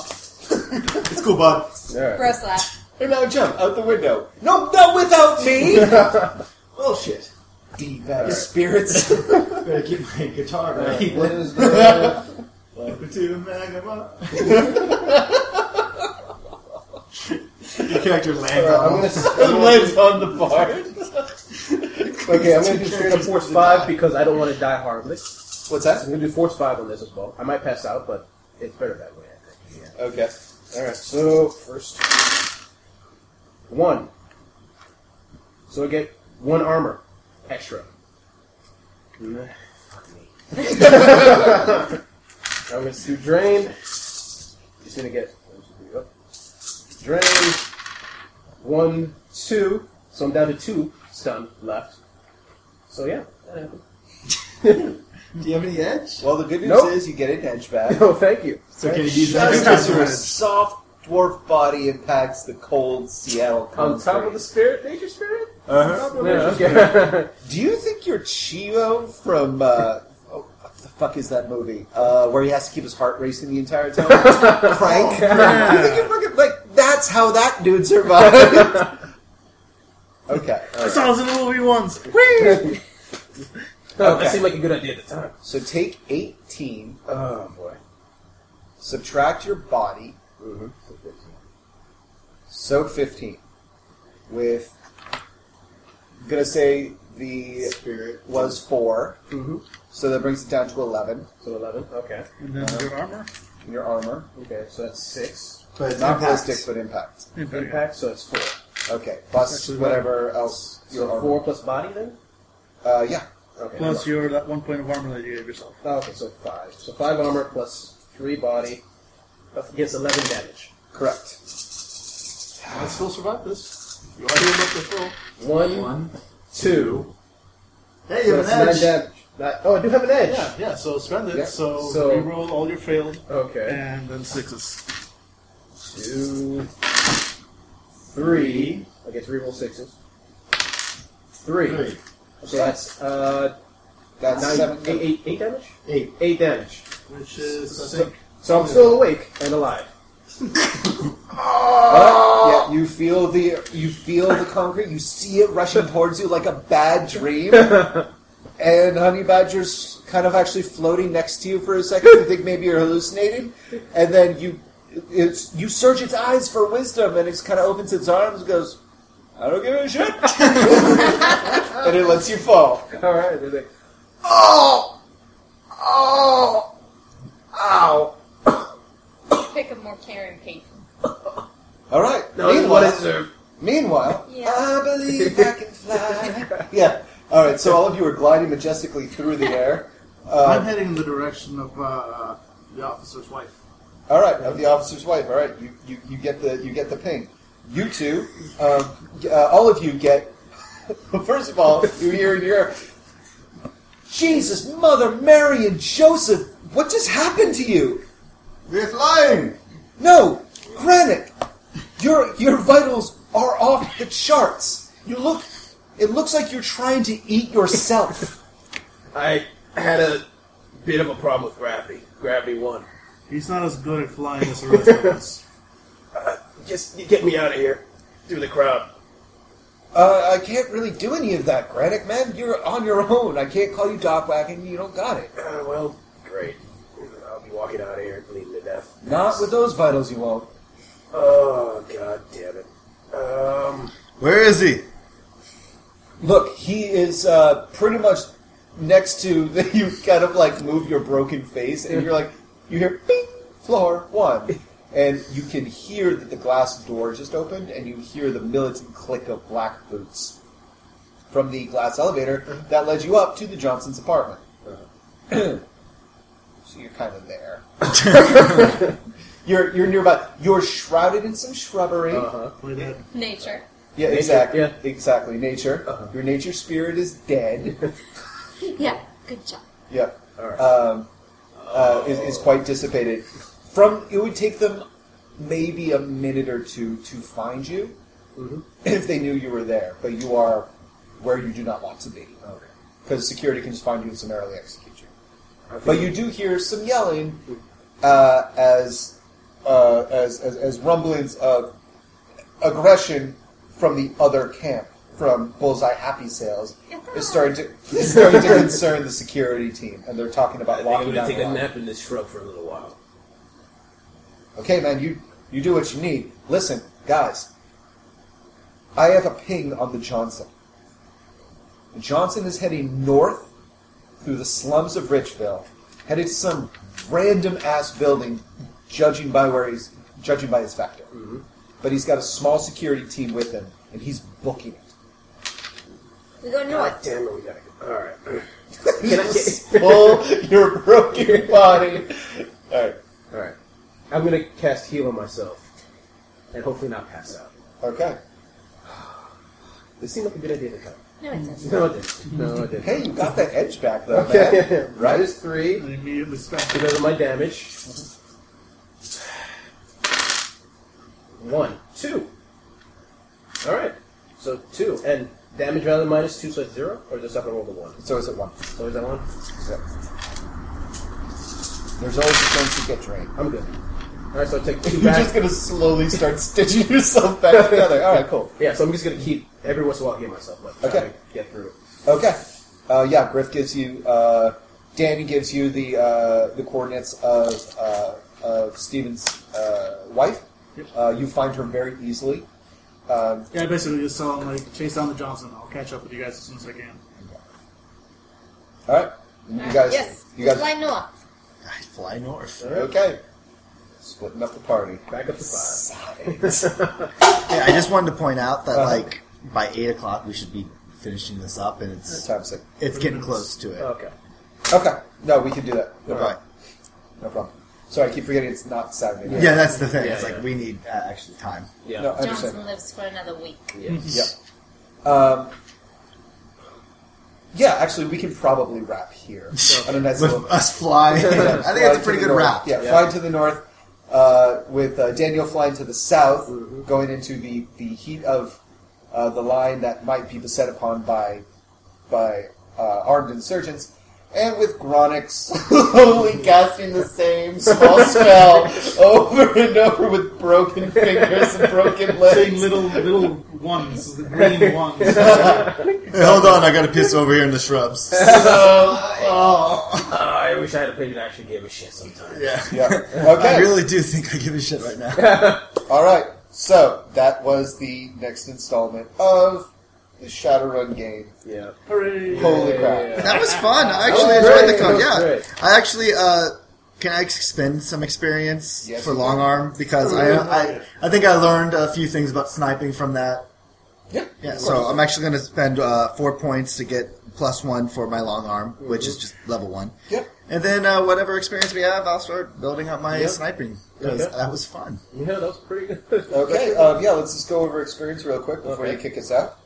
B: It's cool, bud.
G: Alright.
F: Gross laugh.
A: And now jump out the window. No, no, without me. Bullshit. D bag of spirits.
B: Better keep playing guitar,
A: He was the-
B: Your character lands
A: Alright, I'm
B: on
A: gonna
B: him.
A: s-
G: Legs on the bar. okay, I'm gonna do straight up force five because I don't want to die horribly.
A: What's
G: I'm
A: that?
G: gonna do force five on this as well. I might pass out, but it's better that way. I think.
A: Okay.
G: All right, so first one. So I get one armor extra. Mm, Fuck me. I'm gonna do drain. Just gonna get drain one two. So I'm down to two stun left. So yeah, that happened.
B: Do you have any edge?
A: Well, the good news
G: Nope.
A: is you get an edge back.
G: Oh, thank you.
B: So can you use that
A: Just
B: extra
A: as your
B: surge?
A: soft dwarf body impacts the cold Seattle
G: On
A: concrete.
G: top of the spirit, nature spirit.
A: Uh-huh.
G: Yeah, okay.
A: Do you think your Chivo from uh, oh, what the fuck is that movie uh, where he has to keep his heart racing the entire time? Crank.
G: Oh,
A: Do you think you're fucking like that's how that dude survived? okay. all
D: I
A: right.
D: saw this in the movie once.
G: Oh,
A: Okay.
G: That seemed like a good idea at the time.
A: So take eighteen,
G: Oh boy.
A: subtract your body, so fifteen, with I'm gonna say the
B: Spirit.
A: was 4
G: Mm-hmm.
A: so that brings it down to eleven
G: So eleven. Okay.
D: And then good armor.
A: in your armor.
G: Okay. So that's six.
B: But
A: Not
B: impact.
A: ballistic, but impact.
G: Impact. So that's four.
A: Okay, plus
D: Actually,
A: whatever else
G: So
A: your armor.
G: four plus body then.
A: Uh, yeah.
G: Okay.
D: Plus your that one point of armor that you gave yourself.
G: Oh, okay. So five. So five armor plus three body. That gets eleven damage.
A: Correct.
D: I still survived this. You already looked at full.
G: One,
B: One.
G: two.
B: Hey, you
G: So
B: have
G: that's
B: an
G: nine
B: edge.
G: damage. Nine- oh, I do have an edge.
D: Yeah, yeah. So spend it.
A: Yeah.
D: So,
G: So-
D: you roll all your failed
G: Okay.
D: and then sixes.
G: Two, three. I get three roll sixes. Three.
B: Three.
G: So that's uh
A: That's
G: nine,
A: seven.
G: eight, eight, eight damage.
B: Eight.
G: Eight damage.
D: Which is
G: So, so I'm still awake and alive.
A: Uh, yeah, you feel the you feel the concrete. You see it rushing towards you like a bad dream. And Honey Badger's kind of actually floating next to you for a second. You think maybe you're hallucinating, and then you it's you search its eyes for wisdom, and it kind of opens its arms and goes, "I don't give a shit," and it lets you fall.
G: All right. they're like,
F: Pick up more carrot cake.
A: All right.
G: No, this is what I deserve.
A: Meanwhile,
F: Yeah.
A: I believe I can fly. yeah. All right. So all of you are gliding majestically through the air. Uh,
D: I'm heading in the direction of uh, the officer's wife.
A: all right, of the officer's wife. All right, you, you, you get the you get the ping. You two, um, g- uh, all of you get. first of all, you hear in your Jesus, Mother Mary, and Joseph. What just happened to you?
B: We're flying.
A: No, Granick, your your vitals are off the charts. You look. It looks like you're trying to eat yourself.
G: I had a bit of a problem with gravity. Gravity won.
D: He's not as good at flying as the rest of us.
G: Just get me out of here through the crowd.
A: Uh, I can't really do any of that, Granick, man. You're on your own. I can't call you Doc Wagon. You don't got it.
G: Uh, well, great. I'll be walking out of here bleeding to death.
A: Not with those vitals, you won't.
G: Oh god damn it. Um.
B: Where is he?
A: Look, he is uh, pretty much next to the, you. Kind of like move your broken face, and you're like, you hear "Bing," floor one, and you can hear that the glass door just opened, and you hear the militant click of black boots from the glass elevator that led you up to the Johnson's apartment. so you're kind of there. you're you're nearby. You're shrouded in some shrubbery.
F: Uh-huh.
D: Play that.
F: Nature.
A: Yeah,
G: Nature,
A: exactly.
G: yeah.
A: Exactly. Nature.
G: Uh-huh.
A: Your nature spirit is dead.
O: Yeah, good job.
A: Yep.
G: Alright.
A: Um, uh, is, is quite dissipated. From it would take them maybe a minute or two to find you,
G: Mm-hmm.
A: if they knew you were there, but you are where you do not want to be.
G: Okay.
A: Because security can just find you and summarily execute you.
G: I think-
A: But you do hear some yelling uh, as, uh, as, as as rumblings of aggression from the other camp, from Bullseye Happy Sales, is starting to is starting to concern the security team, and they're talking
F: I
A: about
F: think I'm
A: walking
F: gonna
A: down
F: take
A: the
F: a
A: line.
F: nap in this shrub for a little while.
A: Okay, man, you you do what you need. Listen, guys, I have a ping on the Johnson. The Johnson is heading north through the slums of Richville, headed to some random ass building, judging by where he's judging by his factor.
G: Mm-hmm.
A: But he's got a small security team with him, and he's booking it.
I: We go
F: God
I: north.
F: damn it, we gotta go. Alright.
A: Can
F: I-
A: pull your broken body? All right.
G: All right. I'm gonna cast heal on myself, and hopefully not pass out.
A: Okay.
G: This seemed like a good idea to cut.
I: No, it doesn't.
G: No, it didn't. No, it didn't.
A: Hey, you got that edge back though, man.
G: Okay. right is
D: I
G: three
D: immediately spent
G: because of my damage. One, two. All right. So two and damage rather than minus two, so it's zero, or does that roll the one?
A: So is it one?
G: So is that one?
A: There's always a chance you get drained.
G: I'm good. All right. So I take two
A: You're
G: back.
A: just gonna slowly start stitching yourself back together. All right, cool.
G: Yeah. So I'm just gonna keep every once in a while heal myself. Like,
A: Okay.
G: try to Get through.
A: Okay. Uh, yeah, Griff gives you. Uh, Danny gives you the uh, the coordinates of uh, of Steven's uh, wife.
D: Yep.
A: Uh, you find her very easily. Um,
D: Yeah, I basically just tell him, like, chase down the Johnson. I'll catch up with you guys as soon as I can.
A: all right, you guys.
I: Yes.
A: You guys.
I: Fly north.
B: I fly north.
A: Okay. Splitting up the party.
G: Back up to five.
B: Yeah, I just wanted to point out that like by eight o'clock we should be finishing this up, and it's
A: Time six.
B: it's getting close to it.
G: Okay.
A: Okay. No, we can do that. No problem.
B: Right.
A: No problem. Sorry, I keep forgetting it's not Saturday. night.
B: Yeah, that's the thing.
G: Yeah,
B: it's like
G: yeah.
B: we need uh, actually time.
G: Yeah.
A: No, I understand.
I: Johnson lives for another week.
G: Yeah.
A: Yep. Um, yeah, actually, we can probably wrap here on a nice
B: With
A: little.
B: us flying, I think that's a pretty good wrap.
A: Yeah,
G: Yeah.
A: flying to the north uh, with uh, Daniel flying to the south,
B: Mm-hmm.
A: going into the, the heat of uh, the line that might be beset upon by by uh, armed insurgents, and with Gronix slowly casting the same small spell over and over with broken fingers and broken
D: Same
A: legs.
D: little, little ones, the green ones.
B: Hey, hold on, I got to piss over here in the shrubs.
F: Uh, I wish I had a pig that actually gave a shit sometimes.
B: yeah.
A: Yeah.
B: I
A: Okay.
B: really do think I give a shit right now.
A: All right. So that was the next installment of the Shadowrun game.
G: Yeah.
D: Hooray!
A: Holy crap!
B: That was fun. I actually
G: That was
B: enjoyed the
G: great.
B: code.
G: That was
B: Yeah,
G: great.
B: I actually uh, can I expend some experience
A: Yes,
B: for
A: you
B: long
A: can.
B: arm because I, I I think I learned a few things about sniping from that.
A: Yeah.
B: Yeah, so I'm actually going to spend uh, four points to get plus one for my long arm, which
G: Mm-hmm.
B: is just level one.
A: Yep.
B: And then uh, whatever experience we have, I'll start building up my
G: Yep.
B: sniping because
G: Okay.
B: that was fun.
G: Yeah, that was pretty good.
A: Okay. Um, yeah. Let's just go over experience real quick before
G: Okay.
A: you kick us out.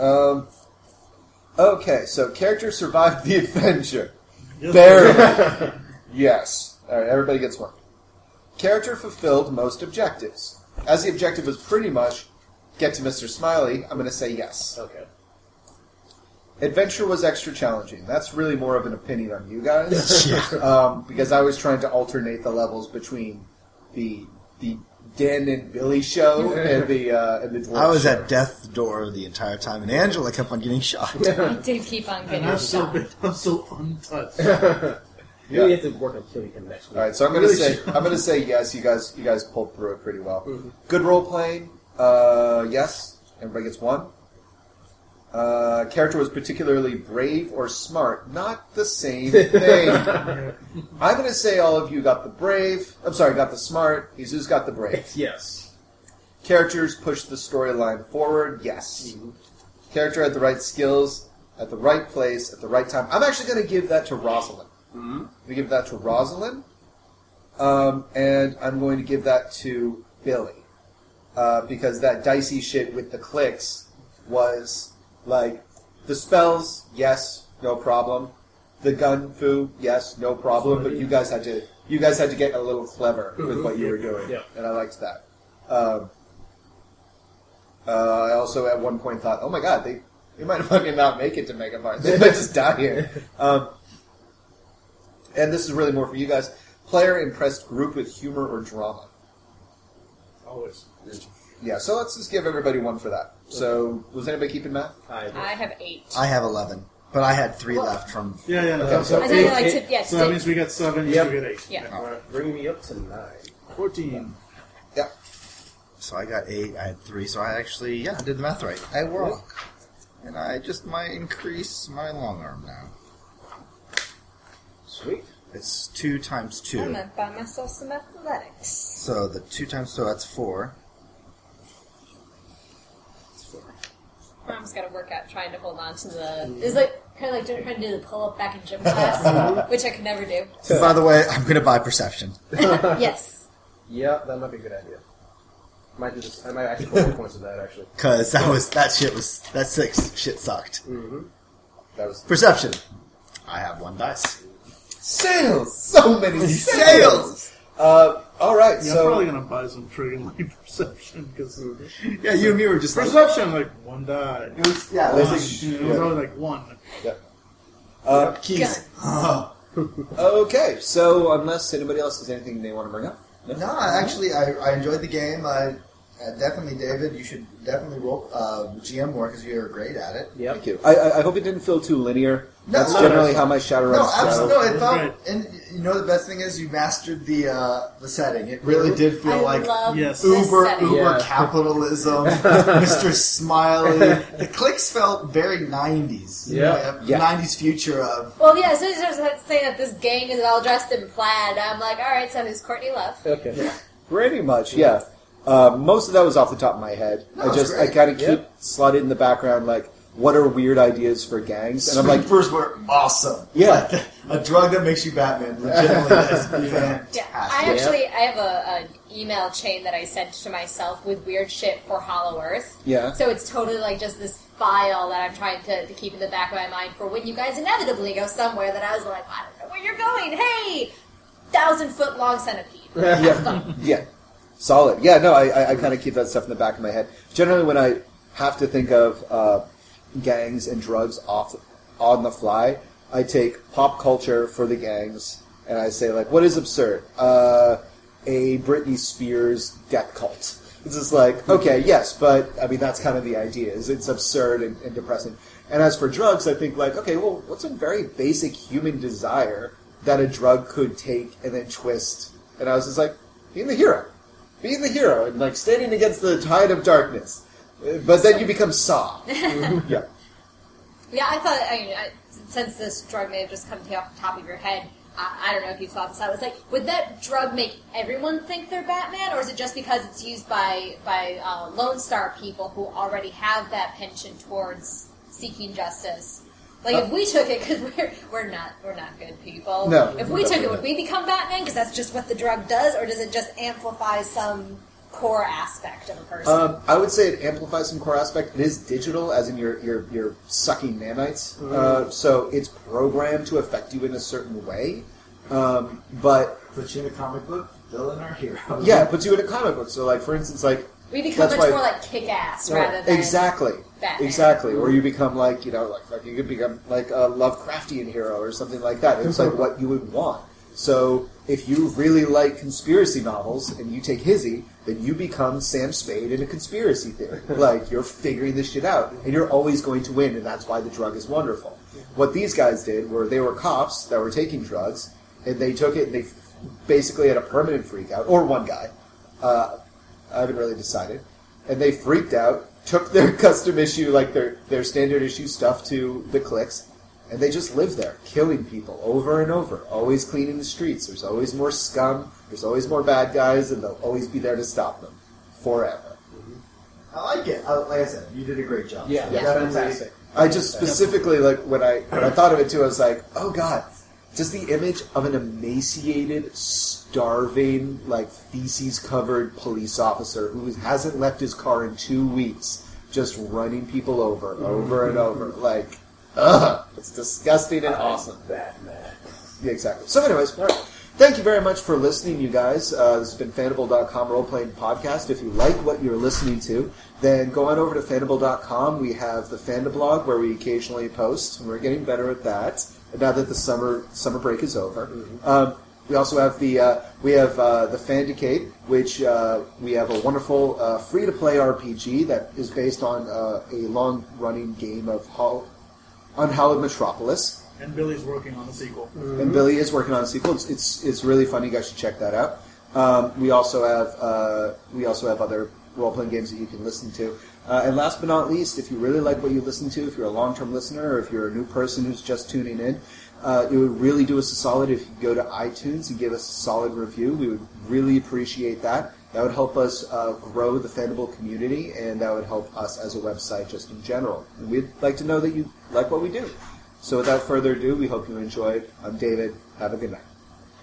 A: Um, okay. So character survived the adventure. Barely. yes. All right. Everybody gets one. Character fulfilled most objectives. As the objective was pretty much get to Mr. Smiley, I'm going to say yes.
G: Okay.
A: Adventure was extra challenging. That's really more of an opinion on you guys,
B: Yeah.
A: um, because I was trying to alternate the levels between the the Dan and Billy show and the uh, and the. Dwarf
B: I was
A: show.
B: at death's door the entire time, and Angela kept on getting shot.
P: I did keep on
D: And
P: getting
D: I'm
P: shot.
D: still, I'm still untouched.
G: Maybe we have to work on killing him next week.
A: All right, so I'm gonna say I'm gonna say yes. You guys, you guys pulled through it pretty well. Good role playing. Uh, yes, everybody gets one. Uh, character was particularly brave or smart. Not the same thing. I'm gonna say all of you got the brave. I'm sorry, got the smart. Jesus got the brave.
G: Yes.
A: Characters push the storyline forward. Yes. Character had the right skills, at the right place, at the right time. I'm actually going to give that to Rosalind. I'm going to give that to Rosalind, um, and I'm going to give that to Billy uh, because that dicey shit with the clicks was like the spells. Yes, no problem. The gun foo. Yes, no problem. But you guys had to you guys had to get a little clever with what you were doing,
G: Yeah.
A: and I liked that. Um, Uh, I also at one point thought, oh my god, they, they might fucking not make it to Megapart. They might just die here. Um, and this is really more for you guys. Player impressed group with humor or drama.
G: Always.
A: Yeah, so let's just give everybody one for that. So, was anybody keeping math?
I: I have eight.
B: I have eleven, but I had three left from.
D: Yeah, yeah.
A: Okay,
D: no.
A: so
I: I thought you
G: eight,
I: like
G: eight.
I: to, yes,
D: So that
I: did-
D: means we got seven. You
G: Yep.
D: should get eight.
I: yeah.
G: Alright, bring me up to nine.
D: Fourteen.
B: So I got eight. I had three. So I actually yeah I did the math right. I warlock, and I just might increase my long arm now.
G: Sweet.
B: It's two times two.
I: I'm gonna buy myself some athletics.
B: So the two times so that's four. That's four.
I: Mom's gotta work out trying to hold on to
F: It
I: the.
F: was like kind of like trying to do the pull up back in gym class, which I could never do.
B: By the way, I'm gonna buy perception.
F: Yes.
G: Yeah, that might be a good idea. Might do this. I might actually put more points of that actually.
B: Cause that was that shit was that six shit sucked.
A: That was
B: Perception. I have one dice.
A: sales. So many sales.
B: Sales.
A: Uh, all right,
D: Yeah, I'm
A: so
D: probably gonna buy some trigonometry perception because
B: Yeah, you and me were just like,
D: perception like one die.
B: it was, yeah, it
D: One.
B: was like,
D: It was always like one.
A: uh,
B: keys.
A: okay, so unless anybody else has anything they want to bring up,
B: No, I actually, I, I enjoyed the game. I, uh, definitely, David, you should definitely roll uh, GM more because you're great at it.
G: Yep.
A: Thank you. I, I, I hope it didn't feel too linear.
B: No,
A: That's
B: no,
A: generally how my Shadowrun
B: No,
A: style-
B: absolutely. No, I
D: That's
B: thought,
D: right.
B: and you know, the best thing is you mastered the uh, the setting. It really did feel
F: I
B: like
I: Um,
F: love
D: Yes.
F: this
B: uber
F: setting.
B: uber
G: Yeah.
B: capitalism, Mr. Smiley. The clicks felt very '90s. you know,
G: Yeah.
B: a
A: Yeah.
B: '90s future of
F: Well, yeah, as soon as I was saying that this gang is all dressed in plaid, I'm like, all right, so who's Courtney Love?
G: Okay.
A: Pretty much, yeah. Uh, most of that was off the top of my head.
B: No,
A: I
B: it's
A: just I
B: great.
A: kind of
G: Yeah.
A: keep slotted in the background like what are weird ideas for gangs, and I'm like,
B: Swoopers were awesome.
A: Yeah.
B: Like, a drug that makes you Batman. Legitimately, that is fantastic.
I: Yeah, I actually I have a, an email chain that I sent to myself with weird shit for Hollow Earth.
A: yeah,
F: So it's totally like just this file that I'm trying to, to keep in the back of my mind for when you guys inevitably go somewhere that I was like, I don't know where you're going. Hey, thousand foot long centipede.
A: yeah, yeah, solid. Yeah, no, I, I, I kind of keep that stuff in the back of my head. Generally, when I have to think of uh, gangs and drugs off on the fly, I take pop culture for the gangs, and I say like, what is absurd? Uh, a Britney Spears death cult. It's just like, okay, yes, but I mean that's kind of the idea. Is it's absurd and, and depressing. And as for drugs, I think like, okay, well, what's a very basic human desire that a drug could take and then twist? And I was just like, being the hero, being the hero, and like standing against the tide of darkness. Uh, But then you become Saw. yeah.
F: Yeah, I thought, I mean, I, since this drug may have just come to you off the top of your head, I, I don't know if you thought this out. It's like, would that drug make everyone think they're Batman, or is it just because it's used by, by uh, Lone Star people who already have that penchant towards seeking justice? Like if we took it because we're we're not we're not good people.
A: Uh, No,
F: If we
A: no,
F: took it,
A: no.
F: would we become Batman? Because that's just what the drug does, or does it just amplify some core aspect of a person?
A: Um, I would say it amplifies some core aspect. It is digital, as in you're you're, you're sucking nanites, uh, so it's programmed to affect you in a certain way. Um, but
B: Put you in a comic book, villain or hero.
A: yeah, it puts you in a comic book. So like, for instance, like
F: we become
A: that's
F: much
A: why-
F: more like kick-ass rather than
A: exactly,
F: Batman.
A: exactly, or you become like you know, like, like you could become like a Lovecraftian hero or something like that. It's like what you would want. So if you really like conspiracy novels and you take Hizzy, then you become Sam Spade in a conspiracy theory. like you're figuring this shit out, and you're always going to win, and that's why the drug is wonderful. What these guys did were they were cops that were taking drugs, and they took it and they basically had a permanent freak out, or one guy. Uh, I haven't really decided. And they freaked out, took their custom issue, like their, their standard issue stuff to the clicks, and they just lived there, killing people over and over, always cleaning the streets. There's always more scum, there's always more bad guys, and they'll always be there to stop them. Forever.
B: I like it. I, like I said, you did a great job.
G: Yeah,
B: So
G: yeah.
B: definitely-
G: fantastic.
A: I just specifically, like, when I, when I thought of it too, I was like, oh god, just the image of an emaciated, starving, like, feces covered police officer who hasn't left his car in two weeks, just running people over, over and over. Like, ugh, it's disgusting and awesome.
G: Batman.
A: Yeah, exactly. So, anyways, all right. Thank you very much for listening, you guys. Uh, this has been Fandible.com Role Playing Podcast. If you like what you're listening to, then go on over to Fandible.com. We have the Fandablog where we occasionally post, and we're getting better at that now that the summer summer break is over. Um, we also have the uh, we have uh, the Fandicate, which uh, we have a wonderful uh, free to play RPG that is based on uh, a long running game of Hol- Unhallowed Metropolis
D: And Billy's working on the sequel.
A: and Billy is working on a sequel. It's, it's it's really fun. You guys should check that out. Um, we also have uh, we also have other role playing games that you can listen to. Uh, and last but not least, if you really like what you listen to, if you're a long term listener, or if you're a new person who's just tuning in, uh, it would really do us a solid if you go to iTunes and give us a solid review. We would really appreciate that. That would help us uh, grow the Fandible community, and that would help us as a website just in general. And we'd like to know that you like what we do. So without further ado, we hope you enjoyed. I'm David. Have a good night.